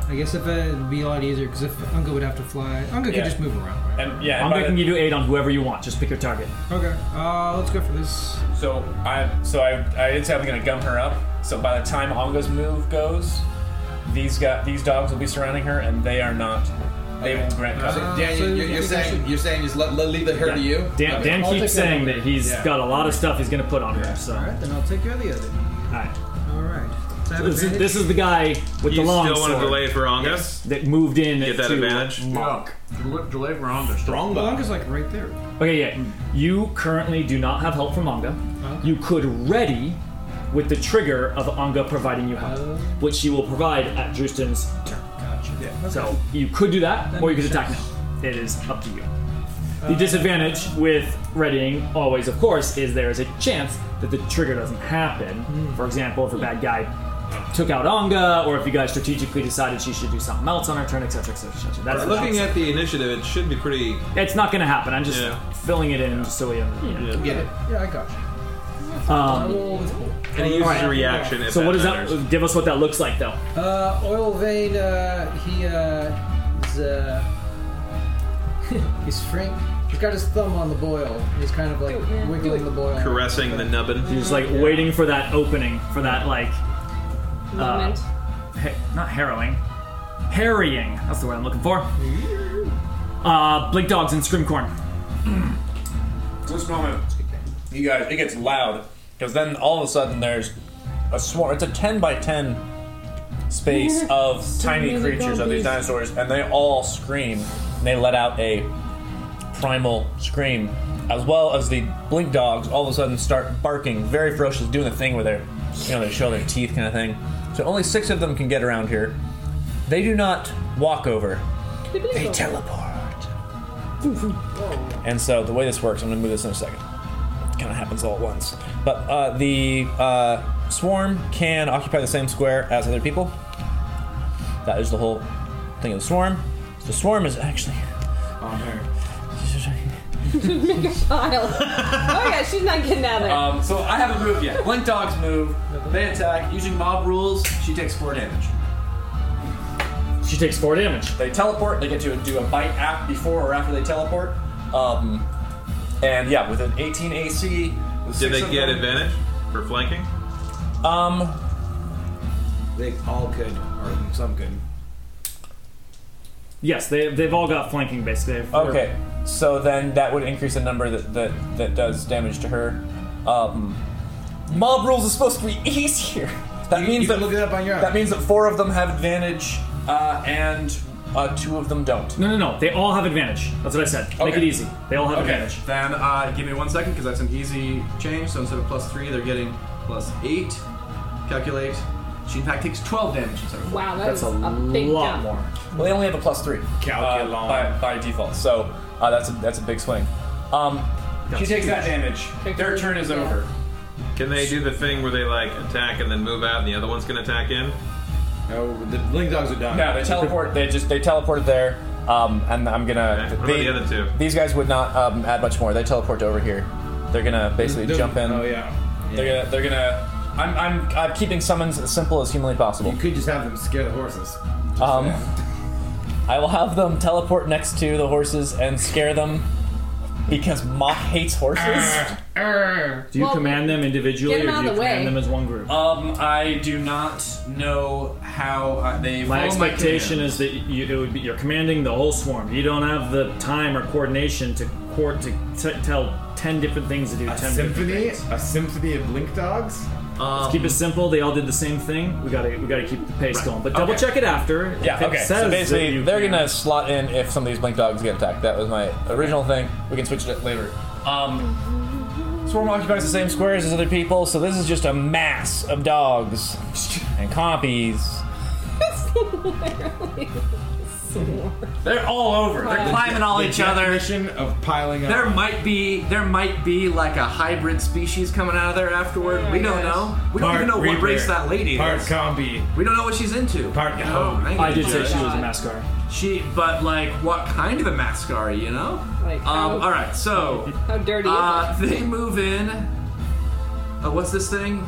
I guess if uh, it'd be a lot easier because if Uncle would have to fly, Uncle Yeah. could just move around. And yeah, I'm and by making the- you do eight on whoever you want. Just pick your target. Okay. Uh, let's go for this. So I so I I did say I'm gonna gum her up. So by the time Onga's move goes, these got these dogs will be surrounding her, and they are not. They will grant So, Uh, cover. Dan, you- you're, you're saying you're saying just let, let leave the hair to you. Dan, Okay. Dan keeps saying that he's Yeah. got a lot of stuff he's going to put on her. So, All right, then I'll take care of the other. all right. All right. So this, is, this is the guy with the You long still want to sword delay for Anga? that moved in Get that to advantage? Monk. Del- Delay Ronga. Strong Long is like right there. Okay, yeah. You currently do not have help from Anga. Oh. You could ready with the trigger of Anga providing you help, Oh. which she will provide at Drustin's turn. Gotcha. So you could do that, That or you could makes attack sense. now. It is up to you. The Uh, disadvantage with readying, always, of course, is there is a chance that the trigger doesn't happen. Hmm. For example, if a bad guy took out Anga, or if you guys strategically decided she should do something else on her turn, etc., etc., etc. That's the Looking downside. at the initiative, it should be pretty. It's not going to happen. I'm just Yeah. filling it in just so we have. Yeah. Yeah, I got you. Um, Oil with oil. And he uses a reaction. If so that what does matters. that? Give us what that looks like, though. Uh, oil vein. Uh, he uh, is uh, he's frank. He's got his thumb on the boil. He's kind of like wiggling the boil. Caressing the nubbin. He's like waiting for that opening, for that like. Uh, Moment. ha- not harrowing, harrying. That's the word I'm looking for. Uh, Blink dogs and scrimcorn. Just a moment. You guys, it gets loud because then all of a sudden there's a swarm. It's a ten by ten space of tiny many creatures of zombies. these dinosaurs, and they all scream. And they let out a primal scream, as well as the blink dogs. All of a sudden, start barking, very ferocious, doing the thing where they're, you know, they show their teeth kind of thing. So only six of them can get around here. They do not walk over. They teleport. And so the way this works, I'm going to move this in a second. Kind of happens all at once. But uh, the uh, swarm can occupy the same square as other people. That is the whole thing of the swarm. The swarm is actually on her. Make a pile. oh yeah, she's not getting out of there. Um, so I haven't moved yet. Blink dogs move. They attack. Using mob rules, she takes four damage. She takes four damage. They teleport. They get to do a bite app before or after they teleport. Um, and yeah, with an 18 AC. with Did six they of get them- advantage for flanking? Um, They all could, or some could. Yes, they they've all got flanking basically. They've- Okay, so then that would increase the number that that, that does damage to her. Um, mob rules is supposed to be easier. That means that look it up on your That means that four of them have advantage, uh, and uh, two of them don't. No, no, no. They all have advantage. That's what I said. Make Okay. it easy. They all have Okay. advantage. Then uh, give me one second because that's an easy change. So instead of plus three, they're getting plus eight. Calculate. She in fact takes 12 damage instead of four. wow, that is a, big jump. Well, they only have a plus three uh, by, by default, so uh, that's a, that's a big swing. Um, She takes that damage. Their turn is over. Can they do the thing where they like attack and then move out, and the other one's gonna attack in? No, the blink dogs are done. No, they teleport. They just they teleported there, um, and I'm gonna. What about they- the other two? These guys would not um, add much more. They teleport over here. They're gonna basically They're- jump in. Oh yeah. They're gonna. They're gonna. I'm, I'm, I'm keeping summons as simple as humanly possible. You could just have them scare the horses. Um, I will have them teleport next to the horses and scare them because Mach hates horses. Do you Ah. command them individually, Oh. get or do them you out of command the way. them as one group? Um, I do not know how uh, they. My follow expectation is that you, it would be, you're commanding the whole swarm. You don't have the time or coordination to court to t- tell ten different things to do. A ten different symphony, things. a symphony of blink dogs. Let's keep it simple. They all did the same thing. We gotta we gotta keep the pace Right. going, but double Okay. check it after. If Yeah, it okay. says So that basically, you they're can- gonna slot in if some of these blink dogs get attacked. That was my original thing. We can switch it up later. Um, Swarm occupies the same squares as other people, so this is just a mass of dogs and copies. They're all over. They're climbing all each other. of piling up. There might be there might be like a hybrid species coming out of there afterward. we don't know. We don't even know what race that lady Part is. combi. We don't know what she's into. Part you know, combi. ain't I did gonna say judge. she was a mascar. She, but like, what kind of a mascar? You know. Like, how- um. All right. So. How dirty Uh, is it? they move in. Uh, what's this thing?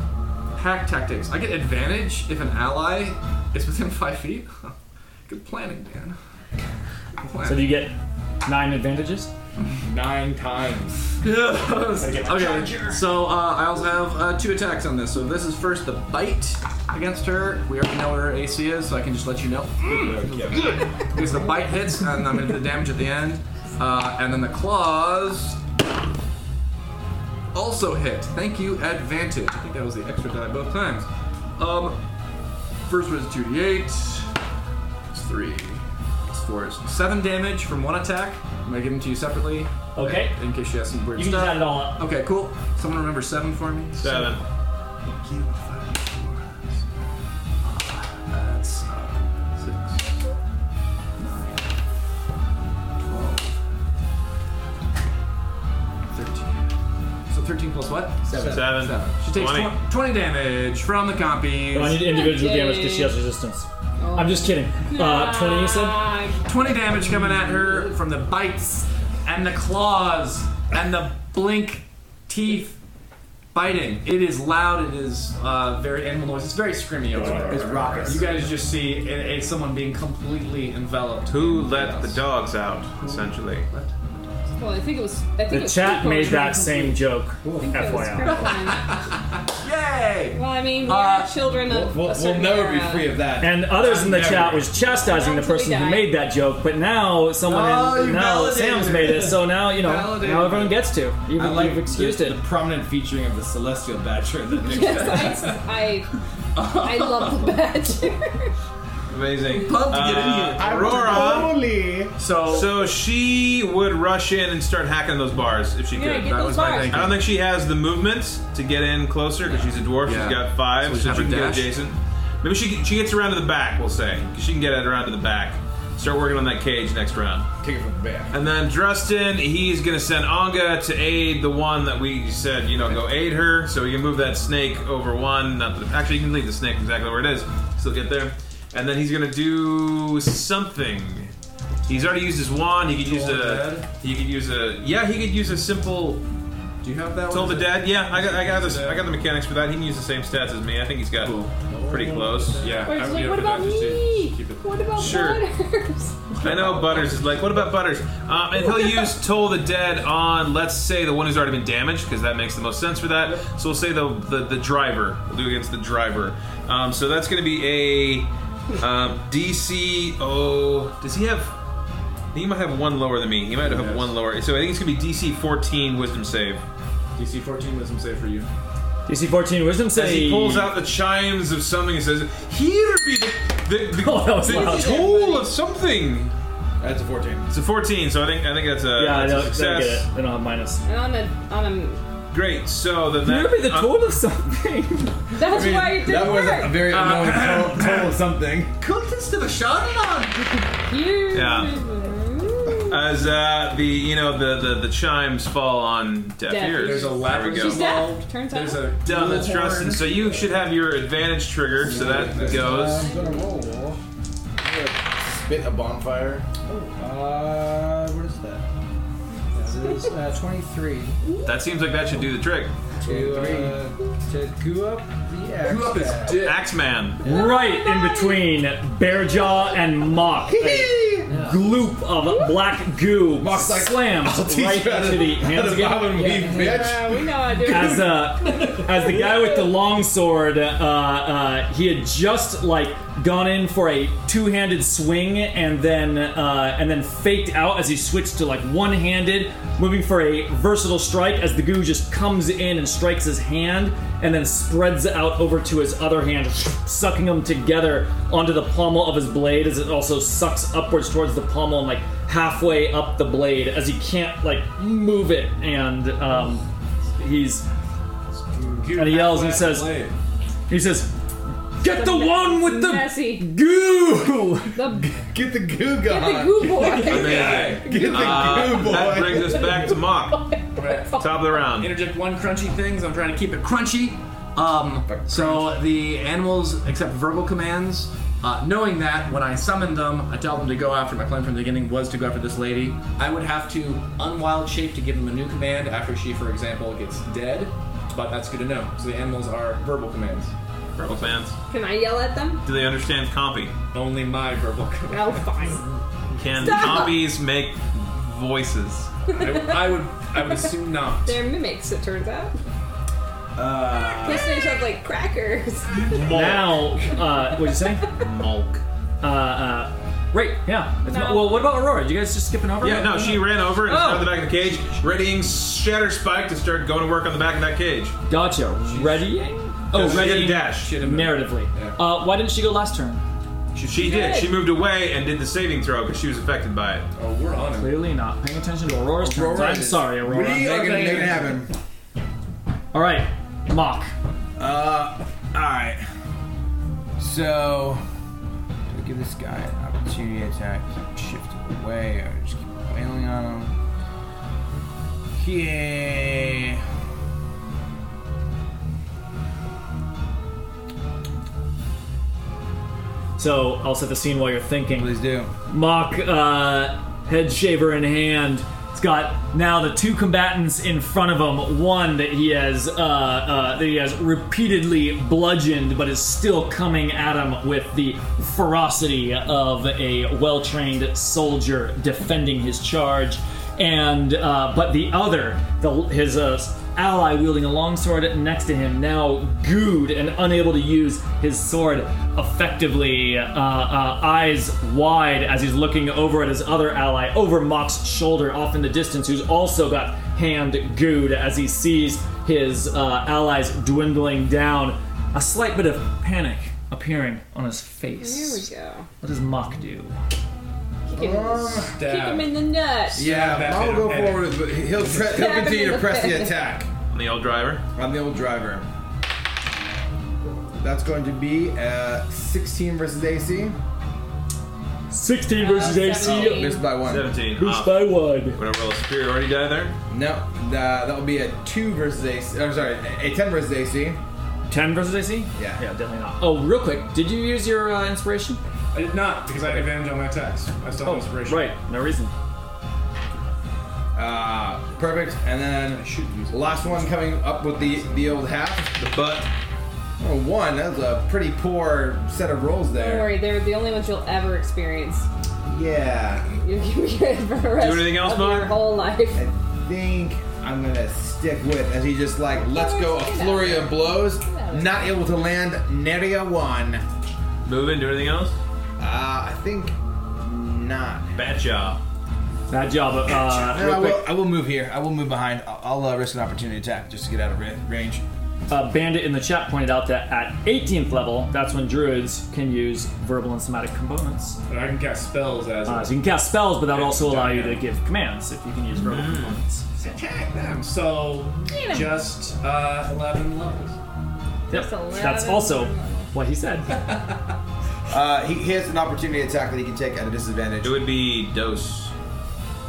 Hack tactics. I get advantage if an ally is within five feet. Good planning, Dan. Good planning. So do you get nine advantages? Nine times. okay, so uh, I also have uh, two attacks on this. So this is first the bite against her. We already know what her AC is, so I can just let you know. Mm. Because the bite hits, and I'm going to do the damage at the end. Uh, and then the claws also hit. Thank you, advantage. I think that was the extra die both times. Um, first one is 2d8. It's 3. It's 4. It's 7 damage from one attack. I'm going to give them to you separately. Okay. In case she has some weird You can stuff. just add it all up. Okay, cool. Someone remember 7 for me? 7. Thank you. Five, four, uh, That's uh, 6. nine, 12, 13. So 13 plus what? Seven. Seven. She takes Twenty. 20. damage from the compies. But I need individual damage because she has resistance. Oh. I'm just kidding. Uh, Twenty, you said. 20 damage coming at her from the bites and the claws and the blink teeth biting. It is loud. It is uh, very animal noise. It's very screamy over there. It's raucous. You guys just see a, a- someone being completely enveloped. Who let the dogs out, essentially? Well, I think it was. I think it The was chat people made trying that to- same joke. I think that was FYI. Kirkland. Yay! Well, I mean, we Uh, are children of. a certain era. And others in the Never. chat was chastising the person who die. made that joke, but now someone Oh, in, you now validated Sam's it. made it, so now you know Validated now everyone gets to. You've, I like you've excused the, it. The prominent featuring of the celestial badger. That Nick Yes, said. I, I, I love the badger. Amazing. Love to get in Uh, here. I would Aurora. So, so she would rush in and start hacking those bars if she Yeah, could. get That those was my bars. thinking. I don't think she has the movements to get in closer because she's a dwarf. Yeah. She's got five, So so, she'd have she a can get dash. adjacent. Maybe she she gets around to the back. We'll say she can get it around to the back. Start working on that cage next round. Take it from the back. And then Drustin, he's gonna send Anga to aid the one that we said, you know, go aid her. So we can move that snake over one. Not that, actually, you can leave the snake exactly where it is. Still get there. And then he's gonna do something. He's already used his wand. He could use a. He could use a. Yeah, he could use a simple. Do you have that? Told the dad. Yeah, I got. I got this. I got the mechanics for that. He can use the same stats as me. I think he's got pretty close. Yeah. Where it's like, what about me? What about Sure. Butters? I know Butters is like, what about Butters? Um, and he'll use Toll the Dead on, let's say, the one who's already been damaged, because that makes the most sense for that. So we'll say the the, the driver. We'll do against the driver. Um, so that's going to be a um, DC. Oh, does he have? He might have one lower than me. He might have one lower. So I think it's going to be DC 14 Wisdom save. DC 14 Wisdom save for you. DC 14 Wisdom As he save. pulls out the chimes of something and says, "Here be the the, the, Oh, that was the loud. tool of something." That's a 14. It's a 14, so I think I think that's a, yeah, I know. that's a They don't success. get it. They don't have minus. and on a on Great. So then that, Remember the um, tool of something. a. That's I mean, why it didn't that was work. a very annoying toll, toll of something. Cultist of Ashanan! you. Yeah. As uh, the you know the, the the chimes fall on deaf Deaf ears. ears. There's a there we go. She's deaf. Turns out. Done. That's Justin. So you should have your advantage trigger. So that goes. I'm gonna roll. I'm gonna Spit a bonfire. Uh, what is that? That is uh, 23 That seems like that should do the trick. to uh, to goo up the axe. back. Axeman. Right in between Bearjaw and Mock, a gloop of black goo slams I'll teach right you how to- into the how hands to again. bob and weave, Yeah. bitch. Yeah, Oh, we know how to do it. as uh, as the guy with the long sword, uh, uh, he had just like gone in for a two-handed swing and then uh, and then faked out as he switched to like one-handed, moving for a versatile strike as the goo just comes in and strikes his hand and then spreads it out over to his other hand, sucking them together onto the pommel of his blade as it also sucks upwards towards the pommel and like halfway up the blade as he can't like move it. And um, he's and he yells and he says, he says, get the one with the messy. goo. The, get the goo Get the goo boy. Amazing. Get the Uh, goo boy. That brings us back to Mock. Top of the round. Interject one crunchy thing. So I'm trying to keep it crunchy. Um, so the animals accept verbal commands. Uh, knowing that when I summoned them, I tell them to go after. My plan from the beginning was to go after this lady. I would have to unwild shape to give them a new command after she, for example, gets dead. But that's good to know. So the animals are verbal commands. Verbal fans. Can I yell at them? Do they understand compy? Only my verbal commands. No, fine. Can Stop. copies make voices? I, would I would assume not. They're mimics, it turns out. Uh, Listeners have like crackers. Now, uh, what'd you say? Mulk. Uh, uh, right, yeah. It's No. mo- well, what about Aurora? Did you guys just skipping over? yeah, no, she ran over and Oh. stabbed the back of the cage, readying Shatter Spike to start going to work on the back of that cage. Gotcha. Ready? Oh, she ready. did a dash. She, Narratively. Uh, why didn't she go last turn? she did. She moved away and did the saving throw because she was affected by it. Oh, we're on it. Clearly not paying attention to Aurora's turns. Aurora I'm is- sorry, Aurora. We are Make it- gonna- make it happen. All right, mock. Uh, alright. So. Do I give this guy an opportunity attack? Shift away or just keep wailing on him? Yeah. So I'll set the scene while you're thinking. Please do. Mock uh, head shaver in hand. It's got now the two combatants in front of him. One that he has uh, uh, that he has repeatedly bludgeoned, but is still coming at him with the ferocity of a well-trained soldier defending his charge. And uh, but the other, the, his uh, ally wielding a long sword next to him, now gooed and unable to use his sword effectively, uh, uh, eyes wide as he's looking over at his other ally, over Mock's shoulder off in the distance, who's also got hand gooed as he sees his uh, allies dwindling down. A slight bit of panic appearing on his face. Here we go. What does Mock do? Kick him, kick him in the nuts. Um, Yeah, I'll go forward. With, he'll, pre- Stab he'll him in continue the to press the face. attack On the old driver. on the old driver. That's going to be uh, 16 versus AC. 16 versus AC. Missed by one. 17. Goose by one. Would I Ah, roll a superiority die there? No, uh, that will be a 2 versus AC. I'm sorry, a 10 versus AC. 10 versus AC? Yeah, Yeah. definitely not. Oh, real quick, did you use your uh, inspiration? I did not because I had advantage on my attacks. I still have Oh, inspiration. Right, no reason. Uh, perfect. And then last one coming up with the the old half. The butt. Oh, one. That was a pretty poor set of rolls Don't there. worry, they're the only ones you'll ever experience. Yeah. You'll be good for the rest anything else, of your Mark? whole life. I think I'm gonna stick with as he just like lets go a flurry of blows, not able to land nary a one. Move in, do anything else? Uh, I think not. Bad job. Bad job. Uh, No, real I, quick. will, I will move here. I will move behind. I'll, I'll uh, risk an opportunity attack just to get out of ra- range. Uh, Bandit in the chat pointed out that at 18th level, that's when druids can use verbal and somatic components. But I can cast spells as. Uh, so you can cast spells, but that will also allow you to give commands if you can use Mm-hmm. verbal components. So. Attack them. So just uh, eleven levels. Yep. That's also what he said. Uh, he, he has an opportunity attack that he can take at a disadvantage. It would be dose.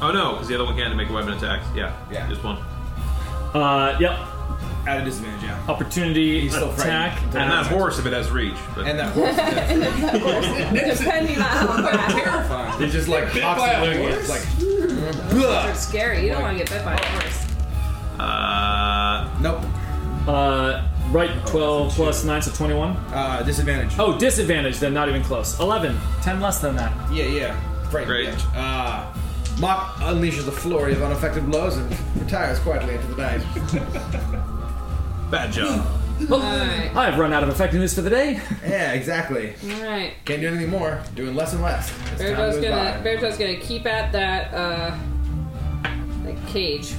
Oh no, because the other one can't make weapon attacks. Yeah, yeah, just one. Uh, yep. At a disadvantage, yeah. Opportunity He's still attack. frightened. And that horse if it has reach. But. And that And of course, Depending on how horse. He's just like Bit boxing by a looking, horse? it's like Those are scary. You don't want to get bit by a horse. Uh, nope. Uh, right, Oh, 12 plus 9, so 21. Uh, disadvantage. Oh, disadvantage, then not even close. 11, 10 less than that. Yeah, yeah. Right. Great. Uh, Mock unleashes a flurry of unaffected blows and retires quietly into the night. Bad job. Well, Oh, I've run out of effectiveness for the day. Yeah, exactly. Alright. Can't do anything more. Doing less and less. As time Bearjaw's goes gonna by. Bearjaw's gonna keep at that uh that cage.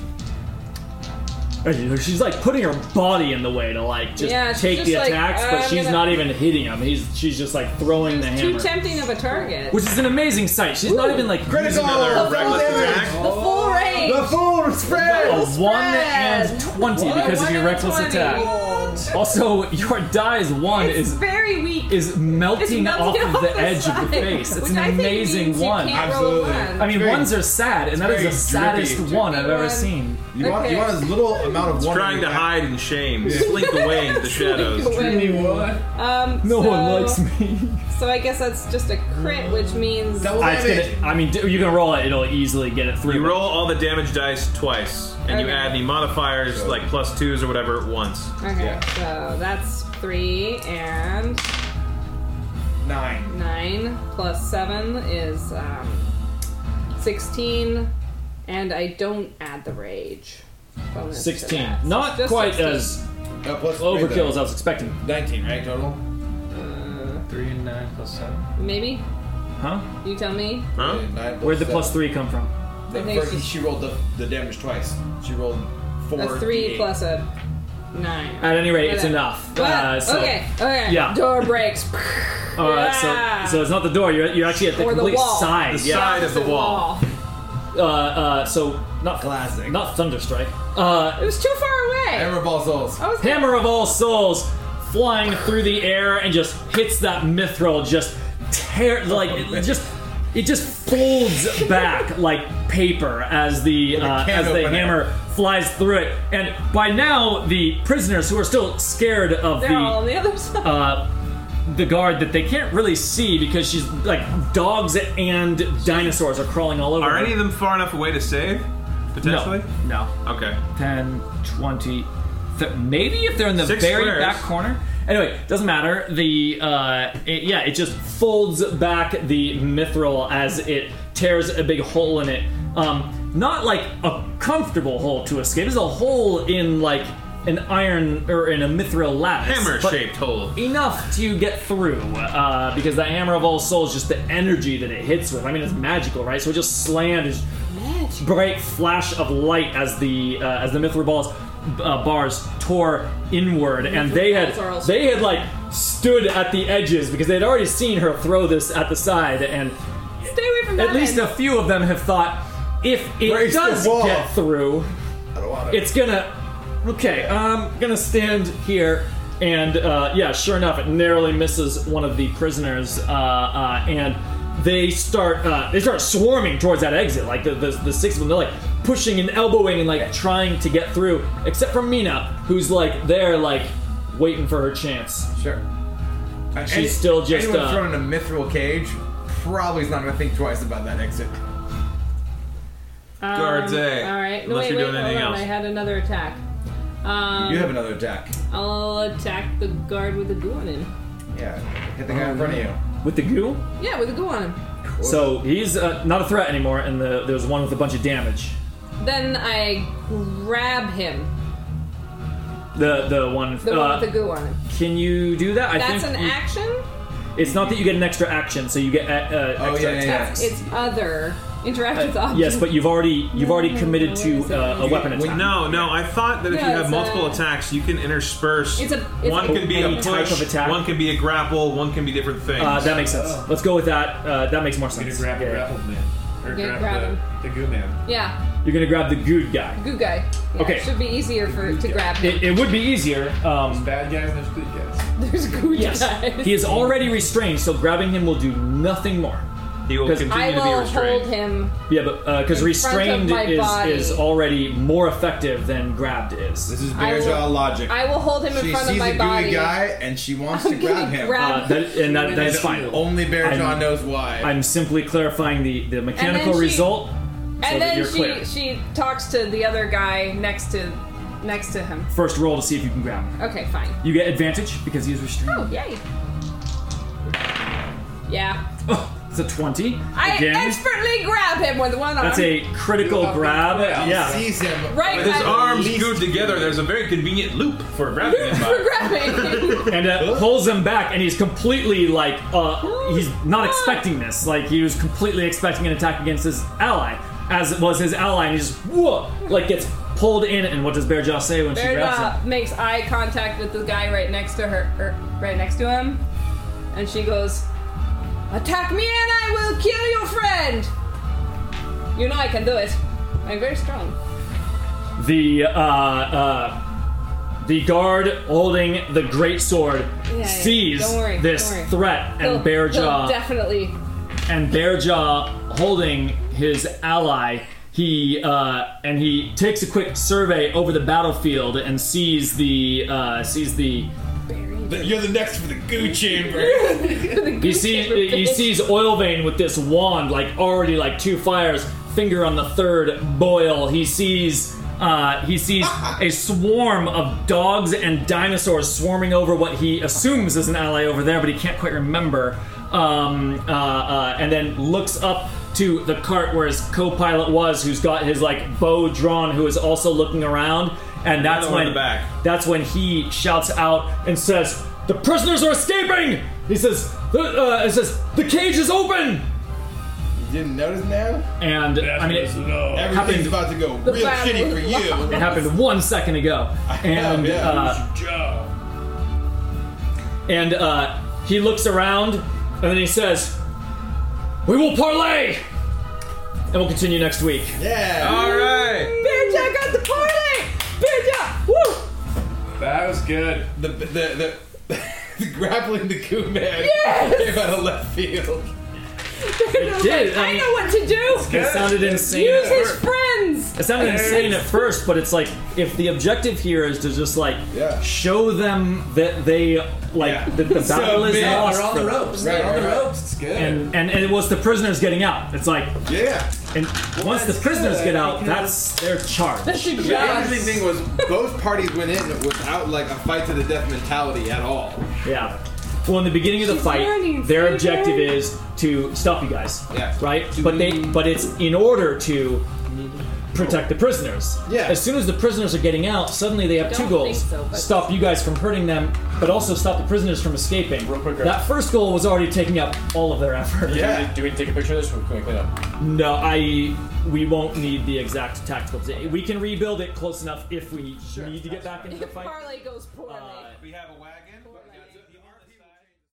She's like putting her body in the way to like just Yeah, she's take just the like, uh, attacks, but "I'm she's gonna-" not even hitting him. He's she's just like throwing the hammer, Too tempting of a target. which is an amazing sight. She's not even like Critical! using another The full reckless damage. attack. The full range. The full spread. A Oh. one and twenty What? because One of your and reckless 20. attack. Also, your dies one It's is very weak. is melting, It's melting off, of the, off the edge of side, the face. It's which an I think amazing means you one. can't roll Absolutely. one. I mean, It's very- ones are sad, it's and that is the very saddest drippy. one I've ever Drippy seen. You want- you Okay. want as little amount of it's one trying in to your hide in shame, slink away into the shadows. Extremely one. Um, No so, one likes me. So I guess that's just a crit, which means Ah, it's gonna- I mean, d- you can roll it; it'll easily get it through. You roll all the damage dice twice, and you Okay. add the modifiers like plus twos or whatever once. Okay, Mm-hmm. so that's three and Nine. nine plus seven is um, sixteen, and I don't add the rage. bonus to 16. that. So Not it's just quite 16. as Uh, plus three, overkill though. as I was expecting. 19, right, total? Three and nine plus seven. Maybe Huh? you tell me. Huh? Nine Where'd the plus seven. three come from? The I think first, it's- she rolled the, the damage twice. She rolled four. a three D8. plus a nine. At any rate, it's Whatever. enough. What? Uh, so- okay, okay. Yeah. Door breaks. All right, Yeah. so so it's not the door. You're, you're actually at the Or the complete wall. side, The yeah. side of the wall. Uh, uh, so not classic, not thunderstrike. Uh, it was too far away. Hammer of all souls. I was Hammer of all souls, flying through the air and just hits that mithril, just tear Oh, like it just it just folds back like paper as the uh, can as the opener. hammer flies through it. And by now, the prisoners who are still scared of They're the all on the other side. uh, the guard that they can't really see because she's like dogs and dinosaurs are crawling all over Are her. any of them far enough away to save? Potentially? No. Okay. 10, 20, th- maybe if they're in the Six very squares. back corner. Anyway, doesn't matter. The uh, it, yeah, it just folds back the mithril as it tears a big hole in it. Um, not like a comfortable hole to escape. It's a hole in like an iron or in a mithril lattice. Hammer but- shaped hole. enough to get through uh, because the hammer of all souls just the energy that it hits with i mean it's magical right so it just slams just bright flash of light as the uh, as the mithril balls uh, bars tore inward and they had balls are also- they had like stood at the edges because they'd already seen her throw this at the side and Stay away from that. at least a few of them have thought if it Raise the does wall. get through I don't want it's gonna. Okay, I'm gonna stand here, and uh, yeah, sure enough, it narrowly misses one of the prisoners, uh, uh, and they start uh, they start swarming towards that exit. Like the, the the six of them, they're like pushing and elbowing and like trying to get through. Except for Mina, who's like there, like waiting for her chance. Oh. Sure. She's still just, Anyone uh, thrown in a mithril cage probably is not going to think twice about that exit. Um, Guards A, All right. No, unless wait, you're wait, doing hold anything on. else. I had another attack. Um, you have another attack. I'll attack the guard with the goo on him. Yeah. Hit the guy um, in front of you. With the goo, Yeah, with the goo on him. so he's uh, not a threat anymore, and the, there's one with a bunch of damage. Then I grab him. The the one. The uh, one with the goo on him. Can you do that? I That's think an we- action. It's not that you get an extra action, so you get uh, uh, Oh, extra yeah, yeah, yeah. attacks. It's other interact with Uh, objects. yes, but you've already you've already committed to uh, a weapon attack. No, no. I thought that if No, you have it's multiple a- attacks, you can intersperse. It's a- it's one a- can be a Any push, type of attack. one can be a grapple, one can be different things. Uh, that makes sense. Let's go with that. Uh, that makes more sense. You're gonna grab the grappled man. Or Okay, grab grab the- him. the goo man. Yeah, You're gonna grab the goo guy. goo guy. Yeah, Okay. it should be easier for to grab him. It, it would be easier. Um, there's bad guys and there's good guys. There's goo Yes. guys. He is already restrained, so grabbing him will do nothing more. He will I will hold him. Yeah, but because in restrained front of my body. is, is already more effective than grabbed is. This is I will- Bearjaw logic. I will hold him in she front of sees my a gooey body. guy and she wants to I'm gonna grab him. grab Uh, that- and that- that is fine. Only Bearjaw I'm- knows why. I'm simply clarifying the, the mechanical she- result. so and that then you're she clear. she talks to the other guy next to next to him. First roll to see if you can grab him. Okay, fine. You get advantage because he is restrained. Oh yay! Yeah, It's a 20. I Again, expertly grab him with one arm. that's Oh, a critical grab. Yeah. Right, With his I- arms glued together, there's a very convenient loop for grabbing him by. for grabbing. and uh, pulls him back, and he's completely like, uh, he's not expecting this. Like, he was completely expecting an attack against his ally, as was his ally, and he just, whoa, like, gets pulled in, and what does Bear Jaw say when she grabs Verda uh, makes eye contact with the guy right next to her, er, right next to him, and she goes, "Attack me, and I will kill your friend." You know I can do it. I'm very strong. it? The uh, uh, the guard holding the great sword yeah. sees Don't worry, this don't worry. threat, and He'll- Bear he'll Jaw definitely. and Bearjaw holding his ally. He uh, and he takes a quick survey over the battlefield and sees the uh, sees the. You're the next for the goo chamber. He sees he sees oil vein with this wand, like already like two fires, finger on the third boil. He sees uh, he sees a swarm of dogs and dinosaurs swarming over what he assumes is an ally over there, but he can't quite remember. Um, uh, uh, and then looks up to the cart where his co-pilot was, who's got his like bow drawn, who is also looking around, and that's Another one when in the back. that's when he shouts out and says, "The prisoners are escaping!" He says, "The uh, it says the cage is open." You didn't notice now? And I mean, it Everything's happened. about to go The real battle shitty for is you. It happened one second ago, and Yeah, uh, and uh, he looks around, and then he says, "We will parlay." And we'll continue next week. Yeah. All right. Bear Jaw got the party. Bear Jaw, woo! That was good. The the the, the grappling the goo man Yes! came out of left field. It did, I I mean- know what to do. It sounded insane. Use at his first. friends. It sounded insane at first, but it's like if the objective here is to just like show them that they like that the battle is lost. They're on the for- ropes. They're on the ropes. It's good. And, and and it was the prisoners getting out. It's like yeah. And once the prisoners good, get out, because- that's their charge. The interesting thing was both parties went in without like a fight to the death mentality at all. Yeah. Well, in the beginning of the fight, their objective is to stop you guys. Yeah. Right. But they but it's in order to protect the prisoners. Yeah. As soon as the prisoners are getting out, suddenly they have two goals: so, but- stop you guys from hurting them, but also stop the prisoners from escaping. that first goal was already taking up all of their effort. Do we, do we take a picture of this? Or can we clean up? No, I. We won't need the exact tactical. We can rebuild it close enough if we need to get back into the fight. Parlay goes poorly. Uh, we have a wagon. Uh,